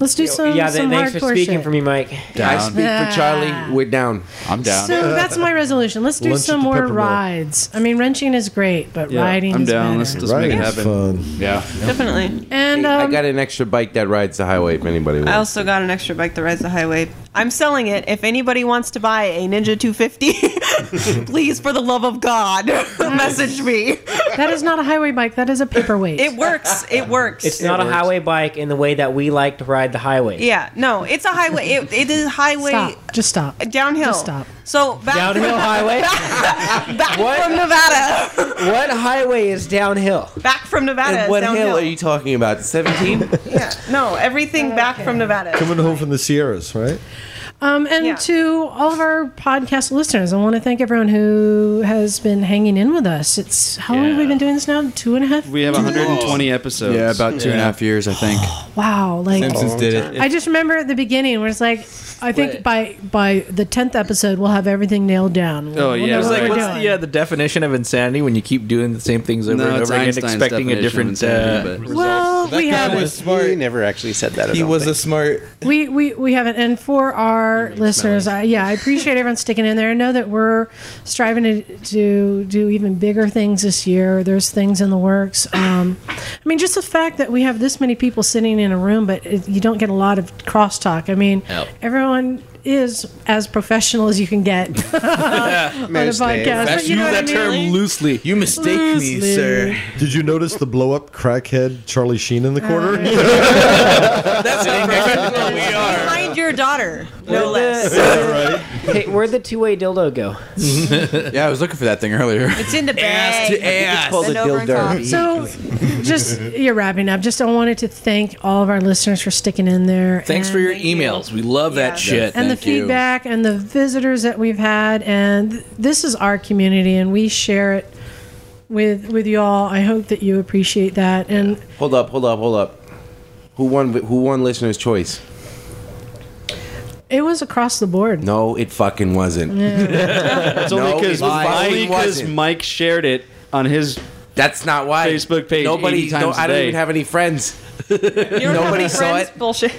S1: Let's do some,
S15: yeah, th-
S1: some
S15: thanks for
S1: hardcore
S15: speaking
S1: shit.
S15: for me, Mike.
S7: I speak for Charlie. We're down.
S12: I'm
S1: So that's my resolution. Let's do
S7: Lunch at
S1: some
S7: the
S1: more
S7: Peppermill.
S1: rides. I mean, wrenching is great, but riding
S7: I'm
S1: is
S7: down.
S1: better.
S7: Let's just make it happen.
S12: Yeah.
S8: Definitely. Oh.
S1: And
S7: I
S1: um,
S7: got an extra bike that rides the highway if anybody
S8: I
S7: wants.
S8: also got an extra bike that rides the highway. I'm selling it. If anybody wants to buy a Ninja 250, please, for the love of God, message me.
S1: that is not a highway bike. That is a paperweight.
S8: It works. It works.
S15: It's not a highway bike in the way that we like to ride the highway.
S8: Yeah, no, it's a highway. It, it is highway
S1: Stop. Just stop.
S8: downhill.
S1: Just stop.
S8: So back
S15: Downhill highway?
S8: back from Nevada.
S15: What highway is downhill?
S8: Back from Nevada. is
S7: what
S8: downhill.
S7: hill are you talking about? 17?
S8: No, everything back from Nevada.
S6: Coming home from the Sierras, right?
S1: Um, and to all of our podcast listeners, I want to thank everyone who has been hanging in with us. It's how long have we been doing this now? Two and a half.
S2: We have 120 episodes. Oh.
S12: Yeah, about two and a half years, I think.
S1: Wow! Like
S12: Simpsons did it.
S1: I just remember at the beginning where it's like, I think by by the tenth episode we'll have everything nailed down.
S3: Oh yeah,
S1: know
S3: it was
S1: what
S3: like
S1: we're
S3: what's
S1: doing.
S3: the uh, the definition of insanity when you keep doing the same things over
S2: No,
S3: and
S2: it's
S3: over again,
S2: Einstein's
S3: expecting a
S2: definition of
S3: different uh,
S2: insanity, but-
S3: result?
S1: Well, we have it.
S11: smart. He never actually said that.
S7: He was a smart.
S1: we, we we haven't. And for our listeners, I, yeah, I appreciate everyone sticking in there. I know that we're striving to, to do even bigger things this year. There's things in the works. Um, I mean, just the fact that we have this many people sitting in a room, but it, you don't get a lot of crosstalk. I mean,
S10: Yep.
S1: everyone is as professional as you can get Uh, on a podcast. But you know what I mean?
S7: loosely. You mistake
S1: Loosely.
S7: me, sir.
S6: Did you notice the blow up crackhead Charlie Sheen in the corner?
S1: Uh,
S8: Find your daughter, no
S15: Where'd
S8: less.
S15: the- Hey, where'd the two-way dildo go?
S12: yeah, I was looking for that thing earlier.
S8: It's in the bag.
S15: to ass.
S12: called a
S8: Bend over and
S12: dildo.
S8: cock.
S1: So, just you're wrapping up. Just I wanted to thank all of our listeners for sticking in there.
S3: Thanks
S1: and-
S3: for your emails. We love that shit.
S1: and the feedback and the visitors that we've had and th- this is our community and we share it with with y'all i hope that you appreciate that and
S7: Hold up, hold up, hold up. Who won? Who won? Listener's choice.
S1: it was across the board
S7: No, it fucking wasn't.
S2: It's only
S7: No,
S2: because
S7: it fucking wasn't.
S2: Mike shared it on his.
S7: That's not why
S2: Facebook page.
S7: Nobody.
S2: 80 times
S7: No, I
S2: a
S7: don't
S2: day.
S7: even have any friends. Nobody saw it.
S8: Bullshit.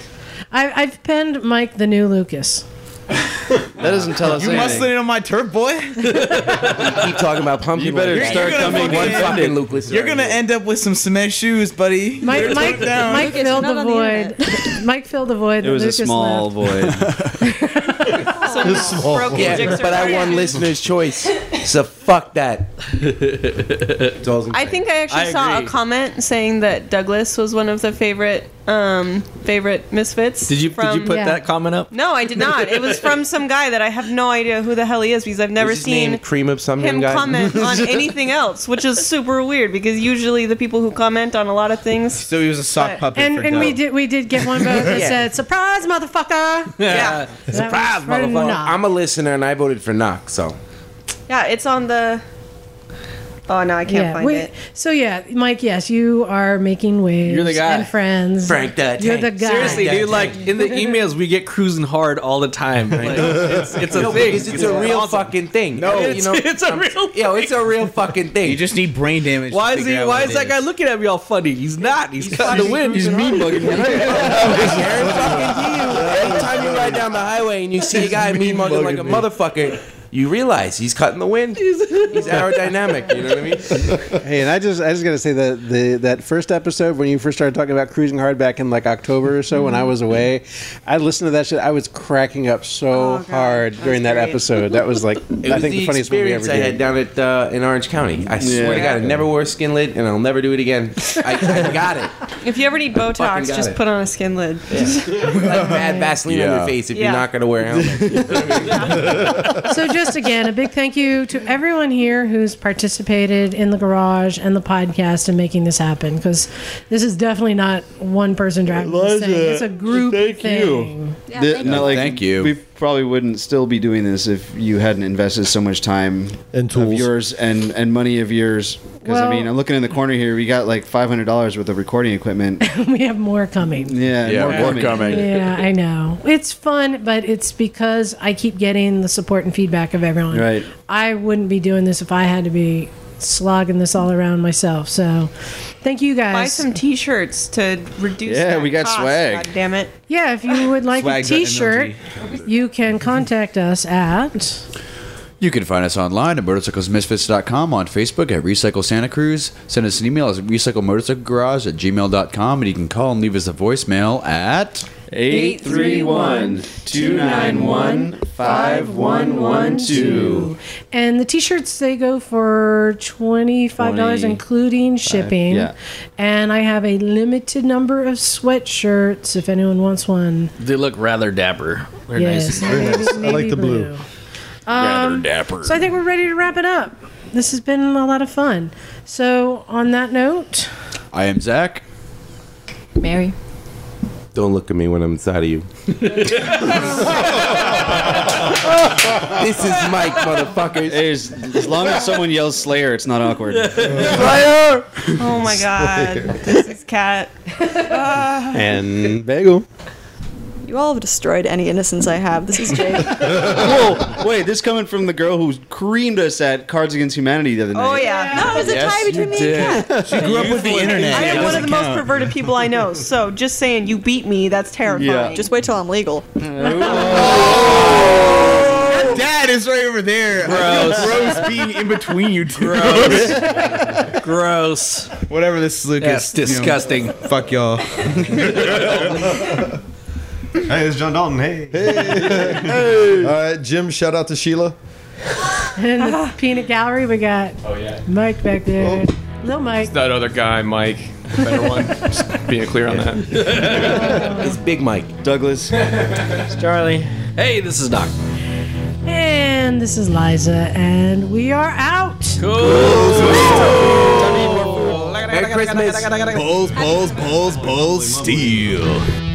S1: I, i've penned mike the new lucas
S2: That doesn't tell us
S7: You must
S2: anything.
S7: in on my turf, boy. Keep talking about pumpkin.
S2: You better
S7: legs.
S2: start
S7: You're gonna
S2: coming
S7: fucking
S2: one
S7: end
S2: fucking
S7: up-
S2: Lucas
S7: You're gonna
S2: already.
S7: end up with some cement shoes, buddy.
S1: mike
S7: Better
S1: mike,
S7: slow down.
S1: mike filled the void mike filled the void
S2: It
S1: that
S2: was a
S1: lucas
S2: small
S1: left.
S2: void.
S7: Broken
S8: Yeah,
S7: dicks
S8: but
S7: but
S8: I
S7: I won listener's choice. So fuck that.
S8: I think I actually saw a comment saying that Douglas was one of the favorite um, favorite misfits.
S3: Did you did
S8: from-
S3: you put that comment up?
S8: No, I did not. It was from some guy that I have no idea who the hell he is because I've never
S7: What's his name?
S8: seen
S7: cream of some
S8: him
S7: guy.
S8: comment on anything else, which is super weird because usually the people who comment on a lot of things.
S14: So he was a sock puppet.
S1: and,
S14: for
S1: and we
S14: Doug.
S1: did we did get one vote that
S7: Yeah.
S1: said surprise motherfucker
S7: Yeah. Surprise,
S1: That was for
S7: motherfucker.
S1: Knock.
S7: I'm a listener and I voted for Knock, so.
S8: Yeah, it's on the. Oh no, I can't
S1: yeah,
S8: find
S1: we-
S8: it.
S1: So yeah, Mike. Yes, you are making waves.
S3: You're the guy.
S1: and friends.
S3: Frank the
S1: You're
S3: Tank.
S1: the guy.
S3: Seriously, dude, like in the emails we get cruising hard all the time. Like, it's, it's a
S7: No,
S3: thing.
S7: because it's a real fucking thing.
S3: No,
S7: You
S3: it's-
S7: know,
S3: it's a
S7: I'm-
S3: real
S7: Yo, it's a real fucking thing.
S14: You just need brain damage.
S3: Why is he? Why is that guy looking at me all funny? He's not. He's, cutting the wind. He's mean mugging
S7: Every time you ride down the highway and you see a guy mean mugging like a motherfucker, you realize he's cutting the wind. He's aerodynamic. You know what I mean?
S11: Hey, and I just I just gotta say that the that first episode when you first started talking about cruising hard back in like October or so when I was away, I listened to that shit. I was cracking up so hard during that episode. That was like
S7: It
S11: I
S7: was
S11: think the,
S7: the
S11: funniest movie we ever
S7: experience I had
S11: did.
S7: down at uh, in Orange County. I swear to
S11: Yeah.
S7: God, I never wore a skin lid, and I'll never do it again. I, I got it.
S8: If you ever need
S7: fucking got
S8: Botox, just
S7: it.
S8: put on a skin lid.
S7: Like mad Vaseline on
S14: Yeah.
S7: your face if
S8: Yeah.
S7: you're not gonna wear a helmet.
S1: so just again, a big thank you to everyone here who's participated in the garage and the podcast and making this happen. Because this is definitely not one person driving this thing.
S2: Elijah,
S1: It's a group thing.
S2: The- not like, We probably wouldn't still be doing this if you hadn't invested so much time and tools of yours and and money of yours. Because
S1: Well-
S2: I mean, I'm looking in the corner here. We got like five hundred dollars worth of recording equipment.
S1: we have more coming.
S2: Yeah,
S12: Yeah, more coming.
S1: Yeah, I know. It's fun, but it's because I keep getting the support and feedback of everyone.
S2: Right.
S1: I wouldn't be doing this if I had to be slogging this all around myself. So, thank you guys.
S8: Buy some T-shirts to reduce.
S2: Yeah,
S8: that
S2: we got
S8: cost,
S2: swag.
S8: God damn it!
S1: Yeah, if you would like a
S12: Swag.mlg.
S1: T-shirt, you can contact us at.
S12: You can find us online at motorcyclesmisfits.com, on Facebook at Recycle Santa Cruz. Send us an email at recyclemotorcyclegarage at gmail.com, and you can call and leave us a voicemail at
S2: 831-291-5112.
S1: And the T-shirts they go for twenty five dollars,
S2: Twenty-
S1: including shipping.
S2: yeah.
S1: And I have a limited number of sweatshirts. If anyone wants one,
S3: They look rather dapper. They're
S1: Yes,
S3: nice.
S1: Very nice. navy- I like the navy blue.
S3: Rather
S1: Um,
S3: dapper.
S1: So I think we're ready to wrap it up. This has been a lot of fun. So on that note,
S12: I am Zach.
S1: Mary.
S7: Don't look at me when I'm inside of you.
S2: this is Mike, motherfuckers. as long as someone yells Slayer, it's not awkward.
S8: Fire! Oh my god, this is cat. Ah.
S11: And bagel.
S17: You all have destroyed any innocence I have. This is Jake.
S2: Whoa, wait, this coming from the girl who creamed us at Cards Against Humanity the other night.
S8: Oh yeah,
S17: no, it was a
S2: Yes, tie between you me and did. Kat. She grew up with the internet.
S8: I
S2: It
S8: am one
S2: doesn't
S8: of the most
S2: count.
S8: perverted people I know. So just saying, you beat me. That's terrifying.
S2: Yeah.
S17: Just wait till I'm legal.
S14: Your dad is right over there. I feel
S2: Gross.
S14: gross being in between you two.
S3: Gross. Gross.
S14: Whatever this
S3: That's
S14: Lucas.
S3: disgusting.
S14: fuck y'all.
S6: Hey, it's John Dalton. Hey. hey. All right, Jim, shout out to Sheila.
S1: in the peanut gallery, we got
S16: Oh, yeah.
S1: Mike back there. Little Mike.
S16: That other guy, Mike. Better one. Just being clear on that.
S7: it's Big Mike.
S2: Douglas.
S15: It's Charlie.
S3: Hey, this is Doc.
S1: And this is Liza, and we are out.
S14: Merry Christmas. Bulls, bulls, bulls, bulls, steal.